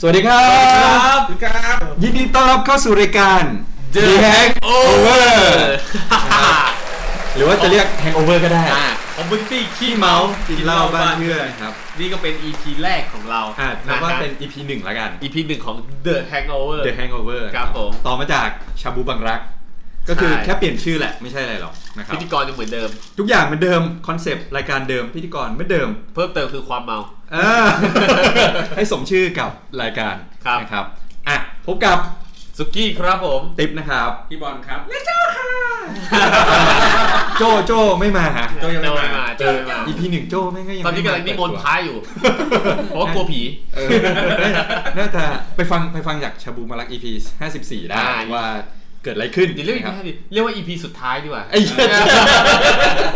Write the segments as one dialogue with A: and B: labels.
A: สวัสดีครับ
B: สวัสดีครับ
A: ยินดีต้อนรับเข้าสู่รายการ
B: The
A: Hangover หรือว่าจะเรียก Hangover ก็ได้
B: คอมมูนิตี้ขี้เมา
A: กินเหล้าบ้านเพื่อนครับ
B: นี่ก็เป็น EP แรกของเรา
A: อ่านับว่าเป็น
B: ะครั
A: EP หนึ่งละกัน
B: บ EP หนึ่งของ The Hangover
A: The Hangover
B: ครับผม
A: ต่อมาจากชาบูบังรัก ก็คือ
B: ใช่
A: แค่เปลี่ยนชื่อแหละไม่ใช่อะไรหรอกนะครับ
B: พิธีกรยังเหมือนเดิม
A: ทุกอย่างเหมือนเดิม คอนเซปต์รายการเดิมพิธีกรเหมือนเดิม
B: เพิ่มเติมคือความเมา
A: เอ อ ให้สมชื่อกับรายการ
B: ครับ
A: นะครับอ่ะพบกับ
B: สุกี้ครับผม
A: ติ๊บนะครับ
C: พี่บอลครับ
A: โจโจไม่มาฮะ
C: โจ้ยังไม่มา
B: โจ้ยังไม่มา
A: EP หนึ่งโจแม่งก็ยัง
B: ตอนนี้กำลังนิมนต์พระ อยู่ เพราะว่ากลัวผี
A: เออน่าจะไปฟังไปฟังจากชาบูมารัก EP 54 ได้
B: อ่า
A: ว่าเกิดอะไรขึ้น
B: เดี๋ยวเรียกอีก
A: นะครับ
B: ไม่ดิเรียกว่า EP สุดท้ายดีกว่า
A: ไอ้เหี้ย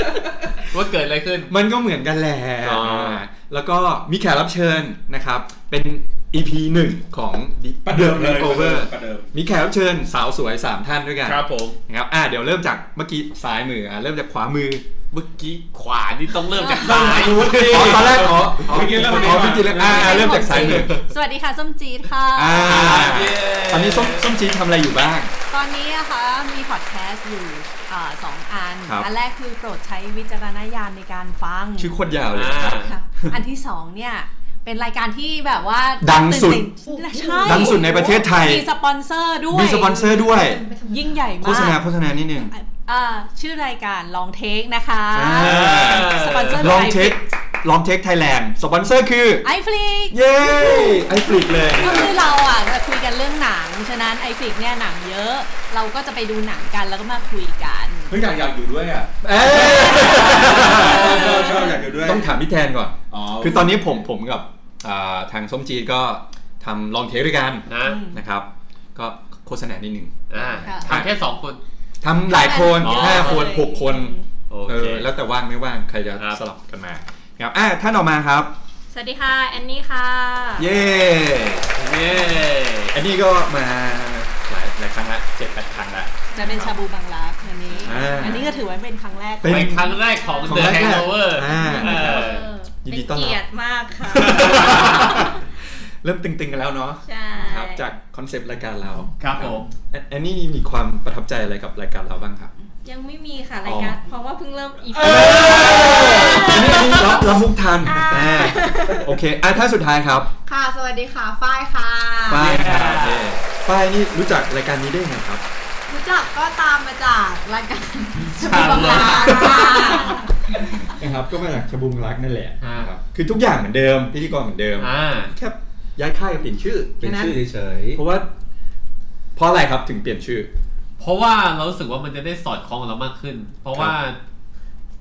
B: ว่าเกิดอะไรขึ้น
A: มันก็เหมือนกันแหละ
B: อ๋ออ่
A: าแล้วก็มีแขกรับเชิญนะครับ เป็น EP หนึ่งของ
C: ประเดิมเลย
A: โอเวอร์
C: ประเดิม
A: มีแขกรับเชิญสาวสวย 3 ท่านด้วยกัน
B: ครับผม
A: นะครับอ่าเดี๋ยวเริ่มจากเมื่อกี้ซ้ายมืออ่ะเริ่มจากขวามือ
B: เมื่อกี้ขวานี่ต้องเริ่มจากซ้าย
A: อ๋อตอนแรกอ๋ออ๋อ
C: เมื่อกี้เริ่ม
A: อ๋อเมื่อกี้เริ่มอ่าอ่าเริ่มจากสายมือ
D: สวัสดีค่ะส้มจี๊ดค่ะ
A: อ่า
B: เย้
A: ตอนนี้ส้มส้มชีทำอะไรอยู่บ้าง
D: ตอนนี้นะคะมีพอดแคสต์อยู่อ่าสองอัน
A: ครับ
D: อันแรกคือโปรดใช้วิจารณญาณในการฟัง
A: ชื่อโคตรยาวเลย
B: อ่า
D: ค่ะอันที่สองเนี่ย เป็นรายการที่แบบว่า
A: ดังสุด
D: ตื่นเต้นใช่
A: ดังสุดในประเทศไทย
D: มีสปอนเซอร์ด้วย
A: มีสปอนเซอร์ด้วย
D: ยิ่งใหญ่มาก
A: โฆษณาโฆษณานิดนึง
D: อ่าชื่อรายการลองเทคนะคะ
A: อ่า
D: สปอนเซอร์
A: ลองเช็คลองเช็คไทยแลนด์สปอนเซอร์คือ
D: ไอฟลิก
A: เย้ไอฟลิกเลย
D: ก็คือเราอ่ะจะคุยกันเรื่องหนัง ฉะนั้นไอฟิกเนี่ยหนังเยอะ เราก็จะไปดูหนังกันแล้วก็มาคุยกัน
C: เพิ่งอยากอยากอยู่ด้วยอ่ะ
A: เอ้ย
C: ชอบชอบอยากอยู่ด้วย
A: ต้องถามพี่แทนก่อน
C: อ๋อ
A: คือตอนนี้ผมผมกับอ่าทางส้มจีก็ทำลองเทคด้วยกัน
B: นะ
A: นะครับ ก็โฆษณานิดนึง
B: อ่า
D: ค่ะ
B: ทำแค่สองคน
A: ทำหลายคน
B: อ๋อ
A: ห้าคนหกคน
B: โอ
A: เอ
B: เค
A: อแล้วแต่ว่างไม่ว่างใครจะ
B: ครับ
A: สลับกันมาครับอ่ะท่านออกมาครับ
D: สวัสดีค่ะ แอนนี่ค่ะ
A: เย้
B: เย้
A: อันนี้ก็มาหลายหลายครั้งละเจ็ดแปดครั้งละ
D: จะเป็นชาบูบังลาอันนี้
A: อ่า
D: อันนี้ก็ถือว่าเป็นครั้งแรก
A: เป็น
B: เป็นครั้งแรกของ
A: ของ
B: The
A: แรก
B: Hangover
A: อ่า
B: เออ
A: ยินดีต้อนรับ
D: เกียรติมากค่ะ
A: เริ่มตึงๆกันแล้วเนาะ
D: ใช่
A: ครับจากคอนเซปต์รายการเรา
B: ครับผม
A: แอนแอนนี่มีความประทับใจอะไรกับรายการเราบ้างครับ
D: ยังไม่มีค่ะ
A: อ๋อ
D: รายการเพราะว่าเพิ่งเริ่มอีก
A: อันนี้อันนี้รับรับมุกทันอ่าโอเคอ่ะท่านสุดท้ายครับ
D: ค่ะ สวัสดีค่ะ ฝ้ายค่ะ
A: ป้ายครับเย้ป้ายนี่รู้จักรายการนี้ได้ยังไงครับ
D: รู้จักก็ตามมาจากรายการ
B: ชาบูบังลา
D: ค่ะ
A: นะครับก็มาจากชบุงรักนั่นแหละ
B: อ่า
A: นะครับคือทุกอย่างเหมือนเดิมพิธีกรเหมือนเดิม
B: อ่า
A: แค่ย้ายค่ายกับเปลี่ยนชื่อ
C: เป็น
A: แค่
C: ชื่อเฉย
A: เพราะว่าเพราะอะไรครับถึงเปลี่ยนชื่อ
B: เพราะว่าเรารู้สึกว่ามันจะได้สอดคล้องกับเรามากขึ้น เพราะว่า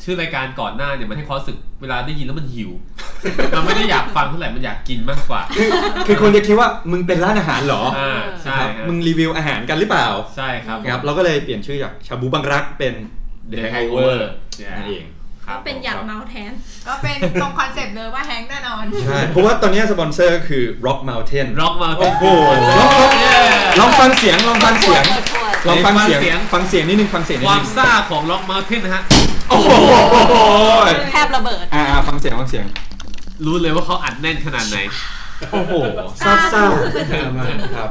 B: ชื่อรายการก่อนหน้าเนี่ยมันให้ความรู้สึกเวลาได้ยินแล้วมันหิว มันไม่ได้อยากฟังเท่าไหร่มันอยากกินมากกว่า
A: คือคือคนจะคิดว่ามึงเป็นร้านอาหารเหรอ
B: อ่าใช่
A: ครับ
B: ครับ
A: มึงรีวิวอาหารกันหรือเปล่า
B: ใช่ครับ
A: ครับเราก็เลยเปลี่ยนชื่อจากชาบูบังรักเป็น
B: เด
A: The
B: อะแฮง
A: Hangover
C: ๆ
A: นั่นเอง
B: ครับ
E: เป็นอยากเมาแทน
D: ก็เป็นตรงคอนเซปต์เลยว่าแฮงค์แน่นอน
A: ใช่เพราะว่าตอนนี้สปอนเซอร์คือ Rock Mountain
B: ร็อกมา
A: โอ้โห
B: เย้
A: ลองฟังเสียงลองฟังเสียงลองฟังเสียง
B: เสียง
A: ฟังเสียงนิดนึงฟังเสียงนิ
B: ค
A: ด
B: วาม
A: นึง
B: ซ่าของร็อกมาเทนนะฮะ
A: โอ้โห
D: แทบระเบิด
A: อ่าอ่าฟังเสียงฟังเสียง
B: รู้เลยว่าเขาอัดแน่นขนาดไหน
A: โอ้โหซาบซ่าครับ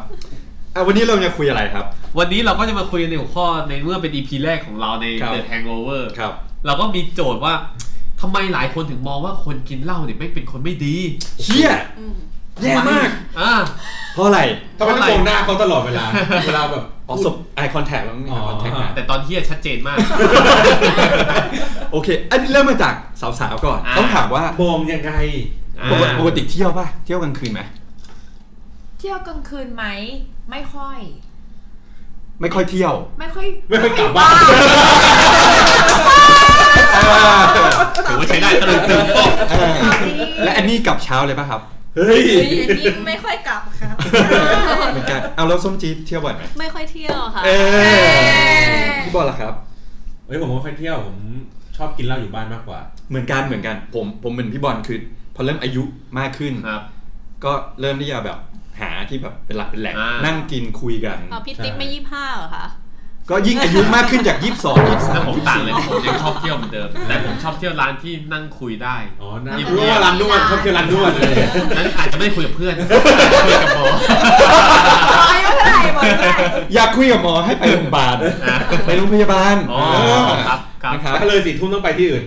A: อ่ะวันนี้เราจะคุยอะไรครับ
B: วันนี้เราก็จะมาคุยกันในหัวข้อในเมื่อเป็น EP แรกของเราใน
A: ครับ
B: The Hangover
A: ครับ
B: เราก็มีโจทย์ว่าทำไมหลายคนถึงมองว่าคนกินเหล้าเนี่ยไม่เป็นคนไม่ดี
A: เฮียแย่มาก
B: อ่า
A: เพราะอะไร
C: ทำไมต้องมองหน้าเขาตลอดเวลา เวลาแบบ
A: อ๋อสบไอคอนแทคแล้วไม่
C: อ๋อ
A: คอนแทค
B: แต่ตอนเที่ยชัดเจนมาก
A: โอเค อันนี้เริ่มมาจากสาวๆก่อน
B: อ่า
A: ต้องถามว่า
C: โบมยังไง
A: ปกติปกติเที่ยวป่ะ เที่ยวกลางคืนไหม
E: เที่ยวกลางคืนไหม ไม่ค่อย
A: ไม่ค่อยเที่ยว
E: ไม่ค่อย
C: ไม่ค่อยกลับบ้าน
B: ถือว่าใช้ได้ตะลึงตึงโป๊ะ
A: เออและอันนี้กลับเช้าเลยป่ะ ครับ
C: เฮ้ย
E: เฮ้ยอันนี้ไม่ค่อยกลับครับ
A: เหมือนกันเอาแล้วส้มจี๊ดเที่ยวบ่อยไหม
D: ไม่ค่อยเที่ยวค่ะ
A: เออพี่บอลล่ะครับ
C: เฮ้ยผมไม่ค่อยเที่ยวผมชอบกินเหล้าอยู่บ้านมากกว่า
A: เหมือนกันเหมือนกัน ผมผมเหมือนพี่บอลคือพอเริ่มอายุมากขึ้น
B: ครับ
A: ก็เริ่มที่จะแบบหาที่แบบเป็นหลักเป็นแหล่ง
B: อ่านั่
A: นั่งกินคุยกัน
D: เอาพี่ติ๊ก
C: ใช่
D: ไม่ยี่ห้าเหรอคะ
A: ก็ยิ่งอายุมากขึ้นจาก 22
B: แต่
A: 23
B: ผมต่างเลยผมยังชอบเที่ยวเหมือนเดิม แต่ผมชอบเที่ยวร้านที่นั่งคุยได้
C: อ๋อนะ
B: หยิบ
C: รู้ว่าร้านนวดเขาคือร้านนวดเลย
B: นั้นอาจจะไม่ได้คุยกับเพื่อนคุยกับหมอ
E: บอยว่าเท่าไหร่บอยว่าเท่าไหร่
A: อยากคุยกับหมอให้ไปโรงพยาบาล ไปโรงพยาบาล
B: อ๋อครับครับ
A: นะครับ
C: ถ้าเลยสี่ทุ่มต้องไปที่อื่น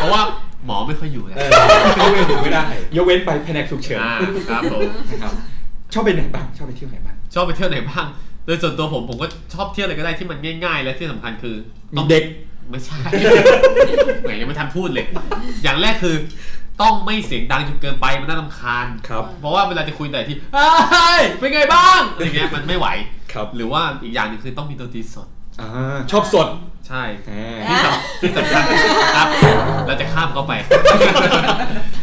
B: เพราะว่าหมอไม่ค่อยอยู่แล้ว
C: เออเขาเวรถึงไม่ได้
A: ยกเว้นไปแผนกฉุกเฉิน
B: อ่าครับผม
A: นะครับชอบไปไหนบ้างชอบไปเที่ยวไหนบ้าง
B: ชอบไปเที่ยวไหนบ้าง โดยส่วนตัวผมผมก็ชอบเที่ยวอะไรก็ได้ที่มันง่าย ๆ และที่สำคัญคือ
A: มีเด็ก
B: ไม่ใช่ แหมยังไม่ทันพูดเลย อย่างแรกคือ ต้องไม่เสียงดังจนเกินไปมันน่ารำคาญ
A: ครับ
B: เพราะว่าเวลาจะคุยแต่ที่เฮ้ยเป็นไงบ้างอะไรเงี้ยมันไม่ไหว
A: ครับ
B: หรือว่าอีกอย่างหนึงคือต้องมีดนตรีสด
A: อ่าชอบสด
B: ใช่
A: อ่า
B: ที่สำที่สำคัญครับ เราจะข้าม เข้าไป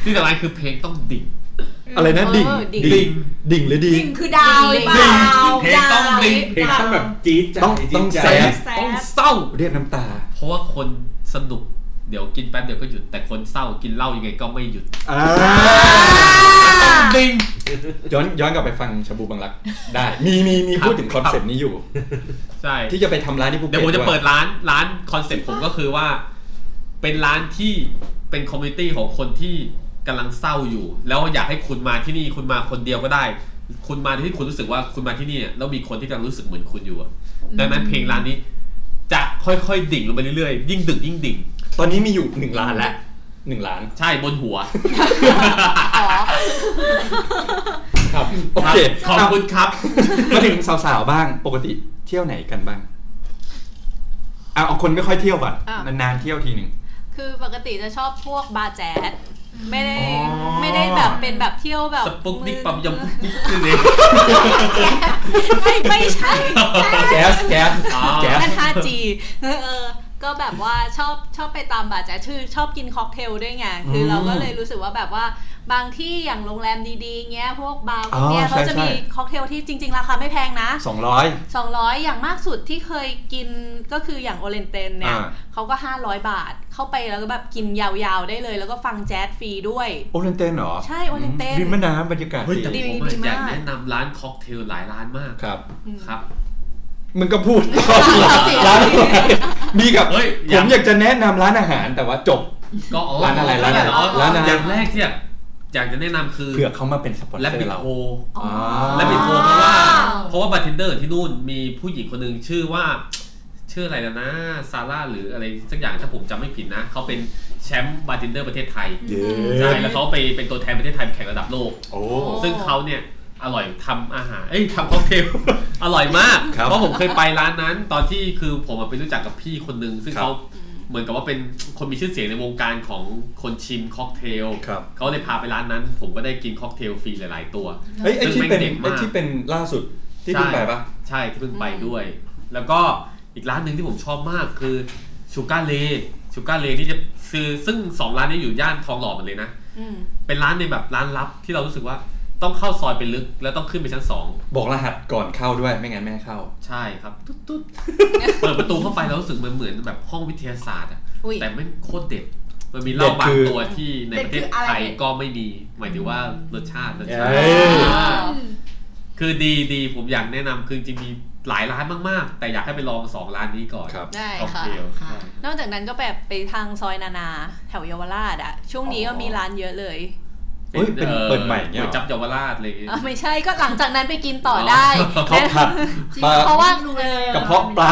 B: ที่สำคัญคือเพลงต้องดิ่ง
A: อะไรนะดิ่ง
D: เออดิ่ง
A: ดิ่งดิ่งหรือดี
E: ดิ่งคือดาวหรือเปล่า
B: ดิ่งเพลงต้
E: ดาว
B: องดิ่ง
C: เพลงต้องแบบจี๊ดจ้า
A: ต้อง
C: จี๊ด
A: ต้อง
C: จ๊า
A: แซ่บ
E: แซ่
B: ต้อง
E: บ
B: เศร้า
A: เรียกน้ำตา
B: เพราะว่าคนสนุกเดี๋ยวกินแป๊บเดียวก็หยุดแต่คนเศร้ากินเหล้ายังไงก็ไม่หยุด
A: อ่า
B: ดิง
A: ย้อนย้อนกลับไปฟังชาบูบังรัก ได้ มีมีมี
B: ครับ
A: พูดถึงคอนเซปต์นี้อยู่
B: ใช่
A: ที่จะไปทำร้านที่ภูเก็ต
B: เดี๋ยวผมจะ
A: ด้วย
B: เปิดร้านร้านคอนเซ็ปต์ผมก็คือว่า เป็นร้านที่เป็นคอมมูนิตี้ของคนที่กำลังเศร้าอยู่ แล้วอยากให้คุณมาที่นี่คุณมาคนเดียวก็ได้ คุณมาที่คุณรู้สึกว่าคุณมาที่นี่เนี่ยแล้วมีคนที่กำลังรู้สึกเหมือนคุณอยู่อะดังนั้นเพลงร้านนี้ จะค่อยๆดิ่งลงไปเรื่อยๆยิ่งดึกยิ่งดิ่ง
A: ตอนนี้มีอยู่หนึ่งล้านแล้วหนึ่งล้าน
B: ใช่บนหัว
D: อ๋อ
A: ครับโอเค
B: ขอบคุณครับ
A: มาถึงสาวๆบ้างปกติเที่ยวไหนกันบ้างเอาเอาคนไม่ค่อยเที่ยวก่อน
D: อ่ะ
A: นานๆเที่ยวทีหนึ่ง
D: คือปกติจะชอบพวกบาร์แจ๊สไม่ได้
A: อ๋อ
D: ไม่ได้แบบเป็นแบบเที่ยวแบบ
B: สปุกนิกปัมยมปุกนิกนี่เลย
D: ไม่ไม่ใช่
A: แก๊สแก๊ส
B: อ๋อ
A: แก๊ส
D: นั่น 5G เออ ก็แบบว่าชอบชอบไปตามบาร์แจ๊สชื่อชอบกินค็อกเทลด้วยไง คืออ
A: ม
D: เราก็เลยรู้สึกว่าแบบว่าบางที่อย่างโรงแรมดีๆ เงี้ย พวกบาร์พวกเนี้
A: อ๋
D: ย
A: อใช่
D: เขาจะมี
A: ใช่
D: ค็อกเทลที่จริง ๆ ราคาไม่แพงนะ
A: สองร้อย
D: 200 อย่างมากสุดที่เคยกินก็คืออย่างโอเรนเตนเนี่ย
A: อ่า
D: เขาก็ 500 บาท เข้าไปแล้วก็แบบกินยาวๆได้เลย แล้วก็ฟังแจ๊สฟรีด้วย
A: โอเรนเตนเหรอ
D: ใช่โอเรนเตน
A: ริมแม่น้ำบรรยากาศ
B: เฮ้ยแต่
A: ดี
B: ผมอะอยากแนะนำร้านค็อกเทลหลายร้านมาก
A: ครับ
B: ครับ
A: มึงก็พูด
D: สิ
A: ร้านอะไรมีกับ
B: เฮ้ย
A: ผ
B: อย่า
A: มอยากจะแนะนำร้านอาหารแต่ว่าจบ
B: ก็อ๋อ
A: ร้านอะไรร้านอะไรร้านอะไร
B: อย่างแรกที่อยากจะแนะนำคือ
A: เผื่อเขามาเป็นสปอนเซ
B: แล
A: อ
B: บิ
A: ร์
B: ด
A: เรา
B: โฮ
D: อ๋อ
B: และบิดโฮเพ
E: อ๋
B: ราะ
E: อ
B: ว่าเพราะว่าบาร์เทนเดอร์ที่นู่นมีผู้หญิงคนหนึ่งชื่อว่า ชื่ออะไรนะนะซาร่าหรืออะไรสักอย่างถ้าผมจำไม่ผิดนะเขาเป็นแชมป์บาร์เทนเดอร์ประเทศไทย
A: เย้
B: ใช่แล้วเขาไปเป็นตัวแทนประเทศไทยไปแข่งระดับโลก
A: โอ้
D: อ๋อ
B: ซึ่งเขาเนี่ยอร่อยทำอาหาร เอ้ยทำค็อกเทล อร่อยมาก
A: ครับ
B: เพราะผมเคยไปร้านนั้น ตอนที่คือผมอะไปรู้จักกับพี่คนหนึ่งซึ่ง
A: ครับ
B: เขาเหมือนกับว่าเป็นคนมีชื่อเสียงในวงการของคนชิมค็อกเทล
A: ครับ
B: เขาเลยพาไปร้านนั้น ผมก็ได้กินค็อกเทลฟรีหลาย ๆ ตัว
A: เฮ้ยไอ้ที่เป็น
B: ซึ่งแม่งเด็กมาก
A: ไอ้ที่เป็นล่าสุดที่เพิ่งไปปะ
B: ใช่ที่เพิ่งไปด้วย แล้วก็อีกร้านหนึ่งที่ผมชอบมากคือชูการ์เลชูการ์เลนี่จะคือซึ่งสองร้านนี้อยู่ย่านทองหล่อหมดเลยนะ
D: อืม
B: เป็นร้านในแบบร้านลับที่เรารู้สึกว่าต้องเข้าซอยไปลึกแล้วต้องขึ้นไปชั้นสอง
A: บอกรหัสก่อนเข้าด้วยไม่งั้นไม่ให้เข้า
B: ใช่ครับตุ๊ดตุ๊ด เปิด ประตูเข้าไปแล้วรู้สึกมันเหมือนแบบห้องวิทยาศาสตร์อะ
D: อุ๊ย
B: แต่ไม่งโคตรเด็ด มันมีเหล้าบา
A: เด็ด
B: ง
A: คือ
B: ตัวที่ในประเทศไทยก็ไม่มี หมายถึงว่ารสชาติรสชาติ
A: เอ้ย
D: อ่า
B: คือดีดีผมอยากแนะนำคือจริงๆมีหลายร้านมากๆ แต่อยากให้ไปลองสองร้านนี้ก่อน
A: ครับ
D: ได้
B: ค็อก
D: ค่ะ
B: เทล
D: นอกจากนั้นก็แบบไปทางซอยนานา แถวเยาวราชอะช่วงนี้ก็มีร้านเยอะ เลย
A: เฮ้ยเป็นเปิดใหม่เงี้ยเหรอ
B: ก๋วจับเยาวราชอะไรอย่างเงี้ย
D: เอ้าไม่ใช่ก็หลังจากนั้นไปกินต่อ ได้
A: ข้าวผัดปลา
D: เพราะว่าเออก
A: ระเพาะปลา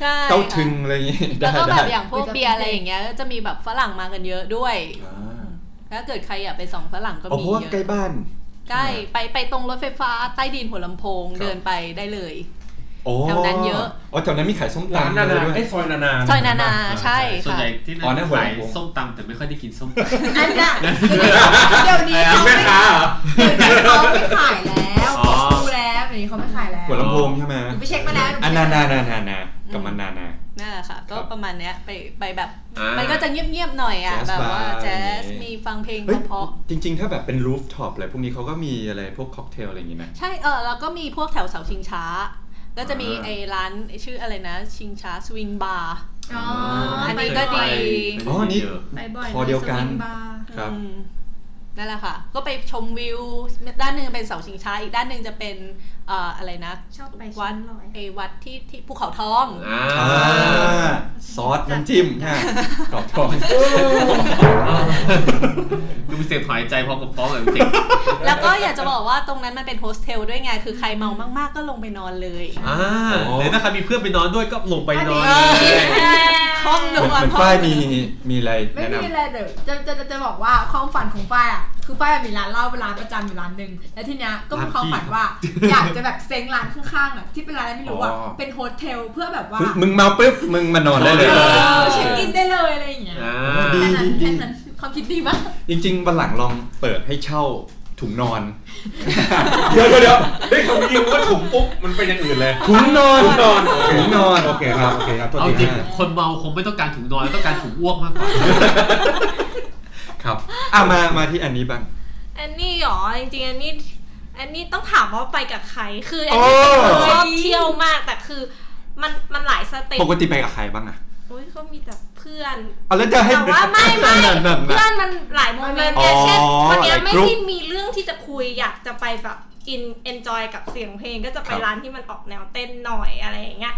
D: ใช่
A: เต้าถึงอะไรอย่างงี้
D: แล้
A: ได้
D: วก็แบ
A: ได้
D: บอย่างพวกเบียร์อะไรอย่างเงี้ยก็จะมีแบบฝรั่งมากันเยอะด้วย
A: อ่า
D: ถ้าเกิดใครอยากไปส่องฝรั่งก็
A: เอา
D: มี
A: เพราะว่า
D: เยอะ
A: ใกล้บ้าน
D: ใกล้ไปไปตรงรถไฟฟ้าใต้ดินหัวลำโพง
A: ครับ
D: เดินไปได้เลย
A: โอ้
D: แถวนั้นเยอะ
A: อ๋อแถวนั้นมีขายส้ม
C: ร้าน
A: ตำ
C: นา
A: อะไร
C: นา
A: ด้วย
C: ไอ้ยซอยนานา
D: ซอยนานาใช่
B: ส่วน
D: ค่ะ
B: ใหญ่ที่นั่
A: อ๋อน นั่นหัว
B: ขาย
A: ลำโพง
B: ส้มตำแต่ไม่ค่อยได้กินส้มต
E: อันน่ะเดี๋ยวนี้เขา
C: แม่
E: ไม่
C: ค้า
E: ขาย
C: เหรอ
E: เขาไม่ขายแล้วเขาสู้แล้วเดี๋ยวนี้เขาไม่ขายแล้ว
A: หัวลำโพงใช่ไหม
E: หนูไปเช็คมาแล้วห
A: อัน
E: ไป
A: นา
E: เช็ค
A: นานานานากลับมานานา
D: นั่นแหละค่ะ ก็
A: ครับ
D: ประมาณเนี้ยไปไปแบบ
B: ำอ่า
D: มันก็จะเงียบๆหน่อยอ่ะ
A: แจ๊ส
D: แบบว่า
A: บาร์
D: แจ๊ส
A: อย่างงี้
D: มีฟังเพลง
A: เฮ้ย
D: เพราะๆ
A: จริง ๆ ถ้าแบบเป็นรูฟท็อปอะไรพวกนี้เขาก็มีอะไรพวกค็อกเทลอะไรอย่างงี้นะ
D: ใช่ เออแล้วก็มีพวกแถวเสาชิงช้า ก็จะมี
A: อ่า
D: ไอ้ร้านชื่ออะไรนะ ชิงช้าสวิงบาร์
E: อ๋อ
D: อั
E: อั
D: น
E: น
D: นี้
E: นี้
D: ก็
E: ก็
D: ดี
E: ดี
A: อ๋อนี่
E: ไปบ่อย
A: คอเดียวกัน
E: สมบาร์
A: ครับ
D: นั่นแหละค่ะ ก็ไปชมวิว ด้านหนึ่งเป็นเสาชิงช้า อีกด้านหนึ่งจะเป็น เอ่ออะไรนะ
F: ชอบไป
D: วัด
F: ลอย
D: ไอ้วัดที่ที่ภูเขาทอง
B: อ่า
A: อ่าซอสน้ำจิ้มฮะ
B: ขอบคุณดูเสียงถอยใจพร้อมกับฟ้องเลยจริง
D: แล้วก็อยากจะบอกว่าตรงนั้นมันเป็นโฮสเทลด้วยไง คือใครเมามาก ๆ ก็ลงไปนอนเลย
B: ๆอ่าหรือถ้าใครมีเพื่อนไปนอนด้วยก็ลงไปนอน
E: อ่ะดี
B: เลย
D: ห้องน
A: เหมือนเห
D: วน
A: มือน
D: ห้อง
A: ฝ้ายมีมีอะไร
E: ไม่
A: แนะนำ
E: มีอะไรเดี๋ยวจะจะจะจะบอกว่าความฝันของฝ้ายอ่ะคือฝ้ายมีร้านเหล้าเป็นร้านประจำอยู่ร้านหนึ่งแล้วทีเนี้ยก็มีความฝันว่า อยากจะแบบเซ้งร้านข้างๆอ่ะที่เป็นร้านอะไรไม่รู้อ่ะ
A: อ๋อ
E: เป็นโฮสเทลเพื่อแบบว่า
A: มึงมึงเมาปุ๊บมึงมานอนได้เลย
E: เออเช็คอินได้เลยอะไรอย่างเงี้ย
B: อ่า
A: ดี
E: แค่นั้นแค่นั้นความคิดดีมาก
A: จริงๆวันหลังลองเปิดให้เช่าถุงนอน เดี๋ยวเดี๋ยวเดี๋ยว
C: เฮ้ยคำนี้ผมว่าถุงปุ๊บมันเป็นอย่างอื่นเลย
A: ถุงนอน
C: ถุงนอน
A: ถุงนอน
C: โอเคครับ โอเคครับโทษ
B: เอา
C: ที
B: จริง
C: ฮะ
B: คนเมาคงไม่ต้องการถุงนอนต้องการถุงอ้วกมากกว่า
A: ครับอ่ะมามาที่อันนี้บ้าง
F: อันนี้หรอจริงๆอันนี้อันนี้ต้องถามว่าไปกับใครคืออัน
A: โอ้
F: นี้เป็นคนชอบเที่ยวมากแต่คือมันมันหลายสเต็ป
A: ปกติไปกับใครบ้างอะ
F: โอ้ยก็มีแต่เพื่อน
A: เอาแล้วจะให้
F: แต่ว่าไม่ไม่
A: นั่นนั่นนั่น
F: เพื่อนมันหลายโมเมนต์
A: อ๋อ
F: เนี่ยเช่นวันเนี้
A: ห
F: ย
A: ลาย
F: ไม่
A: กรุ๊ป
F: ที่มีเรื่องที่จะคุยอยากจะไปแบบอินเอนจอยกับเสียงเพลงก็จะไปร้านที่มันออกแนวเต้นหน่อยอะไรอย่างเงี้ย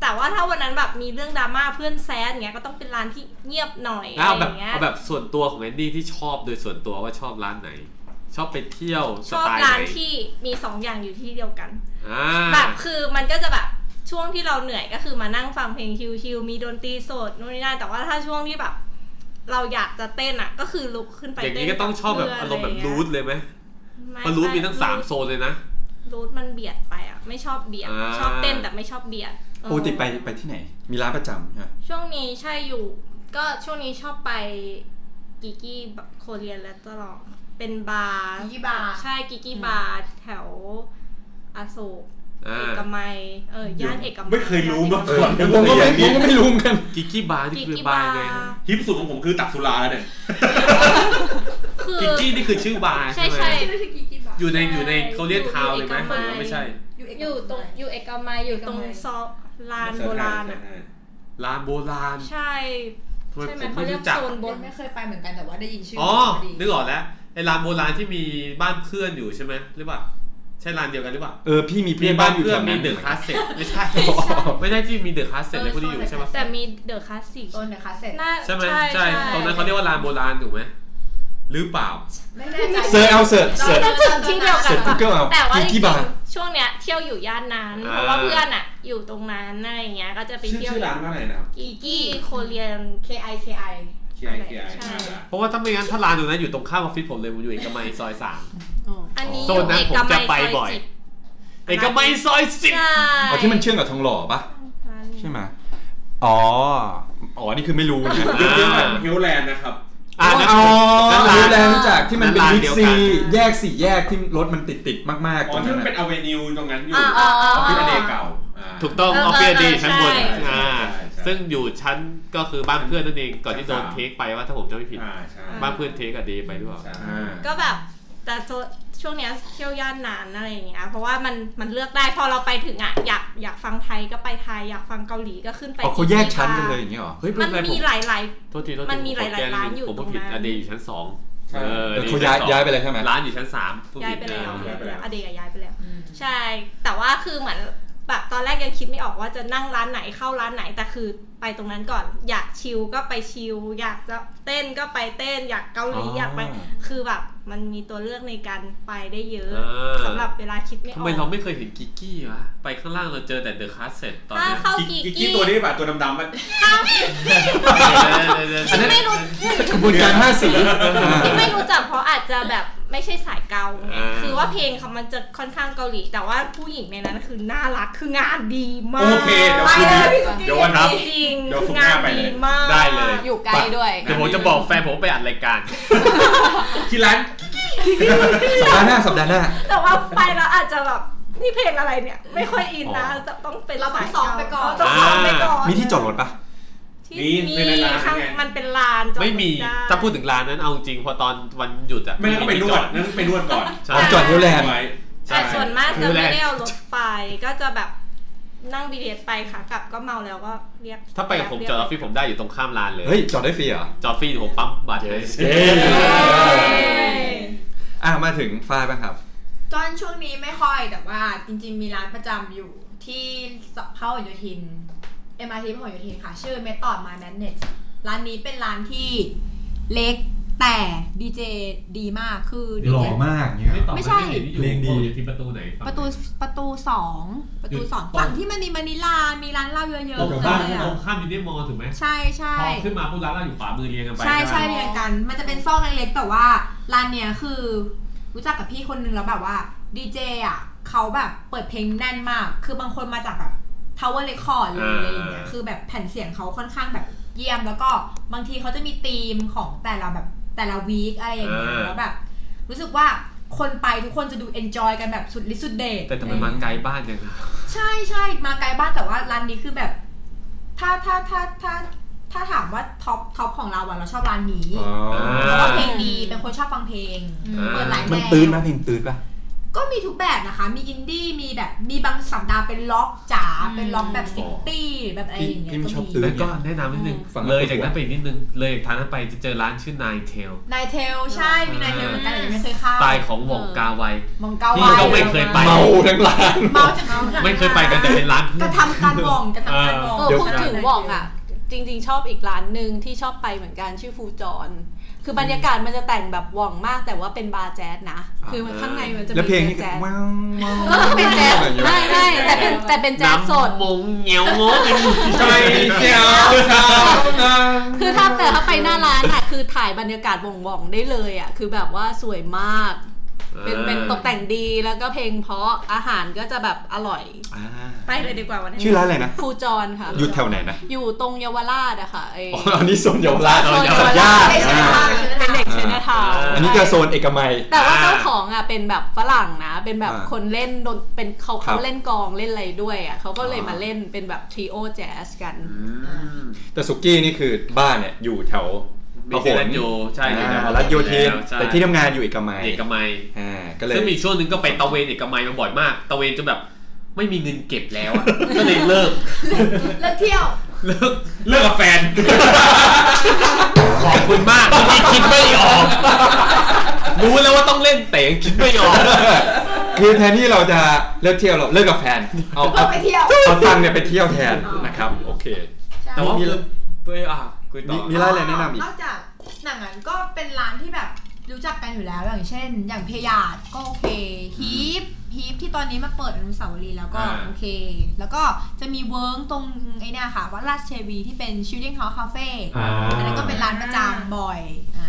F: แต่ว่าถ้าวันนั้นแบบมีเรื่องดราม่าเพื่อนแซดอย่างเงี้ยก็ต้องเป็นร้านที่เงียบหน่อยอะ
B: เอา
F: ไร
B: แบ
F: อบ ย่างเงี้ย
B: เอาแบบส่วนตัวของแอนดี้ที่ชอบโดยส่วนตัวว่าชอบร้านไหน ชอบไปเที่ยวส
F: ชอบ
B: ไตล์ไหน
F: ร้านที่มีสองอย่างอยู่ที่เดียวกัน
B: อ่า
F: แบบคือมันก็จะแบบช่วงที่เราเหนื่อยก็คือมานั่งฟังเพลงชิลๆมีดนตรีสดนู่นนี่นั่นแต่ว่าถ้าช่วงที่แบบ เราอยากจะเต้นอ่ะ ก็คือลุกขึ้นไป
B: อย่าง
F: เต้น
B: นี้ก็ต้องชอบแบบ
F: เพื่
B: อารมณ์แบบ
F: ะไเงี้ย
B: รูทเลยไหม
F: ไ
B: เพราะรูทมีทั้งสาม
F: รูท
B: โซนเลยนะ
F: รูทมันเบียดไปอ่ะไม่ชอบเบียด
B: อ่า
F: ชอบเต้นแต่ไม่ชอบเบียดเออ
A: ปกติไปไปที่ไหน มีร้านประจำใช่ไหม
F: ช่วงนี้ใช่อยู่ ก็ช่วงนี้ชอบไปกิกี้แบบโคเรียนแล้วตลอดเป็นบาร์
E: กิกิบาร์
F: ใช่กิกี้บาร์แถวอโศก
B: อ่า
F: เอกมัยเออย่านเอกมัย
C: ไม่เคยรู้มาก่อน
A: ผมก็ไม่ผมก็ไม่รู้เหมือนกัน
B: กิกกี้บาร์นี่
F: กิก
B: คือ
F: กี้
B: บา
F: บา
B: ร์
F: ร์
B: ไง
C: ฮิปสุดของผมคือตักสุราแล้วเนี่ย
F: คือ
B: กิกกี้นี่คือชื่อบาร์
F: ใช่
B: ใช่ไหม
F: ใช่
E: ไม่ใช่กิกิบาร์
B: อยู่ในอยู่ในเขาเรียกทาวน์เลยไหมหรือว่าไม่ใช่
E: อยู่เอก
F: อยู่ตรงอยู่เอกมัยอยู่ตรงซอกลานโบราณอ่ะ
B: ร้านโบราณ
F: ใช่
B: ทำไม
F: ใช่ไหม
B: ผม
F: เขา
B: ไม่
F: เรียก
B: รู้จัก
F: โซนบน
E: ไม่เคยไปเหมือนกันแต่ว่าได้ยินชื่
B: อ๋อ
E: พดี
B: นึกออกแล้วไอ้ร้านโบราณที่มีบ้านเพื่อนอยู่ใช่ไหมหรือเปล่าใช่ร้านเดียวกันหรือเปล่า
A: เออพี่มี
B: มี
A: เพื่อนบ้า
B: บ้าน น
A: อยู่
B: เพื่อ
A: แถ
B: น
A: ว
B: มี
A: นั้น
B: เดอะคลาสสิกไม่ใช่ไม่ใช่ ที่มีเดอะคลาสสิกอะไรพวกนี้อยู่ใช่ปะ
F: แต่มีเดอะคลาสสิก
E: โซนเดอะคาเซ็ต
F: น่า
B: ใช่ไหม
F: ใช่
B: ใช่ตรงนั้นเขาเรียกว่าลานโบราณถูกไหมหรือเปล่า
E: ไม่แน่ใจ
A: เสิร์ชเอาเสิร์ช
F: เรา
A: เสิร์ช
F: ต้องถึงที่เดียวกั
A: เสิ
F: น
A: ร์ชกูเกิลเอา
F: แต่ว่า
A: กิก
F: จริ
A: กี้
F: ง
A: บาร์
F: ๆช่วงเนี้ยเที่ยวอยู่ย่านนั้น
B: อ่า
F: เพราะว่าเพื่อนอ่ะ อยู่ตรงนั้นอะไรอย่างเงี้ยก็จะไป
C: ชื่อ
F: เที่ยว
C: ชื่อร้านว่าอะไรนะครับ
F: กิกี้โคเรียน
E: เคไอเคไอ
C: เคียร์เคียร์
F: ใช่
B: เพราะว่าถ้าไม่งั้นถ้าลานตรงนั้นอยู่ตรงข้ามออฟฟิศผมเลยผมอยู่เอกมัยซอยสาม
D: อ๋อ
F: อันนี้อ
B: โซน
F: ยู่
B: นั้น
F: เอ
B: ผม
F: กมั
B: จะ
F: ย
B: ไป
F: ซ
B: บ่
F: อ
B: อย
F: ยสิบ
B: เอกมัยซอยสิบ
F: ใช่
A: อ๋อที่มันเชื่อมกับทองหล่อปะ
F: ร้านนี้
A: ใช่ไหมอ๋อ อ๋อ นี่คือไม่รู้นะ
C: เรียกว่าฮิวแลนด์นะครับ
B: อ่านะ
A: อ๋อ
B: นั่นร้าน
A: รู้แล้วรู้จักที่มันเป็น
B: นั่นร้าน
A: บิ๊ก
B: เดียว
A: ซี
B: กัน
A: แยกสี่แยกที่รถมันติดติดๆมาก
C: อ๋
A: ๆต
C: อ
A: รง
C: ที่
A: นั้น
C: มันเป็น
A: น่ะ
C: อเวนิวตรงนั้นอยู่
F: อ่า
C: อ
F: อ่าอ่า
C: อฟฟิศอเนกเก่าอ่า
B: ถูกต้องอ
F: เออ
B: อฟฟิศ
F: เออ
B: ดี
F: เออ
B: ชั้นบน
F: ใช่
B: อ่า
C: ใช่ใช่
B: ซึ่งอยู่ชั้นก็คือบ้านเพื่อนนั่นเองก่อนที่โดน
C: ชั้นสาม
B: เทคไปว่าถ้าผมจะไม่ผิด
C: อ่าใช่
B: บ้านเพื่อนเทคกับเดย์ไปหรือเปล่า
C: ใช่
A: อ่า
F: ก็แบบแต่โซช่วงเนี้ยเที่ยวย่านนานอะไรอย่างเงี้ยเพราะว่ามันมันเลือกได้พอเราไปถึงอ่ะอยากอยากฟังไทยก็ไปไทย อยากฟังเกาหลีก็ขึ้นไป
A: อ๋อเขา
F: ที่
A: แยกชั้นกันเลยอย่างเงี้ยเหรอ
B: เฮ้ย
F: มั
B: เป็น
F: น
B: ไรผ
F: มี
B: ม
F: หลายหลาย
B: โทษทีโทษที
F: มันมี
B: ผ
F: หลายๆ
B: แก้
F: ร้านอยู่
B: ผมพูดผิด
F: ตรงนั้น
B: อะเดย์อยู่ชั้นสอง
C: ใช่
B: เออ
A: เออ
B: เด
A: เขาย้าย
B: ชั้นสอง
A: ย้ายไปเลยใช่ไหม
B: ร้านอยู่ชั้นสามพูดผิด
F: ย้ายไปแล้ว
B: เออ
C: ย้ายไปแล้ว
F: อเดกับย้ายไปแล้ว ใช่ แต่ว่าคือเหมือนแบบตอนแรกยังคิดไม่ออกว่าจะนั่งร้านไหนเข้าร้านไหนแต่คือไปตรงนั้นก่อน อยากชิลก็ไปชิลอยากจะเต้นก็ไปเต้น อยากเกาหลี
A: อ๋ออ
F: อยากไป คือแบบมันมีตัวเลือกในการไปได้เยอะ
B: เออ
F: สำหรับเวลาคิดไม่อ
B: ทำ
F: อ
B: ไมเรา
F: ก
B: ไม่เคยเห็นกิกกี้วะไปข้างล่างเราเจอแต่เดอะคลาสเซ็ตตอน
F: ถ้า
B: เนี้ย
F: เข้า
C: กิ๊ก
F: กี
C: กิ๊ก
F: กี
C: กี้ตัวนี้ป่ะตัวดำๆมัน
B: อันนั้น
F: ไม่รู้
A: กระบวนการห้าสีอ่า
F: ที่ไม่รู้จักเพราะอาจจะแบบไม่ใช่สายเกาไง
B: อ่า
F: คือว่าเพลงเขามันจะค่อนข้างเกาหลี แต่ว่าผู้หญิงในนั้นคือน่ารักคืองานดีมาก
C: โอเคเดี๋ยว
F: ไป
C: คืน
F: เล
C: นี้
F: ย
C: เดี๋ยววันนี้
F: จริง
C: เดี๋ยวฝึก
F: งา
C: หน้าน ไปเล
F: ดี
C: ย
F: มาก
B: ได้เลย
D: อยู่ไกลด้วย
B: เดี๋ยวผมจะบอกแฟนผมว่าไปอัดรายการ
C: ที่ร้าน
A: สัปดาห์หน้าสัปดาห์หน้า
F: แต่ว่าไปแล้วอาจจะแบบนี่เพลงอะไรเนี่ย ไม่ค่อยอินนะ
A: อ๋อ
F: จะต้องเป็น
E: เรา
F: สย
E: ซ้อมไปก่อน
F: ต้องซ้อมไปก่อน
A: มีที่จอดรถปะ
F: ที่
C: มี
F: มี
C: ในร้าน
F: ข้าง
C: ไง
F: มันเป็นลานจอด
B: ไม่มี
F: ด้
B: ถ้าพูดถึงร้านนั้นเอาจริงพอตอนวันหยุดอะ
C: ไม่งั้นก็ไปน
B: ที่
C: ว
B: จ
C: ด
B: อ
C: นั่นไปนวดก่อน
B: ใช่
A: อ๋อจอดเดียวแลนด์
C: ไว้ใช่
F: แต่ส่วนมากจะ
B: รู้แล้
F: ไม่
B: ว
F: ได้เอารถไปก็จะแบบนั่งบีเอสไปค่ะกลับก็เมาแล้วก็เรียก
B: ถ้าไปกับผมจอดออฟฟิศผมได้อยู่ตรงข้ามร้านเลย
A: เฮ้ย จอดได้ฟรีเหรอ
B: จอดฟรีเดี๋ยวผมปั๊มบัตรให้
A: Yes เย้ อ่ะมาถึงฝ้ายบ้างครับ
E: จอนช่วงนี้ไม่ค่อยแต่ว่าจริงๆมีร้านประจำอยู่ที่พหลโยธิน MRT พหลโยธินค่ะ ชื่อ Method My Madness ร้านนี้เป็นร้านที่เล็กแต่ดีเจดีมากคือดี
A: หล่อ
E: เจ
A: มากเนี่ย
B: ไม่ตอบ
E: ไม่ใช่
B: อยู่
A: เลงดี
B: อยู่ที่ประตูไหนฝั่ง
E: ประตู
B: ไหน
E: ประตูสองประตูสอง
B: อยู่ตรง
E: ฝั่งที่มันมีมานิลา มีร้านเหล้าเยอะๆ
B: ตรงข้าม
E: เล
B: ต
E: ยอะ
B: รงข้ามมินิมอลถูกไหม
E: ใช่ใช่
B: พอขึ้นมาปุ๊บร้านเราอยู่ขวามือเรียงกันไป
E: ใช่ใช่
B: ไหม
E: เรียงกัน มันจะเป็นซอกเล็กๆแต่ว่าร้านเนี้ยคือ รู้จักกับพี่คนนึงแล้วแบบว่าดีเจอ่ะเขาแบบเปิดเพลงแน่นมาก คือบางคนมาจากแบบทาวเวอร์เรคคอร์ดเลยอะไรอย่างเงี้ยคือแบบแผ่นเสียงเขาค่อนข้างแบบเยี่ยม แล้วก็บางทีเขาจะมีธีมของแต่ละแบบแต่ละวีคอะไรอย่างเงี้ยแล้วแบบ รู้สึกว่าคนไปทุกคนจะดูเอนจอยกันแบบสุดฤทธิ์สุดเดช
B: แต่ทำไมมาไกลบ้านยังอะ
E: ใช่ใช่มาไกลบ้านแต่ว่าร้านนี้คือแบบ ถ้าถ้าถ้าถ้าถ้าถามว่าท็อปท็อปของเราอะเราชอบร้านนี้
A: อ๋อ
E: เพ
B: อ่า
E: ราะว่าเพลงดีเป็นคนชอบฟังเพลง
B: อ่า
E: เปิดหลายแน
A: มัน
E: ว
A: ตื้นไหมเพลงตื้นป่ะ
E: ก็มีทุกแบบนะคะ มีอินดี้มีแบบมีบางสัปดาห์เป็นล็อกจ๋า
D: อืม
E: เป็นล็อกแบบซิตี้แบบอะไรอย่างเงี้ย
A: พี่ไม่ช
E: ก็
A: อบตื่
E: มี
B: แล้วก็แนะนำนิดนึง
A: ฝั่ง
B: เล
A: ป
B: ย
A: ระตู
B: จากนั้นไปอีกนิดนึง เลยจากทางนั้นไปจะเจอร้านชื่อนายเทล
E: นายเทลใช่มีนายเทลเหมือนกันแต่ยังไม่เคยเข้า
B: ตายของวงกาไว
E: มองเกา
B: ที่
E: ไว้
B: เขาไม่เคยไป
A: เมาทั้งร้าน
E: เมาจากเมาจาก
B: ไม่เคยไปกันแต่เป็นร้าน
E: กระทำการบ่องกระทำการบ่อง
D: เออ
A: เดี๋ยว
D: พูดถึงว่องอ่ะ จริง ๆ ชอบอีกร้านหนึ่งที่ชอบไปเหมือนกันชื่อฟูจอนคือบรรยากาศมันจะแต่งแบบว่องมากแต่ว่าเป็นบาร์แจ๊สนะ คือมันข้างในมันจะ
A: แล้ว
D: มี
A: เพลงนี่ก็
D: แจ๊ส
A: ว้าวว้าว
D: ก็เป็นแจ๊ส
A: อะไรอย่างเงี้ย
D: ไม่ไม่แต่เป็นแต่เป็นแจ๊สสด
B: น้ำมงเหนียวโม้กันอยู่
A: ใจเสียวเช้านะ
D: คือถ้าแต่ถ้าไปหน้าร้านอ่ะ คือถ่ายบรรยากาศว่องๆได้เลยอ่ะ คือแบบว่าสวยมาก เป็นเป็นตกแต่งดีแล้วก็เพลงเพราะอาหารก็จะแบบอร่อย
A: อ่า
F: ไปเลยดีกว่าวันนี้
A: ชื่อร้านอะไรนะ
D: ฟูจอนค่ะ
A: อยู่แถวไหนนะ
D: อยู่ตรงเยาวราชอะค่ะไอ้
A: อ๋ออันนี้โซนเยาวราช
D: โซนเยาว
A: สัญ
D: รา
A: ญา
D: ช
A: ณ
D: เป็น
A: อ่า
D: เด็กเชนทาวน์
A: อันนี้ก็โซนเอกมัย
D: แต่ว่าเจ้าของอะเป็นแบบฝรั่งนะ เป็นแบบ
A: อ่า
D: คนเล่นดนเป็นเขา
A: ครั
D: เขา
A: บ
D: เล่นกลองเล่นอะไรด้วยอะเขาก็เลย
A: อ่าม
D: มาเล่นเป็นแบบทริโอแจ๊สกัน
A: แต่สุกี้นี่คือบ้านเนี่ยอยู่แถว
B: มีเจรัญโยใช่อยู่แถว
A: รัฐโยธิน
B: ใช่
A: แต่ที่ทำงานอยู่เอกมัย
B: เอกมัย
A: อ่าก็เลย
B: ซึ่งมีช่วงหนึงก็ไปตะเวนเอกมัยมาบ่อยมาก ตะเวนจนแบบไม่มีเงินเก็บแล้วอะก็เลยเลิก
E: แล้วเที่ยว
B: เลิกเลิกกับแฟน ขอบคุณมากที่คิดไม่ออก รู้แล้วว่าต้องเล่นแต่ยังคิดไม่ออก
A: คือแทนที่เราจะเลิกเที่ยวเราเลิกกับแฟนเอา
E: ก็
A: เอา
E: ไปเที่ยว
A: เอาตังค์เนี่ยไปเที่ยวแท นนะครับโอเค
E: ใช่
B: แต่ว่าคือเฮ้ยอ่ะคุยต่อ
A: มีร้านอะไรแนะ นำอีก
E: นอกจากหนังนั้นก็เป็นร้านที่แบบรู้จักกันอยู่แล้วอย่างเช่น อย่างเพยาดก็โอเคฮีปฮีปที่ตอนนี้มาเปิดอนุสาวรีย์แล้วก็
B: อ่า
E: โอเค แล้วก็จะมีเวิร์กตรงไอ้เนี่ยค่ะวัดราชเชวีที่เป็นชิลลิ่งเฮาส์คาเฟ่
C: อ่า
E: อันนั้นก็เป็นร้านประจำบ่อยอ่า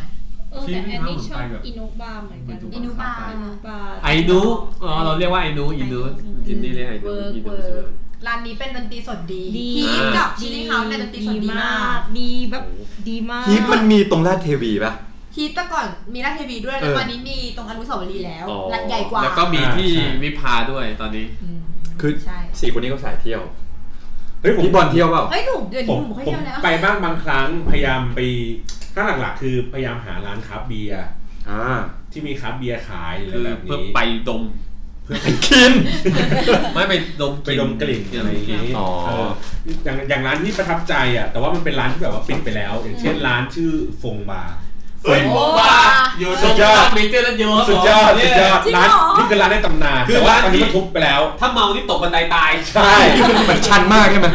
F: เออแต่แอนนี่ชอบอินุบาเหมือนกัน
E: อินุบา
F: นุบา
B: ไอ้หนูอ๋อเราเรียกว่าไอ้หนูอีหนูจินนี่เรียกไอ้หนู
E: เวิร์ก
B: อีหนู
E: เวิ
B: ใช่ไหม
E: ร์กร้านนี้เป็นดนตรีสดดี
F: ดี
E: ฮีปกับชิลลิ่งเฮาส์เนี่ยดนตรีสดดีมาก
F: ดีแบบดีมาก
A: ฮีปมันมีตรงลาดเทวีป่ะ
E: ฮีปแต่ก่อนมีราชเทวีด้วย
A: เอ
E: แล้ว
A: อ
E: ตอนนี้มีตรงอนุสาวรีย์แล้ว
B: อ๋อ
E: และใหญ่กว่า
B: แล้วก็มีที่
C: อ่าใช่
B: วิภาด้วยตอนนี้
E: ม
A: คือ
E: ใช่
A: สี่คนนี้เขาสายเที่ ยว
C: เฮ้ยผม
A: พี่บอลเที่ยวเปล่า
E: เฮ้ยหนุ่มเดี๋ยว
C: ผ
E: นี้
C: ม
E: หนุ่มค่อย
C: ผม
E: เที่ยวแล้ว
C: ไปบ้างบางครั้งพยายามไปถ้าหลักๆคือพยายามหาร้านคราฟต์เบียร์
A: อ่า
C: ที่มีคราฟต์เบียร์ขายหรือ
B: คือ
C: อะไรแบบ
B: เพื่อ
C: นี้
B: ไปดม
A: กิน
B: ไม่ไปดม
C: ไปดมกลิ่นอะไรอย่าง
B: นี้
C: นี้
A: อ๋อ
C: เอออย่างอย่างร้านที่ประทับใจอ่ะ แต่ว่ามันเป็นร้านที่แบบว่าปิดไปแล้ว อย่างเช่นร้านชื่อฟงบาร์
B: เฮ้ยบ้าอยู่ตรงข้ามมีเจรัญโย
C: สุดยอดสุดยอดร้านนี่คือร้านในตำนาน
B: คือ
C: แต่ว่า
B: ร้าน
C: ตอนนี้
B: นี้
C: มันทุบไปแล้ว
B: ถ้าเมานี่ตกบันไดตาย
C: ใช่
A: มันชันมากใช่ไหม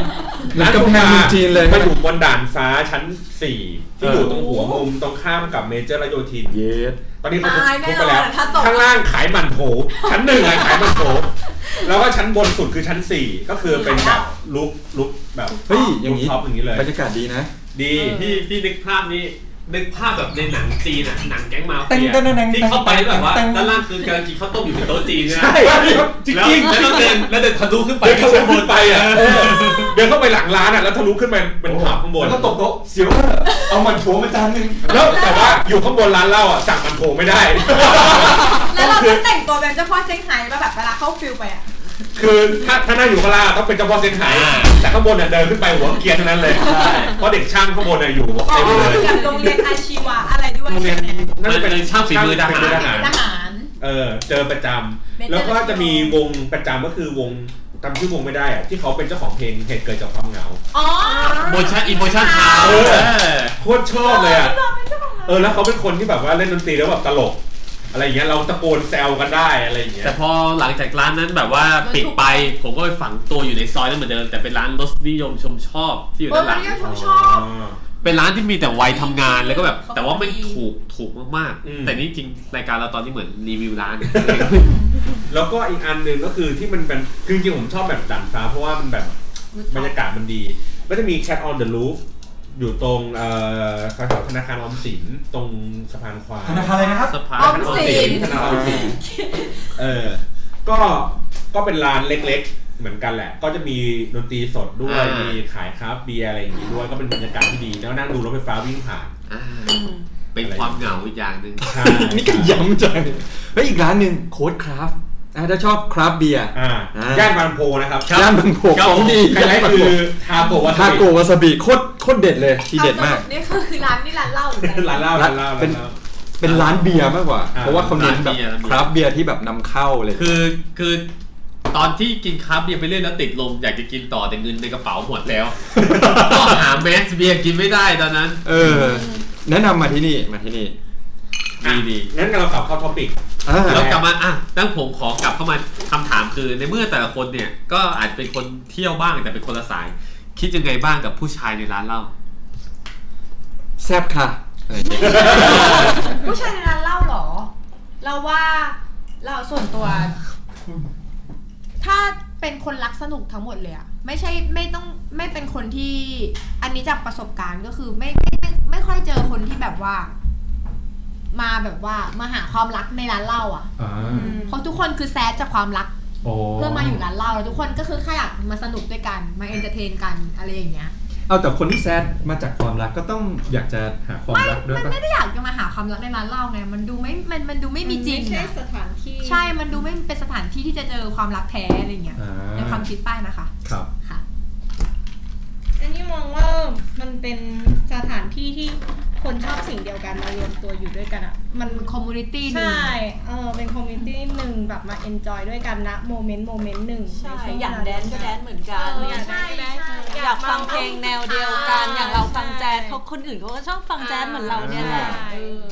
A: เหมือนกำแพงเมืองจีนเลย
C: มันอยู่บนด่านฟ้าชั้น 4 ที่อยู่ตรงหัวมุมตรงข้ามกับเมเจอร์รโยธิน
A: เย็ด
C: ตอนนี้เขาทุบ
E: ตายแน่
C: ทุบ
E: น
C: ไป
E: อน
C: แล้ว
E: อะถ้าตก
C: ข้างล่างขายหมันโถชั้นหนึ่งอะขายหมันโถแล้วก็ชั้นบนสุดคือชั้น 4 ก็คือเป็นแบบลุกลุกแบบ
A: เฮ้ยอย่างนี้
C: นี้ท็อปอย่างนี้เลย
A: บรรยากาศดีนะ
C: ดี
B: พี่พี่นึกภาพนี้นึกภาพแบบในหนังจีนอ่ะหนังแก๊งมาเฟียที่เข้าไปแล้วแบบว่าด้านล่างคือกำลังกินข้าวต้มอยู่บนโต๊ะจีนนะ
C: ใช่จริง
B: แล้ว
C: จริง
B: แล้วต้องเดินแล้วเดินทะลุขึ้นไป
C: เดินเข้าไปบนไปอ่ะเออเดินเข้าไปหลังร้านอ่ะแล้วทะลุขึ้นไปเป็นผับข้างบน
A: แล้วก็ตกโต๊ะเสียวเอามันโถมาจานหนึง
C: แล้วแต่ว่าอยู่ข้างบนร้านเหล้าอ่ะสั่งมันโถไม่ได้
E: แล้วเราก็แต่งตัวแบบเจ้าพ่อเซี่ยงไฮ้มาแบบเวลาเข้าฟิลไปอ่ะ
C: คือถ้าถ้าหน้าอยู่ข้างล่างต้องเป็นเฉพาะเส้นไหายแต่ข้างบนเนี่ยเดินขึ้นไปหัวเกียร์เท่านั้นเลยเพราะเด็กช่างข้างบนเนี่ยอยู่หัว
E: อ๋อ
C: เต็มเลย
E: กับโรงเรียนอาชีวะอะไรด้วย
C: โรงเรียน
E: ใช่ไหม
C: น่าจะเป็น
E: เป็นทหาร
C: เออเจอประจำ
E: เป็น
C: แล้วก็จะมีวงประจำก็คือวงจำชื่อวงไม่ได้อ่ะที่เขาเป็นเจ้าของเพลงเหตุเกิดจากความเหงา
E: อ๋อ
B: โมชั่นอิโมชั่นเท้า
C: เออ โคตรชอบเลยอ่ะ เออแล้วเขาเป็นคนที่แบบว่าเล่นดนตรีแล้วแบบตลก อะไรอย่างเงี้ยเราตะโกนแซวกันได้อะไรอย่างเงี้ย
B: แต่พอหลังจากร้านนั้นแบบว่าปิดไป ผมก็ไปฝังตัวอยู่ในซอยนั้นเหมือนเดิมแต่เป็นร้านรสนิยมชมชอบที่อยู่
E: เออ
B: ด้านห
E: มั
B: ลั
E: น
B: ง
E: ก็ชอบชอบ
C: อ๋อ
B: เป็นร้านที่มีแต่วัยทำงานแล้วก็แบบ
E: เขาก็
B: แต่ว่าไม่
E: ดี
B: ถูกถูกมาก
C: อืม
B: ๆ แต่นี่จริงรายการเราตอนที่เหมือนรีวิว ร้าน
C: แล้วก็อีกอันหนึ่งก็คือที่มันเป็นคือจริงๆผมชอบแบบดันฟ้า เพราะว่ามันแบบบรรยากาศมันดีก็จะมี Cat on the Roof อยู่ตรงเอ่อแถวๆธนาคารออมสินตรงสะพานควาย
A: ธนาคารอะไรนะครับ
B: สภา
E: ออมสิน
C: ธนาคารออมสินเออก็ก็เป็นร้านเล็กๆ เหมือนกันแหละ ก็จะมีดนตรีสดด้วย มีขายคราฟต์เบียร์อะไรอย่างงี้ด้วยก็เป็นบรรยากาศที่ดี แล้วนั่งดูรถไฟฟ้าวิ่งผ่าน
B: อ่าเป็นความเหงาอีกอย่างหนึ่ง
C: ใช่
A: นี่ก็ย้ำจังแล้วอีกร้านหนึ่งโค้ดคราฟถ้าชอบคราฟเบียร์
C: อ่าย่านบางโพนะครับ
B: ครับ
A: ย่านบางโพ
B: ครับ
A: ของดี
C: ไฮไลท์คือทาโกวาซา
A: ทา
C: บิ
A: โกวาซาบิโคตรโคตรเด็ดเลยทีเด็ดมาก
E: อสรุปนี่คือร้านนี่ร้านเหล้าหรืออะไร
C: ร้านเหล้าร้านเหล้า
A: เป็น
C: ร้านเหล้า
A: เป็นร้านเบียร์มากกว่า
C: อ่า
A: เพราะว่าเขาเน้นแบบ
B: ร้านเบียร์
A: คราฟเบียร์ที่แบบนำเข้าเลย
B: คือคือตอนที่กินครับเบียร์ไปเรื่อยแล้วติดลมอยากจะกินต่อแต่เงินในกระเป๋าหมดแล้ว ก็หาแมสเบียร์กินไม่ได้ตอนนั้น
A: เออ แนะนำมาที่นี่มาที่นี่
B: ดีดี
C: งั้นเรากลับเข้าท็อปิก
A: อ่า
B: แล้วกลับมาอ่ะตั้งผมขอกลับเข้ามาคำถามคือในเมื่อแต่ละคนเนี่ย ก็อาจเป็นคนเที่ยวบ้างแต่เป็นคนละสาย คิดยังไงบ้างกับผู้ชายในร้านเหล้า
A: แซบค่ะอะไรอย่างเงี้ย
E: ผู้ชายในร้านเหล้าเหรอ เราว่าเราส่วนตัว ถ้าเป็นคนรักสนุกทั้งหมดเลยอะไม่ใช่ไม่ต้องไม่เป็นคนที่อันนี้จากประสบการณ์ก็คือไม่ไม่ไม่ไม่ค่อยเจอคนที่แบบว่า มาแบบว่ามาหาความรักในร้านเหล้าอะ
C: อ่า
E: เพราะทุกคนคือแซดจากความรัก
C: โอ้
E: เพื่อมาอยู่ร้านเหล้าแล้วทุกคนก็คือแค่อยากมาสนุกด้วยกันมาเอนเตอร์เทนกันอะไรอย่างเงี้ย
A: เอาแต่คนที่แซดมาจากความรักก็ต้องอยากจะหาความรักด้วย
E: มัน
A: ปะ
E: ไม่ได้อยากจะมาหาความรักในร้านเหล้าไง มันดูไม่ มันมันดูไม่มีจริง
F: ไม่ใช่
E: อะ
F: สถานที่
E: ใช่ มันดูไม่เป็นสถานที่ที่จะเจอความรักแท้อะไรอย่างเงี้ย
A: อ่า
E: ในความคิดป้ายนะคะ
A: ครับ
E: ค่ะ
F: อันนี้มองว่ามันเป็นสถานที่ที่คนชอบสิ่งเดียวกันมารวมตัวอยู่ด้วยกันอะมัน
E: มันคอมมูนิตี้นึง
F: ใช่ เออเป็นคอมมูนิตี้หนึ่งแบบมาเอนจอยด้วยกันนะโมเมนต์โมเมนต์หนึ่ง
D: ใช่
F: ในว
D: อยาก
F: เวล
D: แดนซ์ก็แดนซ์เหมือนกัน
F: เอออยากแดนซ์ก็แดนซ์
D: อยากฟังเพลงแนวเดียวกัน อย่างเราฟังแจ๊สเขาคนอื่นเขาก็ชอบฟังแจ๊สเหมือนเราเนี่ยแหละเออ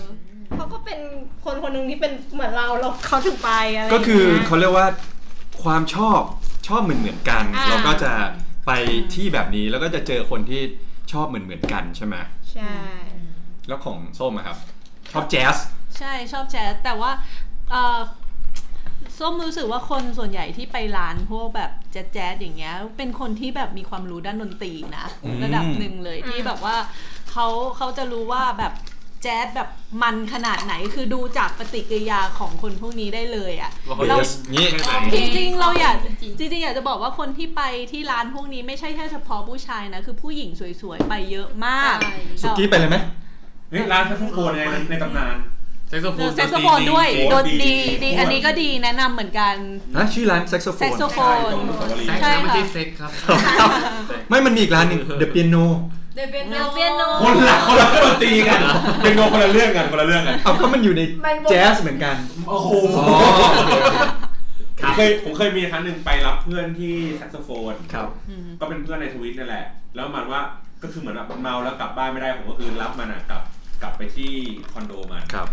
F: เขาก็เป็นคนคนหนึ่งที่เป็นเหมือนเราเราเขาถึงไปอะไร
A: ก็คือ
F: อย่างเงี้ย
A: เขาเรียกว่าความชอบชอบเหมือนเหมือนๆกัน
F: อ่า
A: เราก็จะไปที่แบบนี้แล้วก็จะเจอคนที่ชอบเหมือนเหมือนๆกันใช่ไหม
F: ใช่
A: แล้วของส้มอะครับ ชอบแจ๊ส
D: ใช่ชอบแจ๊สแต่ว่าเออส้มรู้สึกว่าคนส่วนใหญ่ที่ไปร้านพวกแบบแจ๊สแจ๊สอย่างเงี้ย เป็นคนที่แบบมีความรู้ด้านดนตรีนะ
A: อืม
D: ระดับหนึ่งเลยที่แบบว่าเขาเขาจะรู้ว่าแบบแจ๊สแบบมันขนาดไหนคือดูจากปฏิกิริยาของคนพวกนี้ได้เลยอะ
B: ว่า
A: เบ
B: เขา
A: สนี้
B: แค่ไหน
D: จริงๆ เราอยากจริงๆ อยากจะบอกว่าคนที่ไปที่ร้านพวกนี้ไม่ใช่แค่เฉพาะผู้ชายนะ คือผู้หญิงสวยๆ ไปเยอะมาก
F: ใช่
A: สุกี้ไปเลยไหม
C: เฮ้ยร้านแซฟฟูโกนในในตำนาน
B: เซ็กโซโฟ
D: เออน แซกโซโฟนด้วย
C: โอ้
D: ด
C: ดี
D: นดี
C: ดี
D: ดี อันนี้ก็ดีแนะนำเหมือนกัน
A: นะชื่อร้านแซกโซโฟ
D: แซก
A: น
D: โซโฟน
C: ตรงอนุสา
B: แซก
C: วรีย์
D: ใช่
B: นะ
D: ค่ะ
B: ไม่ใช่เซ็กครับ
A: ไม่มันมีอีกร้านหนึงเด e p เปียโน
E: เดเปียโน
D: เปียโน
C: คนละคนละคนละตีกันเป็นโนคนละเรื่องกันคนละเรื่องกัน
A: เอาก็มันอยู่ใน
E: มันวง
A: แจ๊สเหมือนกัน
C: โอ้โห
A: อ๋อ
C: ผมเคยผมเคยมีครั้งหนึ่งไปรับเพื่อนที่แซกโซโฟน
A: ครับ
C: ก็เป็นเพื่อนในทวิตนั่นแหละ แล้วมันว่าก็คือเหมือนแบบมันเมาแล้วกลับบ้านไม่ได้ผมก็คือรับมันอะกลับกลับไปที่คอนโดมัน
A: ครับ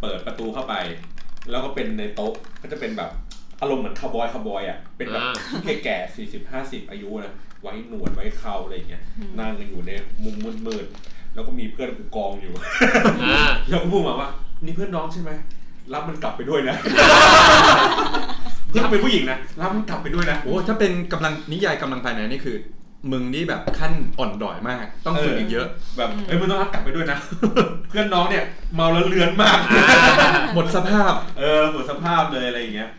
C: เปิดประตูเข้าไป แล้วก็เป็นในโต๊ะก็จะเป็นแบบอารมณ์เหมือนคาวบอยคาวบอยอ่ะเป็นแบบ
B: อ่า
C: แก่แก่สี่สิบห้าสิบอายุนะไว้หนวดไว้เคราอะไรอย่างเงี้ยนั่งกันอยู่ในมุมมืดๆแล้วก็มีเพื่อนกูกองอยู่
B: อ่า
C: แล้วก็พูดมาว่า นี่เพื่อนน้องใช่ไหมรับมันกลับไปด้วย นะนี่เป็นผู้หญิงนะรับมันกลับไปด้วยนะ
A: โอ้ถ้าเป็นกำลังนิยายกำลังภายในนี่คือ มึงนี่แบบขั้นอ่อนดอยมาก ต้องฝึก
C: เอออี
A: อีกเยอะ
C: แบบเอ้ยมึงต้องรับกลับไปด้วยนะ เพื่อนน้องเนี่ย เมาแล้วเลือนมาก
A: หมดสภาพ
C: เออหมดสภาพเลยอะไรอย่างเงี้ย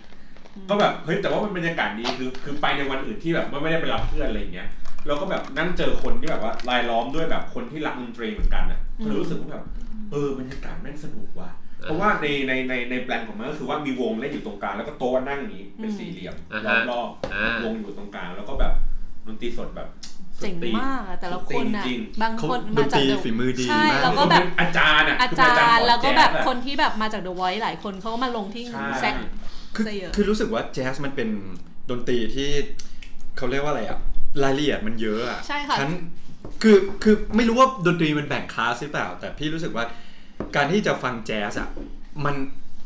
C: ก็แบบเฮ้ยแต่ว่ามันบรรยากาศดีคือคือไปในวันอื่นที่แบบว่าไม่ได้ไปรับเพื่อนอะไรอย่างเงี้ยเราก็แบบนั่งเจอคนที่แบบว่ารายล้อมด้วยแบบคนที่รักดนตรีเหมือนกันอ่ะก็เลยรู้สึกว่าแบบเออบรรยากาศแม่งสนุกว่ะ
B: เออ
C: เพราะว่าในในในในแปลนของมันก็คือว่ามีวงเล่นอยู่ตรงกลางแล้วก็โต๊ะนั่งอย่างนี้เป็นสี่เหลี่ยม
B: อ่าฮะ
C: ล้อมรอบ
B: อ่า
C: วงอยู่ตรงกลางแล้วก็แบบดนตรีสดแบบสุด
D: เจ๋ง
C: ตีน
D: มากอะแต่ละ
C: สุด
D: ค
C: ตี
D: นอะ
C: จริง
D: บางคน
A: เขา
D: มาจา
A: ดนต
D: ก
A: รี
D: The
A: ฝีมือดี
D: ใช่
A: มาก
D: แล้ว
C: ๆ
D: ก็แบบ
C: อาจารย์อ่ะ
D: อา
C: คื
D: จารย์
C: ขง
D: แล้วก็แบบ
C: จ๊สอะ
D: คนที่แบบมาจาก The Voice หลายคนเขาก็มาลงที่
C: ใช่
D: แซก
A: คือ
D: ซะเยอะ
A: คือรู้สึกว่าแจ๊สมันเป็นดนตรีที่เขาเรียกว่าอะไรอะรายละเอียดมันเยอะอะ
D: ใช่ค่ะ
A: ชั้นคือคือไม่รู้ว่าดนตรีมันแบ่งคลาสหรือเปล่า แต่พี่รู้สึกว่าการที่จะฟังแจ๊สอะมัน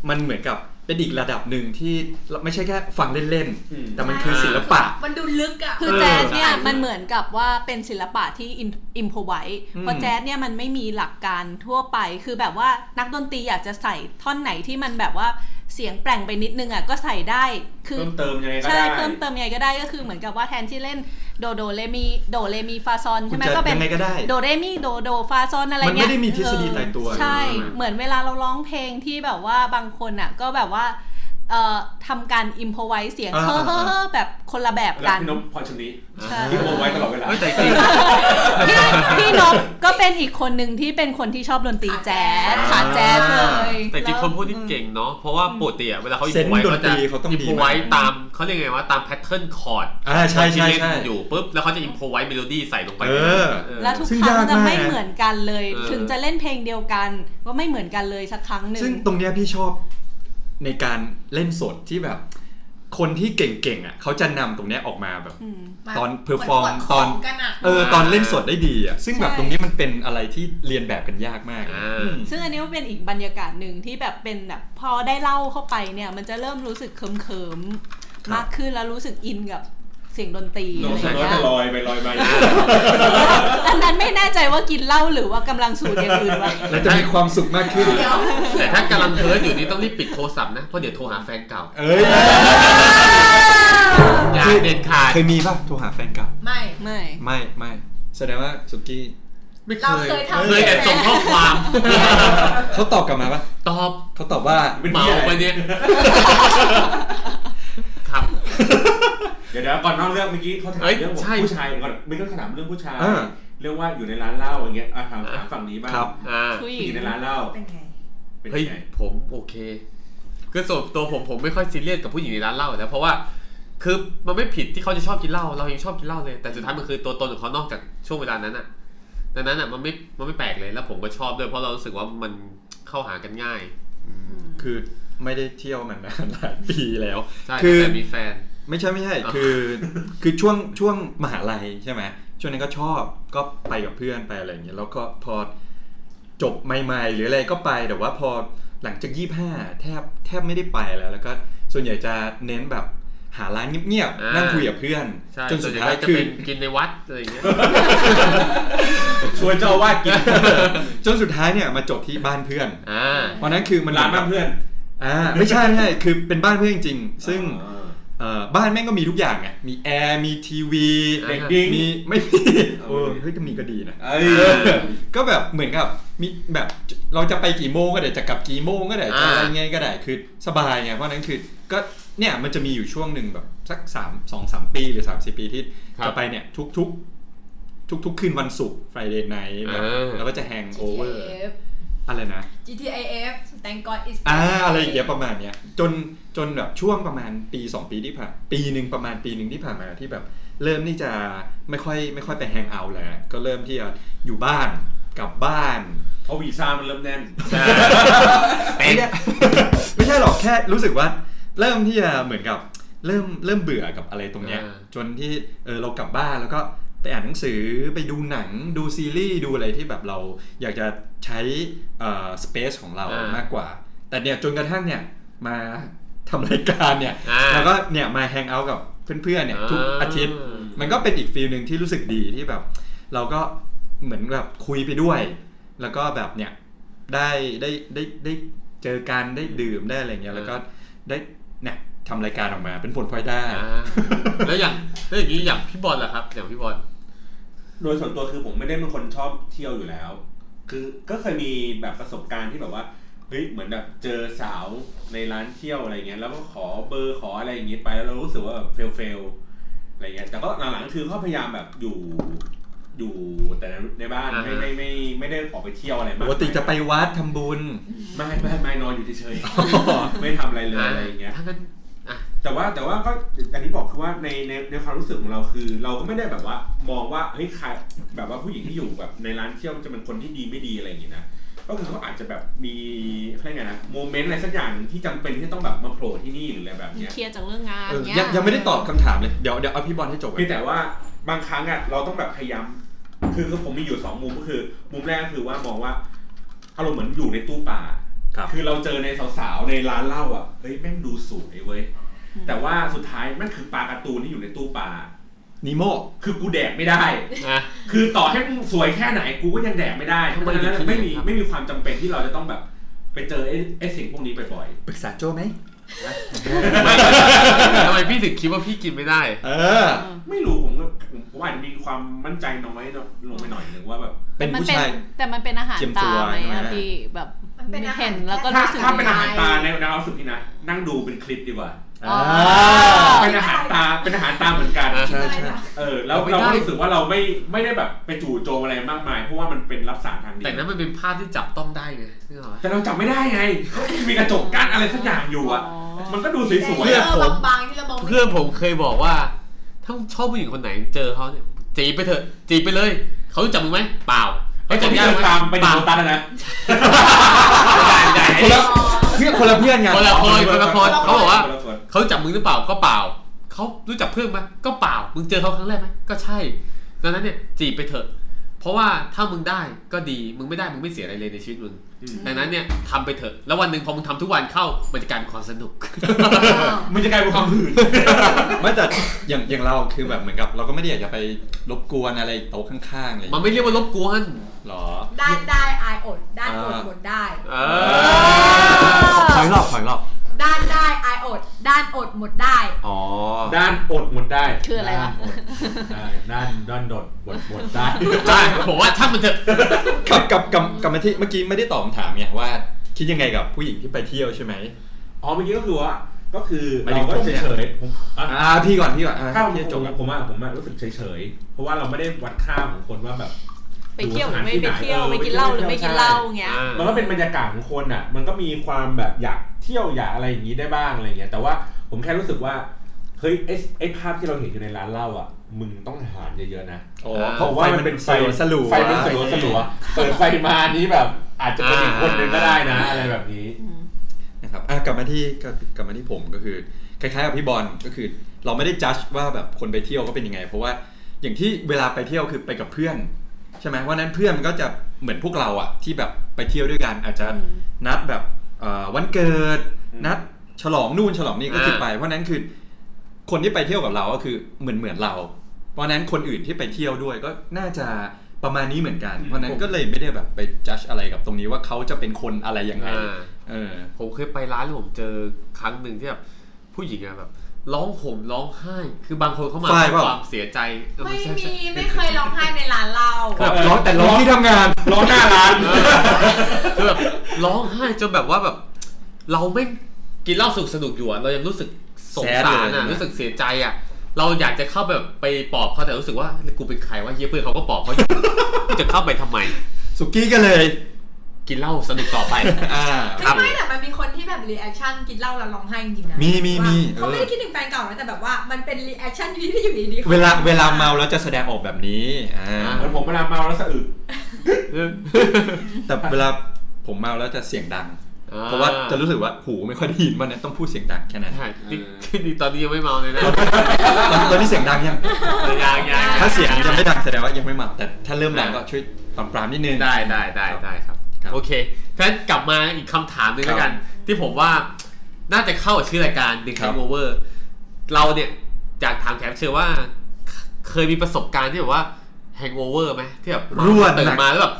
A: มันเหมือนกับเป็นอีกระดับหนึ่งที่ไม่ใช่แค่ฟังเล่น
C: อืม
A: ๆ แต่มันคือศิลปะ
E: มันดูลึกอ่ะ
D: คือแจ๊สเนี่ย
B: เออใช่
D: มันเหมือนกับว่าเป็นศิลปะที่อิมพอไว้
A: อืม
D: เพราะแจ๊สเนี่ยมันไม่มีหลักการทั่วไปคือแบบว่านักดนตรีอยากจะใส่ท่อนไหนที่มันแบบว่าเสียงแปลงไปนิดนึงอ่ะก็ใส่ได้คือ
C: เพิ่มเติมยังไงก็
D: ใช่
C: ได้
D: เพิ่มเติมยังไงก็ได้ก็คือเหมือนกับว่าแทนที่เล่นโดโดเลมีโดเลมีฟาซอน
A: คุ
D: ใช่
A: ณ
D: ไหม
A: จะ
D: ก็เป็
A: ยั
D: น
A: งไงก็ได้
D: โดเรมีโดโดฟาซอนอะไร
A: มัน
D: เงี้ย
A: ไม่ได้มีทฤษฎีตายตัว
D: เออใช่
A: ใช่ไหม
D: เหมือนเวลาเราร้องเพลงที่แบบว่าบางคนอ่ะก็แบบว่าเอ่อทำการอิมพอไว้เสียงเฮ้อเฮ้อเฮ้อแบบคนละแบบ
C: แล้ว
D: กัน
C: พี่นพพรชมนี้
D: ใช่
C: ที่โอนไว้ตลอดเวลา
B: ไม่แต่จริง
D: พี่พี่นพก็เป็นอีกคนหนึ่งที่เป็นคนที่ชอบดนตรีแจ๊สขาแจ๊สเลย
B: แต่จริง
D: ล้ว
B: คนพวกนี้เก่งเนาะเพราะว่าปกติอะเวลาเขาอิ
A: เซนส์
B: นไว้
A: ดน
B: เขา
A: ต
B: จะ
A: รีเขาต้อง
B: อิน
A: ดี
B: โพไว้
A: มาก
B: ตามเขาเรียกไงว่าตามแพทเทิร์นคอร์ด
A: อ่าใช่ใช่
B: ที่เล่น
A: ใช่
B: อยู่ปุ๊บแล้วเขาจะอินโพไว้เมโลดี้ใส่ลงไป
A: เออ
B: เออ
D: แล้วทุก
A: ซึ่ง
D: ครั้ง
A: ยาก
D: จะ
A: มาก
D: ไม่
A: นะ
D: เหมือนกันเลย
B: เออ
D: ถึงจะเล่นเพลงเดียวกัน ก็ไม่เหมือนกันเลยสักครั้งหนึ่ง
A: ซึ่งตรงเนี้ยพี่ชอบในการเล่นสดที่แบบ คนที่เก่งๆอ่ะเขาจะนำตรงเนี้ยออกมาแบบ
D: อืม
E: มา
A: ตอน perform
E: เหมืกดข
A: ต
E: ง
A: อน
E: กันอะ
A: เออตอนเล่นสดได้ดีอ่ะซึ่งแบบ
D: ใช่
A: ตรงนี้มันเป็นอะไรที่เรียนแบบกันยากมาก
B: อ่า
A: อืม
D: ซึ่งอันนี้มันเป็นอีกบรรยากาศหนึ่งที่แบบเป็นแบบพอได้เล่าเข้าไปเนี่ย มันจะเริ่มรู้สึกเขิมเขิมๆ
A: ครับ
D: มากขึ้นแล้วรู้สึกอินกับเสียงดนตรี
C: ล
D: อะ
C: งสน้อย
D: ไรเงี้
C: จะ
D: ย
C: ลอยไปลอยมาอย่างนี้
D: อันนั้นไม่แน่ใจว่ากินเหล้าหรือว่ากำลังสูดอย่างอื่นไว้
A: แล้วจะมีความสุขมากขึ้น
E: เดี๋ยว
B: แต่ถ้ากำลังเฮิร์ตอยู่นี่ต้องรีบปิดโทรศัพท์นะ เพราะเดี๋ยวโทรหาแฟนเก่า
A: เอ้ย
B: อย่าเด็ดขาด
A: เคยมีป่ะโทรหาแฟนเก่า
E: ไม่
D: ไม่
A: ไม่ไม่แสดงว่าสุกี้
E: เราเคยทำ
B: เคยแต่ส่งข้อความ
A: เขาตอบกลับมาป่ะ
B: ตอบ
A: เขาตอบว่า
C: เป็น
B: เหมา
C: ที่อะไร
B: ไปเนี่ยครับ
C: เดี๋ยวเดี๋ยวก่อนนอกเรื่องเมื่อกี้เขาถาม
B: เอ้ย
C: เรื่อง
B: ใช่
C: ผู้ชายก่อนเมื่อกี้เขาถามเรื่องผู้ชาย
A: อ่า
C: เรื่องว่าอยู่ในร้านเหล้าอย่างเงี้ยอ่ะถามถามฝั่งนี้บ้าง
A: ครับ
B: อ่า
D: ผู้ห
C: ผู้ห
D: ญิ
C: ญิ
D: ง
C: งในร้านเหล้า
E: เป็นไง
C: เป็น
B: เฮ้ย
C: ไง
B: ผมโอเคคือส่วนตัวผมผมไม่ค่อยซีเรียสกับผู้หญิงในร้านเหล้าอยู่แล้วเพราะว่าคือมันไม่ผิดที่เขาจะชอบกินเหล้าเรายังชอบกินเหล้าเลยแต่สุดท้ายมันคือตัวตนของเขานอกจากช่วงเวลานั้นอะดังนั้นอะมันไม่มันไม่แปลกเลยแล้วผมก็ชอบด้วยเพราะเรารู้สึกว่ามันเข้าหากันง่าย
A: คือไม่ได้เที่ยวมันมานหลายปีแล้ว
B: ใช่
A: คือ
B: แต่มีแฟน
A: ไม่ใช่ไม่ใช่
B: อ่ะ
A: คือ คือช่วงช่วงมหาลัยใช่ไหมช่วงนั้นก็ชอบก็ไปกับเพื่อนไปอะไรอย่างเงี้ยแล้วก็พอจบใหม่ๆ หรืออะไรก็ไปแต่ว่าพอหลังจากยี่ห้าแทบแทบไม่ได้ไปแล้ว แล้วก็ส่วนใหญ่จะเน้นแบบหาร้านเงียบๆนั่งคุยกับเพื่อน
B: ใช่
A: จนสุด
B: ใหญ่
A: ท้าย
B: ก็จะ
A: คือ
B: เป็นกินในวัดอะไรอย่างเงี้ย
C: ชวนเจ้าอาวาดกิน
A: จนสุดท้ายเนี่ยมาจบที่บ้านเพื่อน
B: อ่า
A: เพราะนั้นคือมัน
C: ร้านบ้านเพื่อน
A: อ่าไม่ใช่ไม่ใช่คือเป็นบ้านเพื่อนจริงๆซึ่ง
C: อ่า
A: เอ่อบ้านแม่งก็มีทุกอย่างไง มีแอร์ มีทีวี
C: เด็กดิ้ง
A: มีไม่มี
C: เอา
A: เออ
C: ดิ
A: เฮ้ยจะมีก็ดีนะ
C: เอ้ย
A: ก็แบบเหมือนกับมีแบบเราจะไปกี่โมงก็ได้จะกลับกี่โมงก็ได้จะอะไรไงก็ได้คือสบายไงเพราะฉะนั้นคือก็เนี่ยมันจะมีอยู่ช่วงหนึ่งแบบสักสามสองสามปีหรือสามสี่ปีที่จะไปเนี่ยทุกทุกทุกทุกๆคืนวันศุกร์ไฟเดย์ไนท์แบบแล้วก็จะแฮงโอเวอร์
E: GTAF
A: อะไรนะ
E: GTAF Thank God It's
A: อ่าอะไรอย่างเงี้ยประมาณเนี้ยจนจนแบบช่วงประมาณปี 2 ปีที่ผ่านปีหนึ่งประมาณปีหนึ่งที่ผ่านมาที่แบบ เริ่มที่จะไม่ค่อยไม่ค่อยไปแฮงเอาท์แล้วก็เริ่มที่จะอยู่บ้านกลับบ้าน
C: เพราะวีซ่ามันเริ่มแน่น
A: ไม่ใช่ ไม่ใช่หรอกแค่รู้สึกว่า เริ่มที่จะเหมือนกับเริ่มเริ่มเบื่อกับอะไรตรงเนี้ย
B: อ่า
A: จนที่เออเรากลับบ้านแล้วก็ไปอ่านหนังสือไปดูหนังดูซีรีส์ดูอะไรที่แบบเราอยากจะใช้เอ่อสเปซของเรา
B: อ่าม
A: มากกว่า แต่เนี่ยจนกระทั่งเนี่ยมาทำรายการเนี่ย
B: อ่า
A: แล้วก็เนี่ยมาแฮงเอาท์กับเพื่อนๆเนี่ยทุก
B: อ่า
A: อาทิตย์ มันก็เป็นอีกฟีลหนึ่งที่รู้สึกดีที่แบบ เราก็เหมือนแบบคุยไปด้วย แล้วก็แบบเนี่ยได้ได้ได้ได้เจอกันได้ดื่มได้อะไรเงี้ยแล้วก็ได้เนี่ยทำรายการออกมาเป็นผลพลอยได้
B: อ่าแล้วอย่างแล้วอย่างนี้อย่างพี่บอลล่ะครับอย่างพี่บอล
C: โดยส่วนตัวคือผมไม่ได้เป็นคนชอบเที่ยวอยู่แล้ว คือก็เคยมีแบบประสบการณ์ที่แบบว่า เฮ้ย เหมือนแบบเจอสาวในร้านเที่ยวอะไรเงี้ย แล้วก็ขอเบอร์ขออะไรอย่างงี้ไป แล้วเรารู้สึกว่าแบบเฟลเฟลอะไรเงี้ย แต่ก็หลังๆคือเขาพยายามแบบอยู่ อยู่แต่ในบ้าน
B: อ่า
C: ไม่ไม่ไม่ไม่ได้ออกไปเที่ยวอะไร
A: ป
C: มาก
A: กติจะไปวัดทำบุญ
C: ไม่ไม่ไม่นอนอยู่เฉยๆ ไม่ทำอะไรเลยอะไรอย่างเงี้ย
B: ถ้างั้น
C: แต่ว่าแต่ว่าก็อย่างที่บอกคือว่าในในในความรู้สึกของเราคือ เราก็ไม่ได้แบบว่ามองว่าเฮ้ยใครแบบว่าผู้หญิงที่อยู่แบบในร้านเที่ยวจะเป็นคนที่ดีไม่ดีอะไรอย่างงี้นะก็คือเขาอาจจะแบบมีอะไรยกไงนะโมเมนต์อะไรสักอย่างหนึ่งที่จำเป็นที่จะต้องแบบมาโผล่ที่นี่หรืออะไรแบบเนี้ย
D: เคลียร์จากเรื่องงาน
A: เออ
D: เนี้
A: ยังยังไม่ได้ตอบคำถามเลย เดี๋ยวเดี๋ยวเอาพี่บอลให้จบก่อน
C: เพียงแต่ว่าบางครั้งอ่ะเราต้องแบบพยายามคือคือผมมีอยู่สองมุมก็คือ มุมแรกก็คือว่ามองว่าอารมณ์เหมือนอยู่ในตู้ปลา
A: ครับ
C: คือเราเจอในสาวๆในร้านเหล้าอ่ะเฮ้ยแม่งดูสวยเว้ยแต่ว่าสุดท้ายแม่งคือปลาการ์ตูนที่อยู่ในตู้ปลา
A: นิโม
C: คือกูแดกไม่ได้
B: อ่ะ
C: คือต่อให้มึงสวยแค่ไหนกูก็ยังแดกไม่ได้เพราะฉะนั้นไม่มี
B: ครับ
C: ไม่มีความจำเป็นที่เราจะต้องแบบไปเจอไอ้ไอ้สิ่งพวกนี้บ่อย
A: ปรึกษาโจไหม
B: ทำไมพี่ถึงคิดว่าพี่กินไม่ได้
A: เออ
C: ๆไม่รู้ผมก็ผมผมอาจจะมีความมั่นใจน้อยลงไปหน่อยนึงว่าแบบ
A: เป็น
D: มั
A: ผู้
D: เป็
A: ชาย
D: แต่มันเป็นอาหาร
A: เจียมตั
D: ตาว ไหม
A: ใช่
D: อะ
A: ไหม
D: พี่แบบ
E: มันเป็นอาหาร
D: เห็นแล้วก็
C: ถ้า
D: รู้สึก
C: ถ้าเป็นอาหาร
D: ไม่
C: ตา
D: ได้
C: ในในความรู้สึกพี่นะ นั่งดูเป็นคลิปดีกว่า
D: อ๋อ
C: เป็นอาหารตาเป็นอาหารตาเหมือนกัน
B: อ่า
A: ใช่ใช่
C: เออแล้ว
B: ไม่ได้
C: เราก็รู้สึกว่าเราไม่ไม่ได้แบบไปจู่โจมอะไรมากมาย เพราะว่ามันเป็นรับสารทางเดียว
B: แต่นั้นมันเป็นภาพที่จับต้องได้ไงนึกออกไหม
C: แต่เราจับไม่ได้ไง มีกระจกกั้นอะไรสักอย่างอยู่อ่ะ
D: อ๋อ
C: มันก็ดูส
E: แต่
C: วย
E: เยอะบางๆที่เรามองไม่
B: เพื่อนผมเคยบอกว่า ถ้าชอบผู้หญิงคนไหนเจอเขาเนี่ยจีบไปเถอะจีบไปเลย เขารู้จับมึงไหมเปล่า
C: ๆไอ้
B: เขา
C: ค
B: จับ
C: นที่
B: ยาก
C: เดิ
B: ไหม
C: นตาม
B: เปล่า
C: ไปดูโลตันนะ
B: ใหญ่
A: คนละเพื่อนคนละเพื่อนไง
B: คนละคนคนละคนเขาบอกว่า
C: คนละคน
B: เขารู้จับมึงหรือเปล่าก็เปล่า เขารู้จักเพื่อนไหมก็เปล่า มึงเจอเขาครั้งแรกไหมก็ใช่ดังนั้นเนี่ยจีบไปเถอะ เพราะว่าถ้ามึงได้ก็ดี มึงไม่ได้มึงไม่เสียอะไรเลยในชีวิตมึง
C: อืม
B: ดังนั้นเนี่ยทำไปเถอะ แล้ววันหนึ่งพอมึงทำทุกวันเข้ามันจะกลายเป็นความส นุก
C: มันจะกลายเป็นความหื่น
A: ไม่แต่อย่างอย่างเราคือแบบเหมือนกับ เราก็ไม่ได้อยากจะไปรบกวนอะไรโต๊ะข้างๆอะไรอย่าง
B: มัน
A: เงี้ย
B: ไม่เรียกว่ารบกวน
A: หรอ
E: ได้ได้อายอดด้านอด
A: อ่า
E: หมดได้
B: เออ
A: ถอยหลอกถอยหลอก
E: ด้านได้อายอดด้านอดหมดได้
A: อ๋อ
C: ด้านอดหมดได้
D: คืออะไรวะ
C: ด้านอดได้ด้านด้านดดหมดหมดได้
B: ใช่ผมว่าถ้างมันเถอะ
A: กลับกลับกลับกลับมาที่เมื่อกี้ไม่ได้ตอบคำถามไงว่า คิดยังไงกับผู้หญิงที่ไปเที่ยวใช่ไหม
C: อ๋อเมื่อกี้ก็คือว่า ก็คือ
A: หมายถึง
C: เราก็
A: ผมเนี่ย
C: เฉยๆผมอ่ะ
A: อ่าพี่ก่อนพี่ก่อนอ่ะ
C: ถ้าผม
A: พี่จะ
C: จ
A: จ
C: บบ กับผมอ่ะผมอ่ะรู้สึกเฉยๆ เพราะว่าเราไม่ได้วัดค่าของคนว่าแบบ
D: ไปเที่ยวหรือไม่ไปเที่ยวไปกินเหล้าหรือไม่กินเหล้าเงี้ย
C: มันก็เป็นบรรยากาศของคนอ่ะ มันก็มีความแบบอยากเที่ยวอยากอะไรอย่างนี้ได้บ้างอะไรอย่างเงี้ย แต่ว่าผมแค่รู้สึกว่า เฮ้ยไอ้ไอ้ภาพที่เราเห็นอยู่ในร้านเหล้าอ่ะ มึงต้องหารเยอะๆนะ
A: อ๋อ
B: อ่า
A: เพ
C: เพ
A: ราะ
C: ราะ
A: ว่า
C: ว่า
A: มั
C: มัน น
A: เป็
C: เป็น น
A: สลัวสลัว
C: ไฟเป็นสลัวสลัวเปิดไฟมานี้แบบ อาจจะเป็นอีกคนหนึ่งก็ได้นะอะไรแบบนี้
A: นะครับอ่ะกลับมาที่กลับกลับมาที่ผมก็คือ คล้ายๆกับพี่บอลก็คือ เราไม่ได้จัดว่าแบบคนไปเที่ยวก็เป็นยังไง เพราะว่าอย่างที่เวลาไปเที่ยวคือไปกับเพื่อน ใช่ไหมว่าะฉะนั้นเพื่อนมันก็จะเหมือนพวกเราอะที่แบบไปเที่ยวด้วยกันอาจจะ
D: อืม
A: นัดแบบเอ่อวันเกิด
C: อืม
A: นัดฉลองนู่นฉลองนี่ก็คือ
B: เออ
A: ไป เพราะฉะนั้นคือคนที่ไปเที่ยวกับเราก็คือเหมือนเหมือนเรา เพราะฉะนั้นคนอื่นที่ไปเที่ยวด้วยก็น่าจะประมาณนี้เหมือนกัน เพราะฉะนั้นก็เลยไม่ได้แบบไปจัดอะไรกับตรงนี้ว่าเขาจะเป็นคนอะไรยังไง
B: อ่า
A: เออ
B: ผมเคยไปร้านแล้วผมเจอครั้งหนึ่งที่แบบผู้หญิงอะแบบ ร้องห่มร้องไห้ คือบางคนเข้ามา
A: ใช่
B: ด้วย
A: เปล่า
B: ความเสียใจเออ
E: ไม่
B: ใช่
E: มี
B: ใช่
E: ไม่เคยร้องไห้ในร้านเรา
B: ครับ
A: ร้องแต่ร้องที่ทำงาน
C: ร้อนหน้าร้าน
B: คือแบบร้องไห้จนแบบว่าแบบ เราไม่กินเหล้าสนุกสนุกอยู่อะเรายังรู้สึกสงสาร
A: แซดเลย
B: อะ
A: นะ
B: รู้สึกเสียใจอะเราอยากจะเข้าแบบไปปลอบเขาแต่รู้สึกว่ากูเป็นใครวะเฮียเพื่อนเขาก็ปลอบเขาอยู่ กูจะเข้าไปทำไม
A: สุกี้ก็เลย
B: กินเหล้าสนุกต่อไป
A: อ่า
B: ครับ
E: ไม่แต่มันมีคนที่แบบรีแอคชั่นกินเหล้าแล้วร้องไห้จริงๆนะ
A: มีมีมี
E: ว่าเขาไม่ได้
A: เออ
E: คิดถึงแฟนเก่านะแต่แบบว่ามันเป็นรีแอคชั่นที่อยู่ดีๆ
A: เวลาเวลาเมาแล้วจะแสดงออกแบบนี้ อ่า
C: เหมือนผมเวลาเมาแล้วสะอึก
A: แต่เวลาผมเมาแล้วจะเสียงดัง
B: อ่า
A: เพราะว่าจะรู้สึกว่าหูไม่ค่อยได้ยินวันนั้นต้องพูดเสียงดังแค่นั้น
B: ใช่นี่นี่ตอนนี้ยังไม่เมาเลย นะ
A: ตอนตอนนี้เสียงดังยัง
B: ยังยัง
A: ถ้าเสียงยังไม่ดังแสดงว่ายังไม่เมาแต่ถ้าเริ่มดังก็ช่วยปรามปรามนิดนึง
B: ได้ได้ได้ได้ครับ
A: ครับ
B: โอเคงั้นกลับมาอีกคำถามหนึ่ง
A: ครับ
B: แล้วกัน ที่ผมว่าน่าจะเข้ากับชื่อรายการ The
A: ครับ
B: Game Over เราเนี่ยอยากถามแขกรับเชิญว่า เคยมีประสบการณ์ที่แบบว่า hangover ไหมที่แบบ
A: รั่ว
B: ตื่
A: หนั
B: น
A: ก
B: มาแล้วแบบ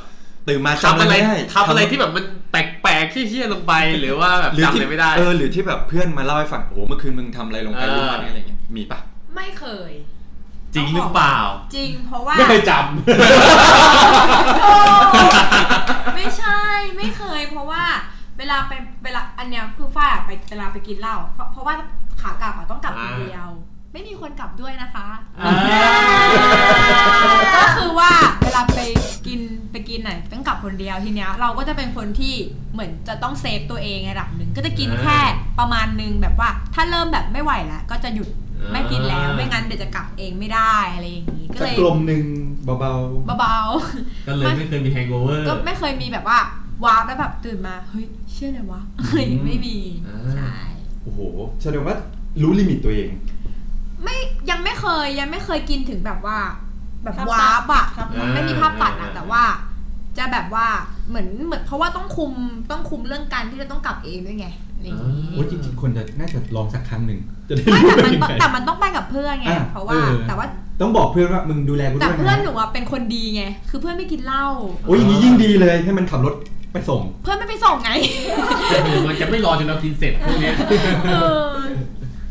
A: ตื่นมาจำ
B: ทำ
A: อะไร
B: อะไร
A: ไม่ได้
B: ทำอะไรที่แบบมันแปลกๆที่เฮี้ยลงไปหรือว่าแบบ
A: หรือ
B: จำอะ
A: ที่
B: ไรไม่ได้
A: เออหรือที่แบบเพื่อนมาเล่าให้ฟังโอ้โหเมื่อคืนมึงทำอะไรลงไปรู้ไหมอะไรอย่างเงี้ยมีปะ
E: ไม่เคย
B: จริงหรือเปล่า
E: จริงเพราะว่า
C: ไม่เคยจ
E: ไม่ใช่ไม่เคย เพราะว่าเวลาไปเวลาอันเนี้ยคือฝ้ายอะไปเวลาไปกินเหล้าเพราะเพราะว่าขากลับอะต้องกลับคนเดียว ไม่มีคนกลับด้วยนะคะ ก็คือว่าเวลาไปกินไปกินไหนต้องกลับคนเดียวทีเนี้ยเราก็จะเป็นคนที่เหมือนจะต้องเซฟตัวเองระดับหนึ่งก็จะกิน
B: อ่า
E: แค่ประมาณหนึงแบบว่า ถ้าเริ่มแบบไม่ไหวแล้วก็จะหยุด
B: อ่า
E: ไม่กินแล้วไม่งั้นเดี๋ยวจะกลับเองไม่ได้อะไรอย่างงี้ก็
A: สั
E: เล
A: ก
E: ย
A: กลมหนึ่งเบา
E: เบา
B: ก็เลยไม่เคยมี hangover
E: ๆก็ไม่เคยมีแบบว่าวาร์ปแล้วแบบตื่นมาเฮ้ยเชื่อเลยวะเฮ้ยไม่มี
B: อ่า
E: ใช่
A: ๆ โอ้โหแสดงว่ารู้ลิมิตตัวเอง
E: ไม่ยังไม่เคยยังไม่เคยกินถึงแบบว่า แบบ
F: ภา
E: วา
F: พตัด
E: ร์ปอะมันไม่มีภาพตัด
B: อ่า
E: อะแต่ว่า จะแบบว่าเหมือนเหมือนเพราะว่าต้องคุมต้องคุมเรื่องการที่จะต้องกลับเองด้วยไงอะไรอย่างงี้
A: โอ้ยจริงๆคนจะน่าจะลองสักครั้งหนึ่งจะได้
E: ไม่
A: รู้
E: แต่
A: ว่า
E: มัน
A: ยัง
E: ต้อง
A: ไง
E: แต่มันต้องไปกับเพื่อนไง
A: อ่ะ
E: เพราะว่า
A: เออ
E: แต่ว่า
A: ต้องบอกเพื่อนว่ามึงดูแลกู
E: แต่
A: ด้วย
E: เพื่อนห
A: นะ
E: นูอะเป็นคนดีไงคือเพื่อนไม่กินเหล้า
A: โอ้ยอย่างนี้ยิ่งดีเลยให้มันขับรถไปส่ง
E: เพื่อนไม่ไปส่งไง
B: มันจะไม่รอจนเรากินเสร็จพวกเนี้ย
E: เออ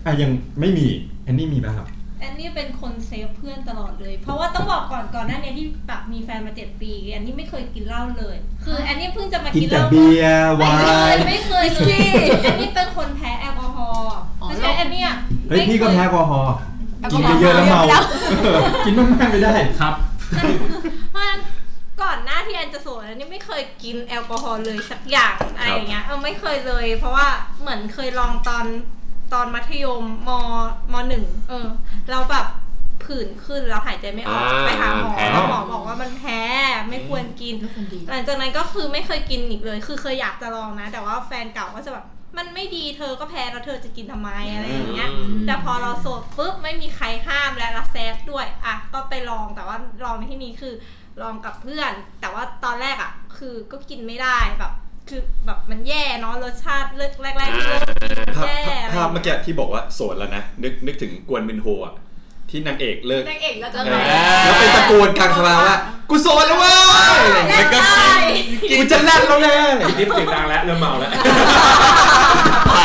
A: อ่ะยังไม่มีอันนี้มีป่ะครับ
F: แอนนี่เป็นคนเซฟเพื่อนตลอดเลย เพราะว่าต้องบอกก่อนก่อนหน้านี้ที่แบบมีแฟนมาเจ็ดปีแอนนี่ไม่เคยกินเหล้าเลย คือแอนนี่เพิ่งจะมา
A: กิน
F: กินเห
A: แต่
F: ล้า
A: เบียร์
F: ไม่
A: วา
F: เคย
A: ย
F: ไม่เคยเลยแอนนี่เป็นคนแพ้แอลกอฮอล์เพราะฉะนั้นแอนนี่อะ
A: เฮ้ย
F: ไม่
A: พี่
F: เค
A: ก็
F: ย
A: แพ้แอลกอฮอล์กินไปเยอะแล้วเมากินมากๆไม่ได้
B: ครับ
F: เพราะฉะนั้นก่อนหน้าที่แอนจะโสดแอนนี่ไม่เคยกินแอลกอฮอล์เลยสักอย่างอะไรอย่างเงี้ยเออไม่เคยเลย เพราะว่าเหมือนเคยลองตอนตอนมัธยมมมหนึ่งเออเราแบบผื่นขึ้นแล้วหายใจไม่ออก
B: อ่า
F: ไปหาหมอ
B: แพ้
F: แล้วหมอบอกว่ามันแพ้ไม่ควรกิน
E: เป็นคนดี
F: หลังจากนั้นก็คือไม่เคยกินอีกเลย คือเคยอยากจะลองนะ แต่ว่าแฟนเก่าก็จะแบบ มันไม่ดีเธอก็แพ้แล้วเธอจะกินทำไมอะไรอย่างเงี้ย
B: อืม
F: แต่พอเราโสดปุ๊บไม่มีใครห้ามและละแซดด้วย อ่ะ ก็ไปลอง แต่ว่าลองในที่นี้คือลองกับเพื่อน แต่ว่าตอนแรกอ่ะ คือก็กินไม่ได้แบบ คือแบบมันแย่เนาะ รสชาติเลิกแรกๆที่เลิกกิน
A: ภาพ
F: แย่
A: ภาพภา
F: อะไร
A: พเมื่อกี้ที่บอกว่าโสดแล้วนะ นึกนึกถึงกวนมินโฮอะที่นางเอกเลิก
E: นางเอกแล้วก็
A: เออแล้วเป็นตะโกนกลางสภาว่า กูโสดแล้วเว้ยแล้วก็กูจะแล่นแล้วเลย
C: ดิฟเสียงดังแล้วเริ่มเมาแล้ว
A: อ่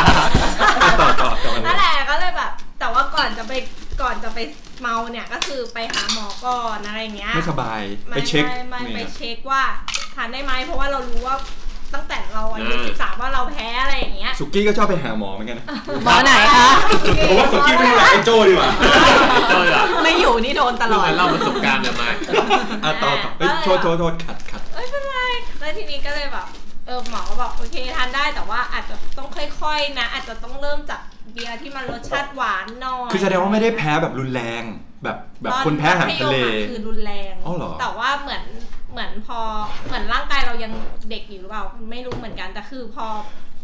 A: ะต่อต่อต่อ
F: นั่นแหละก็เลยแบบ แต่ว่าก่อนจะไปก่อนจะไปเมาเนี่ยก็คือไปหาหมอก่อนอะไรอย่างเงี้ย
A: ไม่สบาย ไปเช็ค
F: ไม่ไม่ไปเช็คว่าทานได้ไหมเพราะว่าเรารู้ว่าตั้งแต่เราอายุ
B: อ่า
F: สิบสามว่าเราแพ้อะไรอย่างเงี้ย
A: สุกี้ก็ชอบไปหาหมอเหมือนกันนะ
D: หมอไหนคะ
C: ผมว่าสกี้ไม่หลักไอ้โจดีกว่า
B: เจอเหรอ
D: ไม่อยู่นี่โดนตล
B: เรื่อ
D: อง
B: การ
D: ด
B: เล่าประสบการณ์เนี่ยมา
A: อ่ะต่อต่อเฮ้ยโทษโทษโทษขัดขัด
F: เอ้ยเป็นไรแล้วทีนี้ก็เลยแบบเออหมอก็บอกโอเคทานได้แต่ว่าอาจจะต้องค่อยๆนะ อาจจะต้องเริ่มจากเบียร์ที่มันรสชาติหวานหน่อย
A: คือแสดงว่าไม่ได้แพ้แบบรุนแรงแบบแบบ
F: ตอ
A: คนแพ้อาหารทะเล
F: มัธยมอคือรุนแรง
A: อ๋อเหรอ
F: แต่ว่าเหมือนเหมือนพอเหมือนร่างกายเรายังเด็กอยู่หรือเปล่าไม่รู้เหมือนกันแต่คือพอ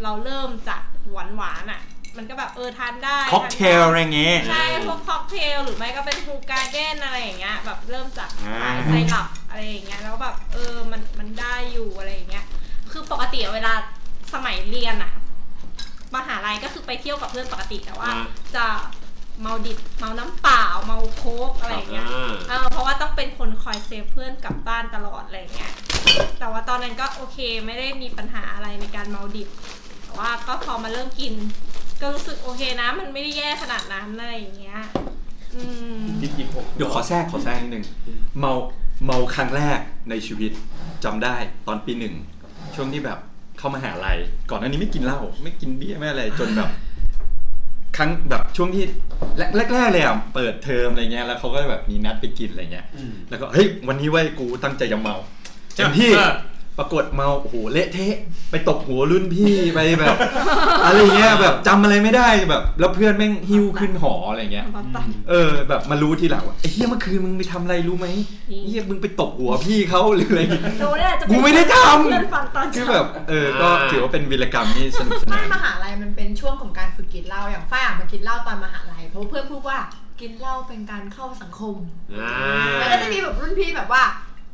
F: เราเริ่มจากหวานๆอ่ะ มันก็แบบเออทานได้
A: ค็อกเทล
F: ทานได้
A: อะไรเงี้ย
F: ใช่พวกค็อกเทลหรือไม่ก็เป็นฮูการ์เด้นอะไรอย่างเงี้ยแบบเริ่มจาก
A: อ่า
F: สายไซรัปอะไรอย่างเงี้ยแล้วแบบเออมันมันได้อยู่อะไรอย่างเงี้ย คือปกติเวลาสมัยเรียนอะมหาลัยก็คือไปเที่ยวกับเพื่อนปกติแต่ว่า
B: อ่า
F: จะเมาดิบเมาน้ำเปล่าเมาโค้กอะไรอย่างเงี้ย
B: อ่า
F: เออเพราะว่าต้องเป็นคนคอยเซฟเพื่อนกลับบ้านตลอดอะไรอย่างเงี้ย แต่ว่าตอนนั้นก็โอเคไม่ได้มีปัญหาอะไรในการเมาดิบ แต่ว่าก็พอมาเริ่มกิน ก็รู้สึกโอเคนะ มันไม่ได้แย่ขนาดนั้นอะไรอย่างเงี้ย อืม
A: เดี๋ยวขอแทรกขอแทรกนิดนึงเมาเมาครั้งแรกในชีวิตจำได้ตอนปีหนึ่ง ช่วงที่แบบเข้ามหาลัยก่อนหน้านี้ไม่กินเหล้าไม่กินเบียร์ไม่อะไรจน แบบ ครั้งแบบช่วงที่แรกแรกๆเลยอ่ะเปิดเทอมอะไรเงี้ยแล้วเขาก็แบบมีนัดไปกินอะไรเงี้ย แล้วก็เฮ้ยวันนี้เว้ยกูตั้งใจจะเมาเต็มที่
B: เออ
A: ปรากฏเมาโอ้โหเละเทะ ไปตบหัวรุ่นพี่ไปแบบ อะไรเงี้ยแบบจำอะไรไม่ได้แบบ แล้วเพื่อนแม่งหิ้วขึ้นหออะไรเงี้ย เออแบบมารู้ทีหลังว่าไอ้เฮียเมื่อคืนมึงไปทำอะไรรู้ไหม
F: อืม
A: เฮียมึงไปตบหัวพี่เขาหรืออะไรอย่างเงี้ย
F: หนูเนี่ยจะเป็น
A: กูไม่ได้ทำ
F: เพื่อนฟังตอน
A: คือ
F: เช้า
A: แบบเออก็ถือว่าเป็นวีรกรรมนี่สนุกสนา
E: ไม่
A: น
E: มหาลัยมันเป็นช่วงของการฝึกกินเหล้าอย่างฝ้ายอ่ะมากินเหล้าตอนมหาลัยเพราะว่าเพื่อนพูดว่ากินเหล้าเป็นการเข้าสังคม
B: อ่า
E: แล้วก็จะมีแบบรุ่นพี่แบบว่า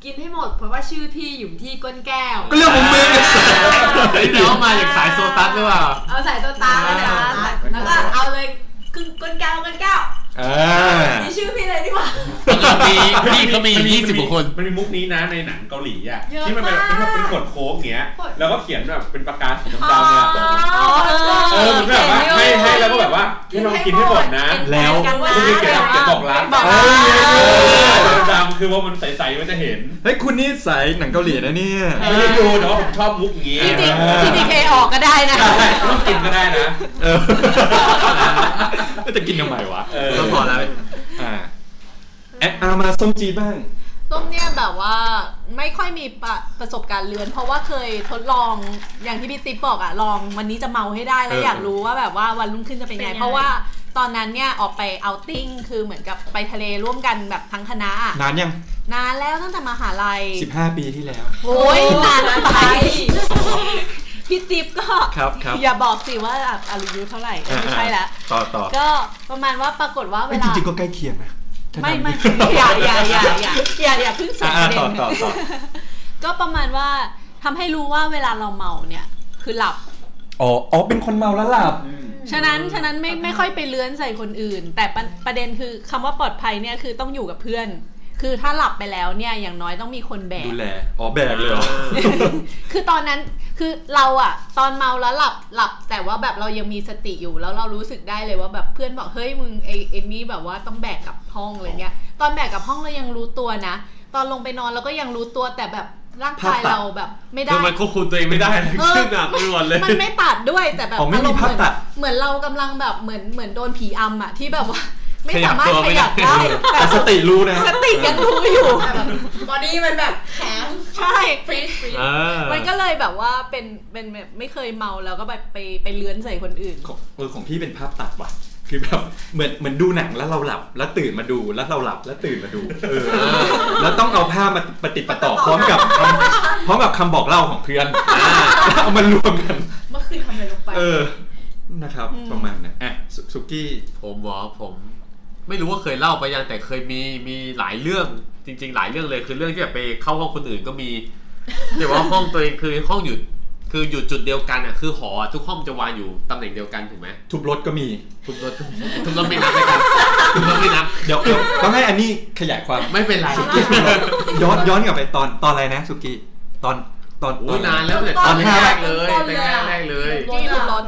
E: กินให้หมด เพราะว่าชื่อพี่อยู่ที่ก้นแก้ว
A: ก็เรื่องของมึงไอ้สัส
B: เฮ้ยเดี๋ยวมาจากสายโซตัสหรือเปล่า
E: เอาใส่ตัวตาแล้วนะแล้วก็เอาเลยกึ่งก้นแก้วก้นแก้ว
A: อ่า
E: มีชื่อพี่เลยดีกว่า
B: มีพี่เขามียี่สิบกว่าคน
C: มันมีมุกนี้นะในหนังเกาหลีอ่ะ
E: เยอะ
C: ที่มันเป็น
E: มาก
C: ที่มันเป็นกดโค้งอย่างเงี้ย แล้วก็เขียนแบบเป็นปากกาสีดำๆเนี่ยเออมันแบบว่าให้ให้แล้วก็แบบว่าให้เรากินให้หมดนะ
A: แล้ว
F: กันว่า
C: ก็คือเขียนเขียนบอกรัก
A: เอ้ย
C: เออดำๆคือว่ามันใสๆมันจะเห็น
A: เฮ้ยคุณนี่สายหนังเกาหลีนะเนี่ย
C: ไม่ได้ดูแต่ว่าผมชอบมุกอย่างงี้
D: จริงๆ TDK ออกก็ได้นะ
C: ต้องกินก็ได้นะ
A: เออจะกินทำไมวะ
C: เออ
B: ต้องขอแล้ว
A: อ่าแอะเอามาส้มจีบ้าง
D: ส้มเนี่ยแบบว่าไม่ค่อยมีประประสบการณ์เรือน เพราะว่าเคยทดลองอย่างที่พี่ติ๊บบอกอะลองวันนี้จะเมาให้ได้แล้ว
A: เออ
D: อ
A: อ
D: ยากรู้ว่าแบบว่าวันรุ่งขึ้นจะเป็น
F: เป็น
D: ไง
F: ไง
D: เพราะว่าตอนนั้นเนี่ยออกไปเอาติ้งคือเหมือนกับไปทะเลร่วมกันแบบทั้งคณะอะ
A: นานยัง
D: นานแล้วตั้งแต่มหาลัย
A: 15 ปีที่แล้ว
D: โอ้ยนานไปพี่ติ๊บก็
A: ครับครับ
D: อย่าบอกสิว่าอะอายุเท่าไหร่ไม่ใช่ละ
A: ต่อต่อ
D: ก็ประมาณว่าปรากฏว่าเว
A: เอ้ยจ
D: ลา
A: ริงๆก็ใกล้เคียงนะถ้า
D: ไม่
A: จำ
D: ไม่อย่าอย่าอย่าอย่าอย่าอย่าเพิ่งส
A: อ่ะ
D: น
A: อ่ะ
D: ประเด็
A: ต่อน ต่อต่อ
D: ก็ประมาณว่าทำให้รู้ว่าเวลาเราเมาเนี่ย คือหลับ
A: อ๋ออ๋อเป็นคนเมาแล้วหลับ
D: ฉะนั้นฉะนั้นไม่ไม่ค่อยไปเลื้อนใส่คนอื่น แต่ประประเด็นคือคำว่าปลอดภัยเนี่ยคือต้องอยู่กับเพื่อน คือถ้าหลับไปแล้วเนี่ยอย่างน้อยต้องมีคนแบก
A: ดูแล อ๋อแบกเลยเหรอ
D: คือตอนนั้นคือเราอะตอนเมาแล้วหลับหลับ แต่ว่าแบบเรายังมีสติอยู่แล้วเรารู้สึกได้เลยว่าแบบเพื่อนบอกเฮ้ยมึงไอเอ็มนี่แบบว่าต้องแบกกลับห้องอะไรเงี้ย ตอนแบกกลับห้องเรายังรู้ตัวนะ ตอนลงไปนอนเราก็ยังรู้ตัวแต่แบบร่างกาย
A: ภาพตัด
D: เราแบบไม่ได้
B: คือมันควบคุมตัวเองไม่ได้เลย
D: เออ
B: ขึ้นหนักไปหมดเลย
D: มันไม่ตัดด้วยแต่แบบ
A: อ๋อไม่มี
D: อารณ์
A: ภาพตัด
D: เหมือนเหมือนเรากำลังแบบเหมือนเหมือนโดนผีอำอะที่แบบว่า ไม่
B: ขยับ
D: สามารถ
B: ตัว
D: ข
B: ไม่
D: ยับ
B: ได้
D: ได้แต่
A: แต่สติรู้นะ
D: สติยังรู้อยู่
E: บอดี้มันแบบแข็ง
D: ใช่
E: ฟรีฟรี
B: เออ
D: มันก็เลยแบบว่าเป็นเป็นแบบไม่เคยเมาแล้วก็แบบไปไปเลื้อนใส่คนอื่น
A: ของเออของพี่เป็นภาพตัดว่ะ คือแบบเหมือนเหมือนดูหนังแล้วเราหลับ แล้วตื่นมาดูแล้วเราหลับแล้วตื่นมาดู เออ แล้วต้องเอาภาพมาปฏิดปะต่อพร้อมกับคำพร้อมกับคำบอกเล่าของเพื่อนแล้วเอามารวมกัน
E: เมื่อคืนทำอะไรลงไป
A: เออ นะครับ ประมาณนั้นอ่ะสุสุกี้
B: ผมเหรอผม ไม่รู้ว่าเคยเล่าไปยังแต่เคยมีมีหลายเรื่องจริง ๆ หลายเรื่องเลยคือเรื่องที่แบบไปเข้าห้องคนอื่นก็มีแต่ว่าห้องตัวเองคือห้องอยู่คืออยู่จุดเดียวกันอ่ะคือหอทุกห้องจะวางอยู่ตำแหน่งเดียวกันถูกไหม
A: ทุบรถก็มี
B: ทุบรถทุบรถไม่นับเลยกันทุบรถไม่นับ
A: เดี๋ยวเดี๋ยวต้องให้อันนี้ขยายความ
B: ไม่เป็นไร
A: ย้อนย้อนกลับไปตอนตอนอะไรนะสุกี้ ตอนตอนต
B: โอ้
A: อย น
B: นานแล้วเนี่ย
E: ต้
B: ตอน
E: นๆเลย
B: แร
E: อะ
B: กเลย
E: ต้น
B: ตอย น
E: ๆเลอะ
B: แรกๆเลย
D: ที่ทุบรถ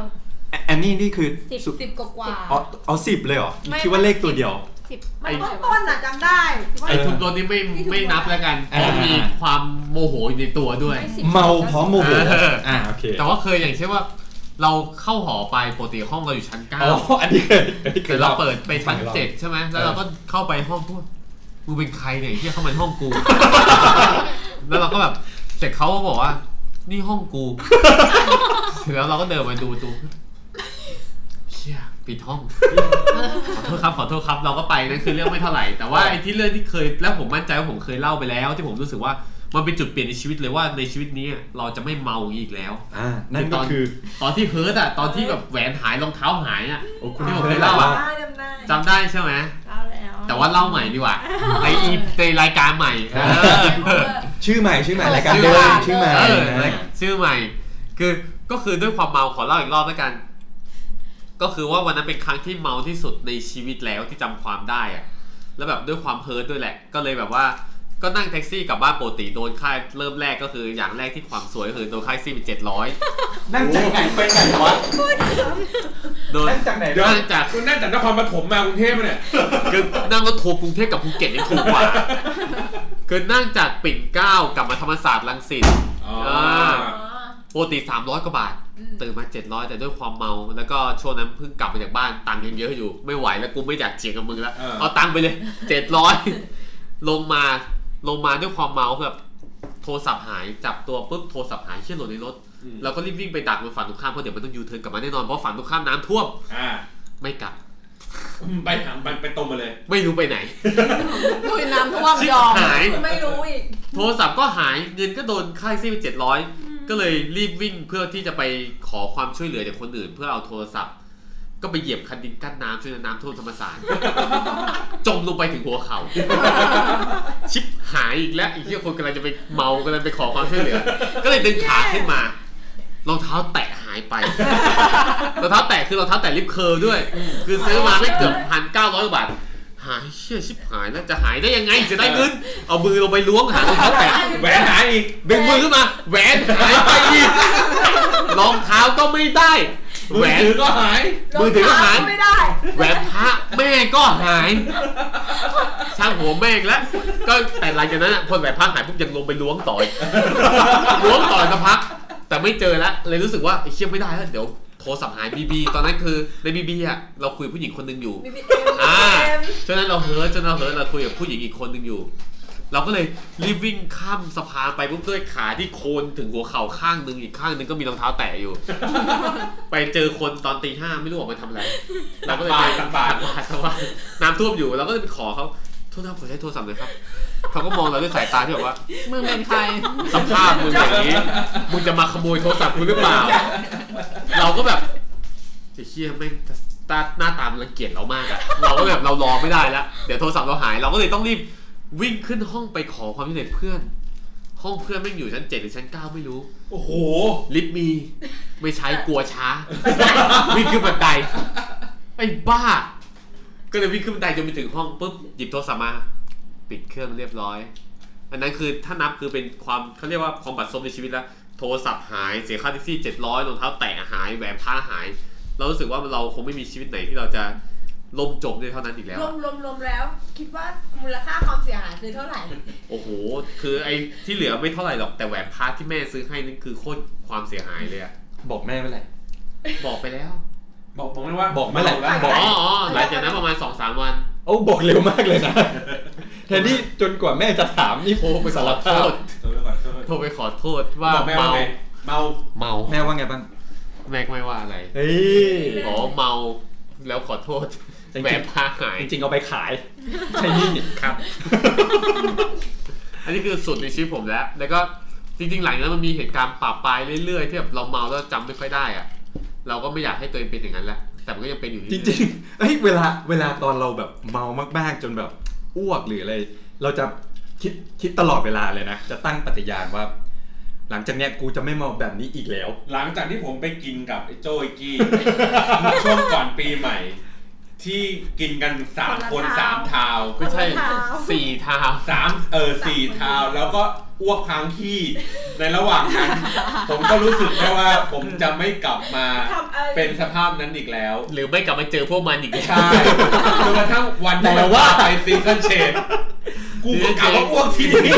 A: อ่ะอันนี้นี่คือ
F: สิบ
A: สุ
E: สิบกว่ากว่า
A: อ๋อเอาสิบเลยเหรอ
D: ไม่
A: คิดว่าเลขตัวเดียว
D: สิบ
E: มันต้นต้นๆอ่ะจำได้ว่า
B: ไอ้ทุบรถนี่ไม่ไม่นับแล้วกันเพ
A: อ่า
B: ราะมีความโมโหอยู่ในตัวด้วย
E: ไม่สิ
A: เมาพร้อมโมโห
B: เออ
A: อ่าโอเค
B: แต่ว่าเคยอย่างเช่นว่า เราเข้าหอไปปกติห้องเราอยู่ชั้นเก้า
A: อ๋ออันนี้เคยอันนี้เค
B: แต่
A: ย
B: เรา
A: ล่
B: เปิดไปชั้น
A: คยล่า
B: เจ็ดใช่ไหมแล้ว
A: เออ
B: เราก็เข้าไปห้องพวกกูเป็นใครเนี่ยที่เข้ามาในห้อง กู แล้วเราก็แบบเสร็จเขาก็บอกว่า นี่ห้อง กูเสร็จแล้วเราก็เดินไปดูดูเชี่ยปิดห้ องขอโทษครับขอโทษครับเราก็ไปนั่นคือเรื่องไม่เท่าไหร่แต่ว่าไอ้ที่เรื่องที่เคยแล้วผมมั่นใจว่าผมเคยเล่าไปแล้ว ที่ผมรู้สึกว่ามันเป็นจุดเปลี่ยนในชีวิตเลยว่าในชีวิตนี้เราจะไม่เมาอย่างนี้อีกแล้ว
A: อ่านั่นก็คือ
B: ตอนที่เฮิร์ตอะตอนที่แบบแหวนหายรองเท้าหายอะ
A: โอ้
B: ที่ผมเคยเล่าอะ
E: จำได้
B: จำได้ใช่ไหม
F: เล่าแล้ว
B: แต่ว่าเล่าใหม่ดีกว่าในอีในรายการใหม่เอ
E: เอ
B: อ
E: อ
A: ชื่อใหม่ชื่อใหม่
B: เออ
A: รายการ
B: ชื่อ
A: เดิ
B: ใหม่
A: มชื่อใหม่
B: เออ
A: นะ
B: ชื่อใหม่ คือก็คือด้วยความเมาขอเล่าอีกรอบแล้วกัน ก็คือว่าวันนั้นเป็นครั้งที่เมาที่สุดในชีวิตแล้วที่จำความได้อะแล้วแบบด้วยความเฮิร์ตด้วยแหละ ก็เลยแบบว่าก็นั่งแท็กซี่กลับบ้านปกติโดนค่าเริ่มแรกก็คืออย่างแรกที่ความสวยก็คือโดนค่าแท็กซี่เป็นเจ็ดร้อย
C: นั่งจากไหนไปไหนวะ
B: โดน
A: นั่งจากไหน
C: เดี๋ยว
B: นั่งจาก
C: คุณนั่งจากนครปฐมมากรุงเทพปะเนี่ย
B: คือนั่งรถทัวร์กรุงเทพกับภูเก็ตยังถูกกว่าคือนั่งจากปิ่นเกล้ากลับมาธรรมศาสตร์ลังสิต
C: อ๋อ
B: ปกติ 300 กว่าบาท
E: อืม
B: ตื่นมา 700 แต่ด้วยความเมา แล้วก็ช่วงนั้นเพิ่งกลับมาจากบ้าน ตังค์ยังเยอะอยู่ ไม่ไหวแล้วกูไม่อยากเจียงกับมึงแล้ว
C: เออ
B: เอาตังค์ไปเลย 700 ลงมาลงมาด้วยความเมาแบบโทรศัพท์หายจับตัวปุ๊บโทรศัพท์หายเชี่ยหล่นในรถเราก็รีบวิ่งไปดักบนฝั่งตรงข้ามเพราะเดี๋ยวมันต้องยูเทิร์นกลับมาแน่นอนเพราะฝั่งตรงข้ามน้ำท่วม
C: อ่า
B: ไม่กลับ
C: ไปหามันไปตรงมาเลย
B: ไม่รู้ไปไหน
D: ลุยน้ำท่วม
B: ชิบ
D: ยอม
B: หาย
E: ไม่รู้อีก
B: โทรศัพท์ก็หายเงินก็โดนค่าแท็กซี่ไปเจ็ดร้อยก็เลยรีบวิ่งเพื่อที่จะไปขอความช่วยเหลือจากคนอื่น เพื่อเอาโทรศัพท์ ก็ไปเหยียบคันดินกั้นน้ำช่วยน้ำท่วมธรรมศาสตร์ จมลงไปถึงหัวเขา ชิปหายอีกแล้วอีกที่คนกำลังจะไปเมากำลังไปขอความช่วยเหลือ ก็เลยดึงขาขึ้นมารองเท้าแตะหายไป รองเท้าแตะคือรองเท้าแตะลิฟต์เคอร์ด้วย คือซื้อมาไม่เกือบพันเก้าร้อยกว่าบาทหายเชื่อชิบหายแล้วจะหายได้ยังไงจะได้เงินเอามือลงไปล้วงหารองเท้าแตะ
C: แหวนหายอีก
B: ดึงมือขึ้นมาแหวนหายไปอีกรองเท้าก็ไม่ได้ แห
C: แห
B: ว
C: วน
B: น
C: ถือก็หาย
B: มือถือก็หาย
E: ไม่ได้
B: แหวนพระแม่ก็หาย ช่างหัวแม่งแล้ว ก็แต่หลังจากนั้นอะพอแหวนพระหายปุ๊บยังลงไปล้วงต่อยล้วงต่อยสักพัก แต่ไม่เจอแล้วเลยรู้สึกว่าไอ้เชี่ยไม่ได้แล้วเดี๋ยวโทรศัพท์หายบีบีตอนนั้นคือในบีบีอะเราคุยกับผู้หญิงคนหนึงอยู่
E: มีพี่เอ็ม
B: อ่า
E: เอ็ม
B: ฉะนั้นเราเฮิร์ตฉะนั้นเราเฮิร์ตเราคุยกับผู้หญิงอีกคนหนึ่งอยู่ เราก็เลยรีบวิ่งข้ามสะพานไปปุ๊บด้วยขาที่โคนถึงหัวเข่าข้างหนึ่งอีกข้างหนึ่งก็มีรองเท้าแตะอยู่ ไปเจอคนตอนตีห้าไม่รู้ออกมาทำอะไร เราก็เลยไป
C: ตักบาตร
B: ตักบาตรตักบาตรน้ำท่วมอยู่เราก็เลยไปขอเขาโทษนะครับขอใช้โทรศัพท์หน่อยครับเขาก็มองเราด้วยสายตาที่แบบว่า
D: มึงเป็นใคร
B: สภาพมึงอย่างนี้ มึงจะมาขโมยโทรศัพท์กูหรือเปล่า เราก็แบบไอ้เชี่ยแม่งตาหน้าตามนรังเกียจเรามากอะเราก็แบบเรารอไม่ได้แล้ว เดี๋ยวโทรศัพท์เราหาย เราก็เลยต้องรีบวิ่งขึ้นห้องไปขอความช่วยเหลือเพื่อน ห้องเพื่อนไม่งอยู่ชั้นเจ็ดหรือชั้นเก้าไม่รู้
C: โอ้โห
B: ลิฟต์มีไม่ ใช้กลัวช้า วิ่งขึ้นบันไดไอ้บ้า ก็เลยวิ่งขึ้นบันไดจนไปถึงห้องปุ๊บหยิบโทรศัพท์มา ปิดเครื่องเรียบร้อย อันนั้นคือถ้านับคือเป็นความเขาเรียกว่าความบัดซบในชีวิตแล้ว โทรศัพท์หายเสียค่าแท็กซี่เจ็ดร้อยรองเท้าแตะหายแหวนผ้าหาย เรารู้สึกว่าเราคงไม่มีชีวิตไหนที่เราจะล่มจมได้เท่านั้นอีกแล้ว
E: รว
B: อะ
E: มรวมรวมแล้ว คิดว่ามูลค่าความเสียหายคือเท่าไหร่
B: โอ้โห คือไอ้ที่เหลือไม่เท่าไหร่หรอกแต่แหวนพาที่แม่ซื้อให้นั่นคือโคตรความเสียหายเลยอะ
A: บอกแม่ไปเลย
B: บอกไปแล้ว
C: บอกผมเลยว่า
A: บอกไม่แหละ
C: เา
B: อ๋
C: บอก
B: ออ๋อหลังจากนั้นประมาณสองสามวัน
A: โอ้บอกเร็วมากเลยนะ แทนที่จนกว่าแม่จะถามนี่
B: โทรไปขอโทษ
C: เออก่อนเออ
B: โทรไปขอโทษว่า
C: บอกแม่ว่า
B: เมา
C: ไงเมา
B: เมา
A: แม่ว่าไงบ้าง
B: แม่ก็ไม่ว่าอะไร
A: เฮ้ย
B: บอกว่าเมาแล้วขอโทษ
A: จริงๆ
B: แหวนพาหาย
A: จริงๆเอาไปขายใช่นี่
B: ครับ อันนี้คือสุดในชีวิตผมแล้ว แล้วก็จริง ๆ หลังจากนั้นมันมีเหตุการณ์ปะปายเรื่อยๆที่แบบเราเมาแล้วจำไม่ค่อยได้อะเราก็ไม่อยากให้ตัวเองเป็นอย่างนั้นแล้วแต่มันก็ยังเป็นอยู่
A: จริงๆเอ้ยเวลาเวลาตอนเราแบบเมามากๆ จนแบบอ้วกหรืออะไร เราจะคิดคิดตลอดเวลาเลยนะ จะตั้งปฏิญาณว่า หลังจากเนี้ยกูจะไม่เมาแบบนี้อีกแล้ว
C: หลังจากที่ผมไปกินกับไอ้โจ้ไอ้ กี้ เมื่อช่วงก่อนปีใหม่ ที่กินกันสามคนสามทาว
B: ๆไม่ใช่
F: คนละเท้า
B: สี่เท้า
C: สามเออสี่ทาวแล้วก็อ้วกค้างที่ในระหว่าง นั้น ผมก็รู้สึกได้ว่าผมจะไม่กลับมา
F: ทำอะไร
C: เป็นสภาพนั้นอีกแล้ว
B: หรือไม่กลับมาเจอพวกมันอีกแล้ว
C: ใช่จนกระทั่งวันที่
A: แต่
C: มัน
A: ว่า
C: ไปซีซันเชนกูก็กลับว่าอ้วกที นี้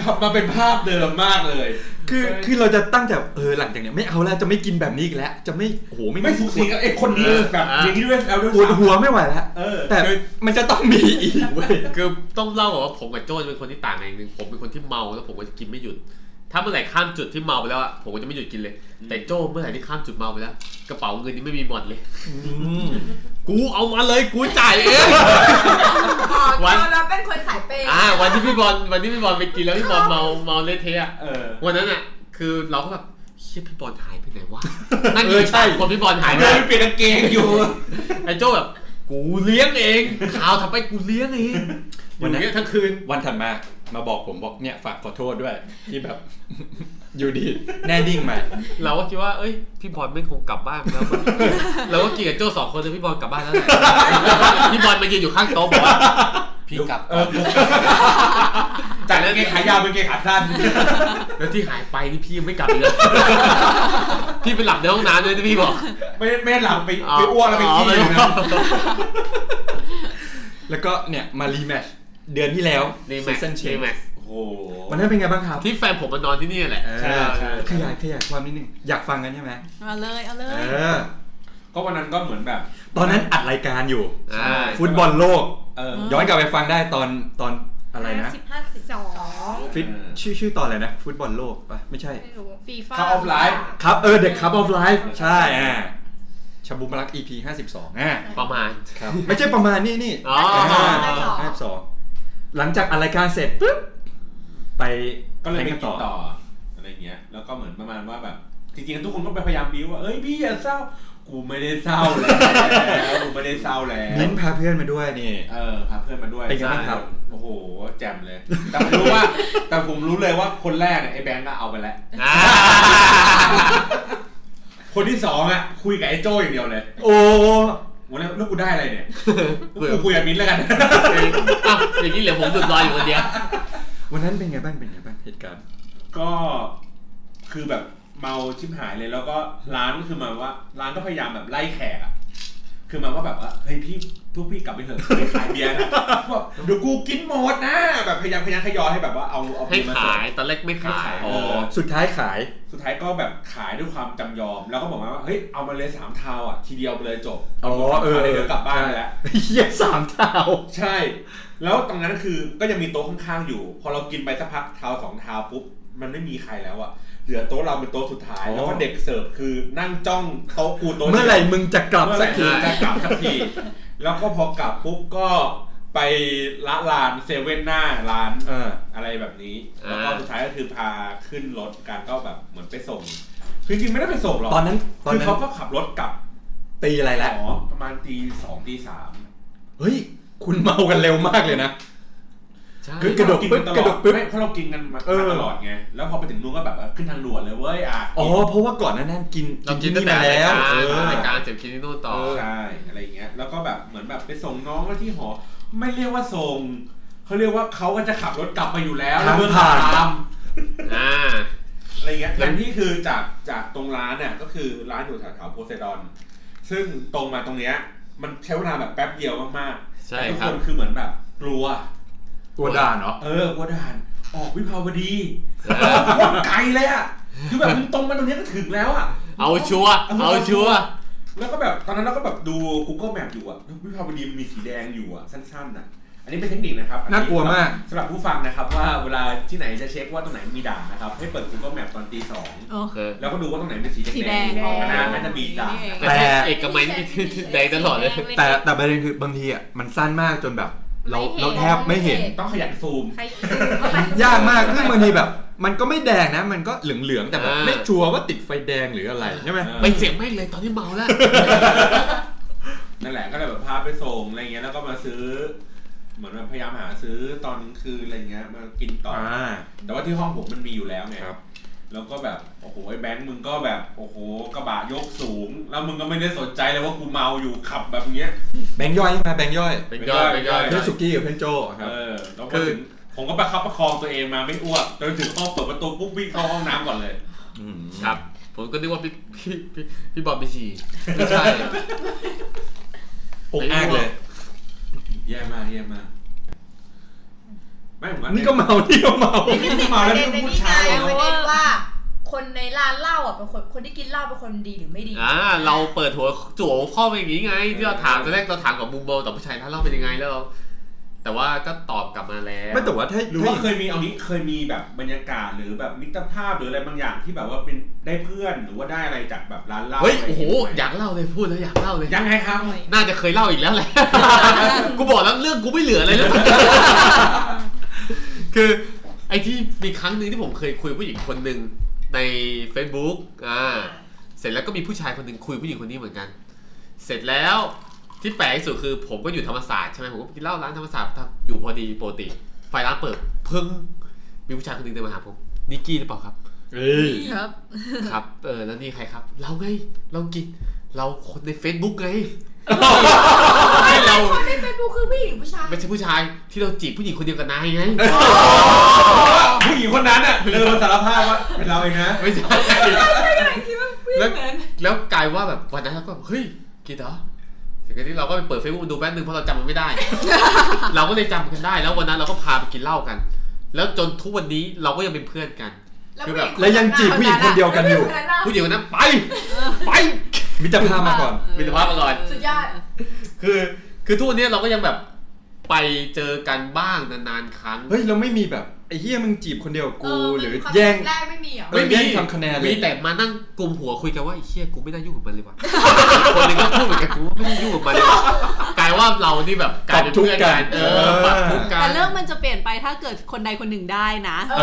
C: กลับมาเป็นภาพเดิมมากเลย
A: คือคือเราจะตั้งแต่เออหลังจากเนี้ยไม่เอาแล้วจะไม่กินแบบนี้อีกแล้ว จะไม่โอ้โหไม่
C: ไม่สูสีกับไอ้คนนี้
B: เออ
C: แบบอย่างนี้ด้วยแล้วด้วย
A: ปวด
C: ซ้ำ
A: หัวไม่ไหวแล้ว
C: เออ
A: แต่มันจะต้องมีอีกเว้ย
B: คือต้องเล่าก่อนว่าผมกับโจ้จะเป็นคนที่ต่างกันอย่างหนึ่งผมเป็นคนที่เมาแล้วผมก็จะกินไม่หยุด ถ้าเมื่อไหร่ข้ามจุดที่เมาไปแล้วอะผมก็จะไม่หยุดกินเลย แต่โจ้เมื่อไหร่ที่ข้ามจุดเมาไปแล้ว กระเป๋าเงินนี่ไม่มีหมดเลย กูเอามาเลยกูจ่ายเอง
E: พอ
B: วัน
E: เราแล้วเป็นคนสายเปย์
B: อ่าวันที่พี่บอลวันที่พี่บอลไปกินแล้วพี่บอลเมาเมาเละเทะอะ
C: เออ
B: วันนั้นอะคือเราก็แบบเชี่ยพี่บอลหายไปไหนวะนั่น
A: เอ
B: คืออ
A: ใช่
B: ใช่คนพี่บอลหายไป
C: เดินเปลี่ยนกางเกงอยู่
B: ไอ้โจ้แบบกูเลี้ยงเองข่าวทำไปกูเลี้ยงเองอยู่อย่างเงี้ยทั้งคืน
A: วันถัดมามาบอกผมบอกเนี่ยฝากขอโทษด้วย ที่ แบบ อยู่ดี แน่ดิ่งมา
B: เราก็คิดว่า เอ้ย พี่บอลไม่งคงกลับบ้านแล้ว มั้ง เราก็กินกับโจ้สองคนเลยพี่บอลกลับบ้านแล้วแหละ พี่บอลมายืนอยู่ข้างโต๊ะบอกว่าพี่กลับ
C: เออ จากกางเกงขายาวเป็นกางเกงขาสั้น
B: แล้วที่หายไปนี่พี่ยังไม่กลับอีก เลย พี่ไปหลับในห้องน้ำด้วยที่พี่บอก
C: ไม่ไม่หลังไปไปอ้วกแล้วไปขี้
B: อ๋อ
C: นะ
A: แล้วก็เนี่ยมารีแมทเดือนที่แล้ว
B: นี่แม็
A: ซี
B: กซ์
A: ซันเช
B: นี่
A: น
B: แม็กซ์
C: โอ้โห
A: วันนั้นเป็นไงบ้างครับ
B: ที่แฟนผมมานอนที่นี่แหละ
C: ใช่ใช่
A: ขยายขยายความนิดนึงอยากฟังกันใช่ไหม
D: เอาเลยเอาเล
A: เอย อ
C: ก็วันนั้นก็เหมือนแบบ
A: ตอนนั้นอัดรายการอยู่
B: ใช่
A: ฟุตบอลโลก
C: เออ
A: ย้อนกลับไปฟังได้ตอนตอนอะไรนะ
F: สิบห้าสิบสอง
A: ฟิต
C: เออ
A: ชื่อชื่อตอนอะไรนะ ฟุตบอลโลกปะไม่ใช่
F: ไม่รู้
D: ฟีฟ่า
C: Cup of Life
A: ครับเออเด็กครับออฟไลฟ์ใช่อ่าชาบูมารัก EP ห้าสิบสองอ่า
B: ประ มาณ
A: ครับ ไม่ใช่ประมาณนี่นี่
B: อ๋อ
A: ห้าสองหลังจากอัดรายการเสร็จปุ๊บไป
C: ก็เลยไปกิน
A: อ
C: ต่ออะไรเงี้ย แล้วก็เหมือนประมาณว่าแบบ จริงๆทุกคนก็ไปพยายามบิ้วว่า เอ้ยพี่อย่าเศร้า กูไม่ได้เศร้าแล้ว กูไม่ได้เศร้าแล้ว
A: มิ้นท์พาเพื่อนมาด้วยนี่
C: เออพาเพื่อนมาด้วย
A: เป็นไงบ้างครับ
C: โอ้โห แจ่มเลย แต่ผมรู้ว่า แต่ผมรู้เลยว่าคนแรกเนี่ยไอ้แบงค์ก็เอาไปแล้ว
B: อ่า
C: คนที่สองอ่ะคุยกับไอ้โจ้อย่างเดียวเลย
A: โอ้
C: วันแล้วแล้วกูได้อะไรเนี่ย
B: เบื่อ
C: กูคุยกับมิ้นท์แล้วกัน
B: อ้าวอย่างนี้เหลือผมดุดลอยอยู่คนเดียว
A: วันนั้นเป็นไงบ้างเป็นไงบ้างเหตุการณ์
C: ก็คือแบบเมาชิบหายเลยแล้วก็ร้านก็คือหมายว่า ร้านก็พยายามแบบไล่แขกอะคือหมายว่าแบบว่าเฮ้ยพี่พวกพี่กลับไปเถอะไปขายเบียร์นะ บอกเดี๋ยวกูกินหมดนะแบบพยายามพยายามขยอยให้แบบว่าเอาเอา
B: ให้
C: เบียร์มา
B: ขา
C: ส่ง
B: ยตอนแรกไม่ขาย
C: ให้ขาย
A: อ๋อ สุดท้ายขาย
C: สุดท้ายก็แบบขายด้วยความจำยอม แล้วก็บอกว่าเฮ้ยเอามาเลยสามเทาวอ่ะทีเดียวไปเลยจบ
A: อ๋อเออ
C: เดี๋ยวกลับบ้านไปแล้ว
A: เฮียสามเท่า
C: ใช่ แล้วตรงนั้นคือก็ยังมีโต๊ะข้างๆอยู่ พอเรากินไปสักพักเท้าสองเท้าปุ๊บ มันไม่มีใครแล้วอะเหลือโต๊ะเราเป็นโต๊ะสุดท้าย แล้วก็เด็กเสิร์ฟคือนั่งจ้องโต๊ะกูโต๊ะดียว
A: เมื่อไหร่มึงจะกลับ
C: เมื่อไห
A: สัก
C: ร่
A: ที
C: มึงจะกลับสักที แล้วก็พอกลับปุ๊บก็ไปละลานเซเว่นหน้าร้าน
A: เออ
C: อะไรแบบนี้
B: อ่า
C: แล้วก็สุดท้ายก็คือพาขึ้นรถกันก็แบบเหมือนไปส่ง คือจริงๆไม่ได้ไปส่งหรอก
A: ตอนนั้นตอน
C: คือ
A: นั้น
C: เขาก็ขับรถกลับ
A: ตีอะไรแล้ว
C: หอประมาณตีสองตีสาม
A: เฮ้ย คุณเมากันเร็วมากเลยนะ
B: ใช่
A: คือกระดก
C: กิน
A: ปึ๊
C: กัน
A: บก
C: ตล
A: ระ
C: อ
A: ด
C: ด
A: กปึ๊บ
C: ไม่เพราะเรากินกันมา
A: เออ
C: มาตลอดไงแล้วพอไปถึงนู้นก็แบบเออขึ้นทางด่วนเลยเว้ยอ่ะ
A: อ๋อเพราะว่าก่อนหนานั้นกิน
B: เรากินตั้งแต่
A: ที่
B: รายกาม
A: นี่าร เออ
B: รายการเสร็จกินที่นู่นต่อ
C: ใช่อะไรอย่างเงี้ย แล้วก็แบบเหมือนแบบไปส่งน้องแล้วที่หอ ไม่เรียกว่าส่งเขาเรียกว่าเขาก็จะขับรถกลับมาอยู่แล้วแล้วเพื่อน
A: ทางผ่าน
C: ตาม
B: อ่า
C: อะไรเงี้ย
B: แล้ว
C: ร้านที่คือจากจากตรงร้านเนี่ยก็คือร้านอยู่แถวๆโพไซดอน ซึ่งตรงมาตรงเนี้ยมันใช้เวลาแบบแป๊บเดียวมากๆ
B: ใช่
C: แต่ทุก
B: ครั
C: ค
B: บ
C: นคือเหมือนแบบกลัว
A: ตัวด่านเหรอ
C: เออกลัวด่านออกวิภาวดี
B: เออ
C: โคตรไกลเลยอ่ะคือแบบมึงตรงมาตรงเนี้ยก็ถึงแล้วอ่ะ
B: เอาชัวร์เอาชัวร์
C: แล้วก็แบบตอนนั้นเราก็แบบดู Google Map อยู่อ่ะวิภาวดีมันมีสีแดงอยู่อ่ะสั้นๆน่ะ อันนี้เป็นเทคนิคนะครับอั
A: น่ากลัวมาก
C: สำหรับผู้ฟังนะครับว่าเวลาที่ไหนจะเช็คว่าตรงไหนมีด่านนะครับให้เปิด Google Map ตอนตีสอง
D: อ๋อ
B: เออ
C: แล้วก็ดูว่าตรงไหนเป็นสี
D: สี
C: แด
D: แด
C: ง
D: ง
C: ๆออกมาหน้าน่าจะมีจ้ะ
B: แต่เอกมัยนี่แดงตลอดเลย
A: แต่แต่ประเด็นคือบางทีอ่ะมันสั้นมากจนแบบ เรา
F: ไม่เห็น
A: เราแทบไม่เห็น
C: ต้องขยันซูม
F: ใครซูมเข้าไป
A: ยากมากซึ่งบางทีแบบ มันก็ไม่แดงนะ มันก็เหลืองๆแต่แบบ
B: อ่า
A: ไม่ชัวร์ว่าติดไฟแดงหรืออะไรใช่ไหม
B: ไปเสียงแม่งเลยตอนที่เมาแล้ว
C: นั่นแหละก็เลยแบบพาไปส่งอะไรเงี้ยแล้วก็มาซื้อ เหมือนแบบพยายามหาซื้อตอนกลางคืนอะไรเงี้ยมากินต่ออแต่ว่าที่ห้องผมมันมีอยู่แล้วไง
A: ครับ
C: แล้วก็แบบโอ้โหไอ้แบงค์มึงก็แบบโอ้โหกระบะยกสูง แล้วมึงก็ไม่ได้สนใจเลยว่ากูเมาอยู่ขับแบบเนี้ย
A: แบงค์ย่อยมาแบงค์ย่อย
B: เป็นยอดเป็นยอด
A: เพื่อนสุกี้กับเพื่อนโจครั
C: เอ
A: บ
C: อแล้ว
A: คือ
C: ก็ถึงผมก็ประคับประคองตัวเองมาไม่อ้วกจนถึงห้องเปิดประตูปุ๊บวิ่งเข้าห้องน้ำก่อนเลย
A: ม
B: ครับ ผมก็นึกว่าพี่พี่พี่พี่บอลไปฉี่ไม่ ใช่
A: อกแอกเลย
C: แย่มากแย่มากไม่ผมว่า
A: นี่ก็เมานี่ก็เมา
E: นี่ติดประเด็นในนี้ไงประเด็นว่า คนในร้านเหล้าอ่ะเป็นคนคนที่กินเหล้าเป็นคนดีหรือไม่ดี
B: อ่า เราเปิดหัวจั่วหัวข้อไปอย่างนี้ไง ที่เราถามตอนแรกเราถามกับมุมมองต่อผู้ชายท่านเล่าเป็นยังไงแล้วเราแต่ว่าก็ตอบกลับมาแล้ว
A: ไม่แต่ว่าถ้า
C: หรือว่า
A: ถ้า
C: เคยมีเอางี้เคยมีแบบบรรยากาศหรือแบบมิตรภาพหรืออะไรบางอย่างที่แบบว่าเป็นได้เพื่อนหรือว่าได้อะไรจากแบบร้านเหล้า
B: เฮ้ย โอ้โห
C: ะไร
B: อยากเล่าเลยพูดแล้วอยากเล่าเลย
C: ยังไงครับ
B: น่าจะเคยเล่าอีกแล้วแหละ กูบอกแล้วเรื่องกูไม่เหลืออะไรแล้ว คือไอ้ที่มีครั้งหนึ่งที่ผมเคยคุยผู้หญิงคนหนึ่งใน Facebook อ่า เสร็จแล้วก็มีผู้ชายคนหนึ่งคุยผู้หญิงคนนี้เหมือนกัน เสร็จแล้วที่แปลกที่สุดคือ ผมก็อยู่ธรรมศาสตร์ใช่ไหมผมก็ไปกินเหล้าร้านธรรมศาสตร์อยู่พอดีปกติ ไฟร้านเปิดเพิ่งมีผู้ชายคนหนึ่งเดินมาหาผมนิกกี้หรือเปล่าครับ
A: เอ้ย
D: ครับ
B: ครับ เออ แล้วนี่ใครครับ เราไง เรากิน เราคนใน Facebook ไง ที่เรา
E: คนในเฟซบุ๊กคือผู้หญิงหรือผู้ชาย
B: ไม่ใช่ผู้ชาย ที่เราจีบผู้หญิงคนเดียวกับนายไง
C: ผู้หญิงคนนั้นอ่ะเดินมาสารภาพว่าเป็นเราเองนะ
B: ไม่ใช่
E: คิดว่าผู้หญิงเหมือน
B: แล้วกลายว่าแบบวันนั้นเราก็แบบเฮ้ย กินเหรอถึงนี้เราก็ไปเปิดเฟซบุ๊กดูแป๊บนึงเพราะเราจำมันไม่ได้ เราก็เลยจำกันได้ แล้ววันนั้นเราก็พาไปกินเหล้ากัน แล้วจนทุกวันนี้เราก็ยังเป็นเพื่อนกัน คือแบบ
A: และยังจีบผู้หญิงคนเดียวกันอยู่
E: แล้วผู้หญิงคนนั้นน่ะ
B: ผู้หญิงคนนั้นไป ไป
A: มิตรภาพมาก่อน
B: มิตรภาพมาก่อน
E: สุดยอด
B: คือ คือทุกวันนี้เราก็ยังแบบไปเจอกันบ้างนานๆครั้ง
A: เฮ้ย เราไม่มีแบบไอ้เฮียมึงจีบคนเดียวกับ
E: เอ
A: กู
E: อ
A: หรือ
E: มัน
A: แย่ง
E: ครั้แรกไม่มีเหรอ
A: เออ
B: ไม่
A: แย่
B: มี
A: งทำคะแนนเลย
B: มีแต่มานั่งกลุ่มหัวคุยกันว่าไอ้เชี่ยกูไม่ได้ยุ่งกับมันเลยว่ะ คนหนึงก็พูดเหมือนกันกูว่าไม่ได้ยุ่งกับมันเลยว่ะกลายว่าเรานี่แบบกลายเป็นเพื่อนกันเออปรับทุกข์กัน
D: แต่เรื่องมันจะเปลี่ยนไปถ้าเกิดคนใดคนหนึ่งได้นะ
A: เ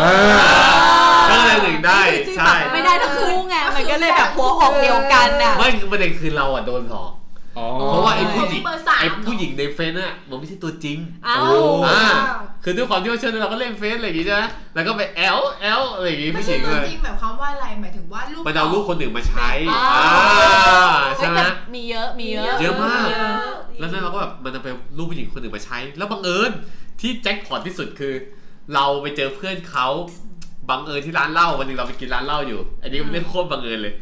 A: ออ
B: ก็เลยหนึ่งได้ใช่
D: ไม่ได้ทั้งคู่ไง มันก็เลยแบบหัวหอกเดียวกันน่ะ
B: ไม่คือประเด็นคือเราอ่ะโดนหลอก
A: อ๋อ
B: เพราะว่าไอ้ผู้หญิง
E: เบอร์สาม
B: ไอ้ผู้หญิงในเฟซน่ะมันไม่ใช่ตัวจริง
D: เอ้า
B: อ่าคือด้วยความที่ว่าเชื่อเราก็เล่นเฟซอะไรอย่างงี้ใช่ไหมแล้วก็ไปแอลแอลอะไรอย่างงี้
E: ไม่
B: ผู้ห
E: ใช่
B: ญิง
E: ตั
B: เล
E: วย จริงหมายความว่าอะไรหมายถึงว่ารูป
B: มันเอารูปคนอื่นมาใช้
D: อ๋ออ่
B: อ่าใช่ไหม
D: แต่มีเยอะมีเยอะ
B: เยอะมาก
E: เยอะ
B: แล้วนั่นเราก็แบบมันจะไปรูปผู้หญิงคนอื่นมาใช้ แล้วบังเอิญที่แจ็คพอตที่สุดคือ เราไปเจอเพื่อนเขาบังเอิญที่ร้านเหล้าวันหนึงเราไปกินร้านเหล้าอยู่ อันนี้มันเรื่องโคตรบังเอิญเลย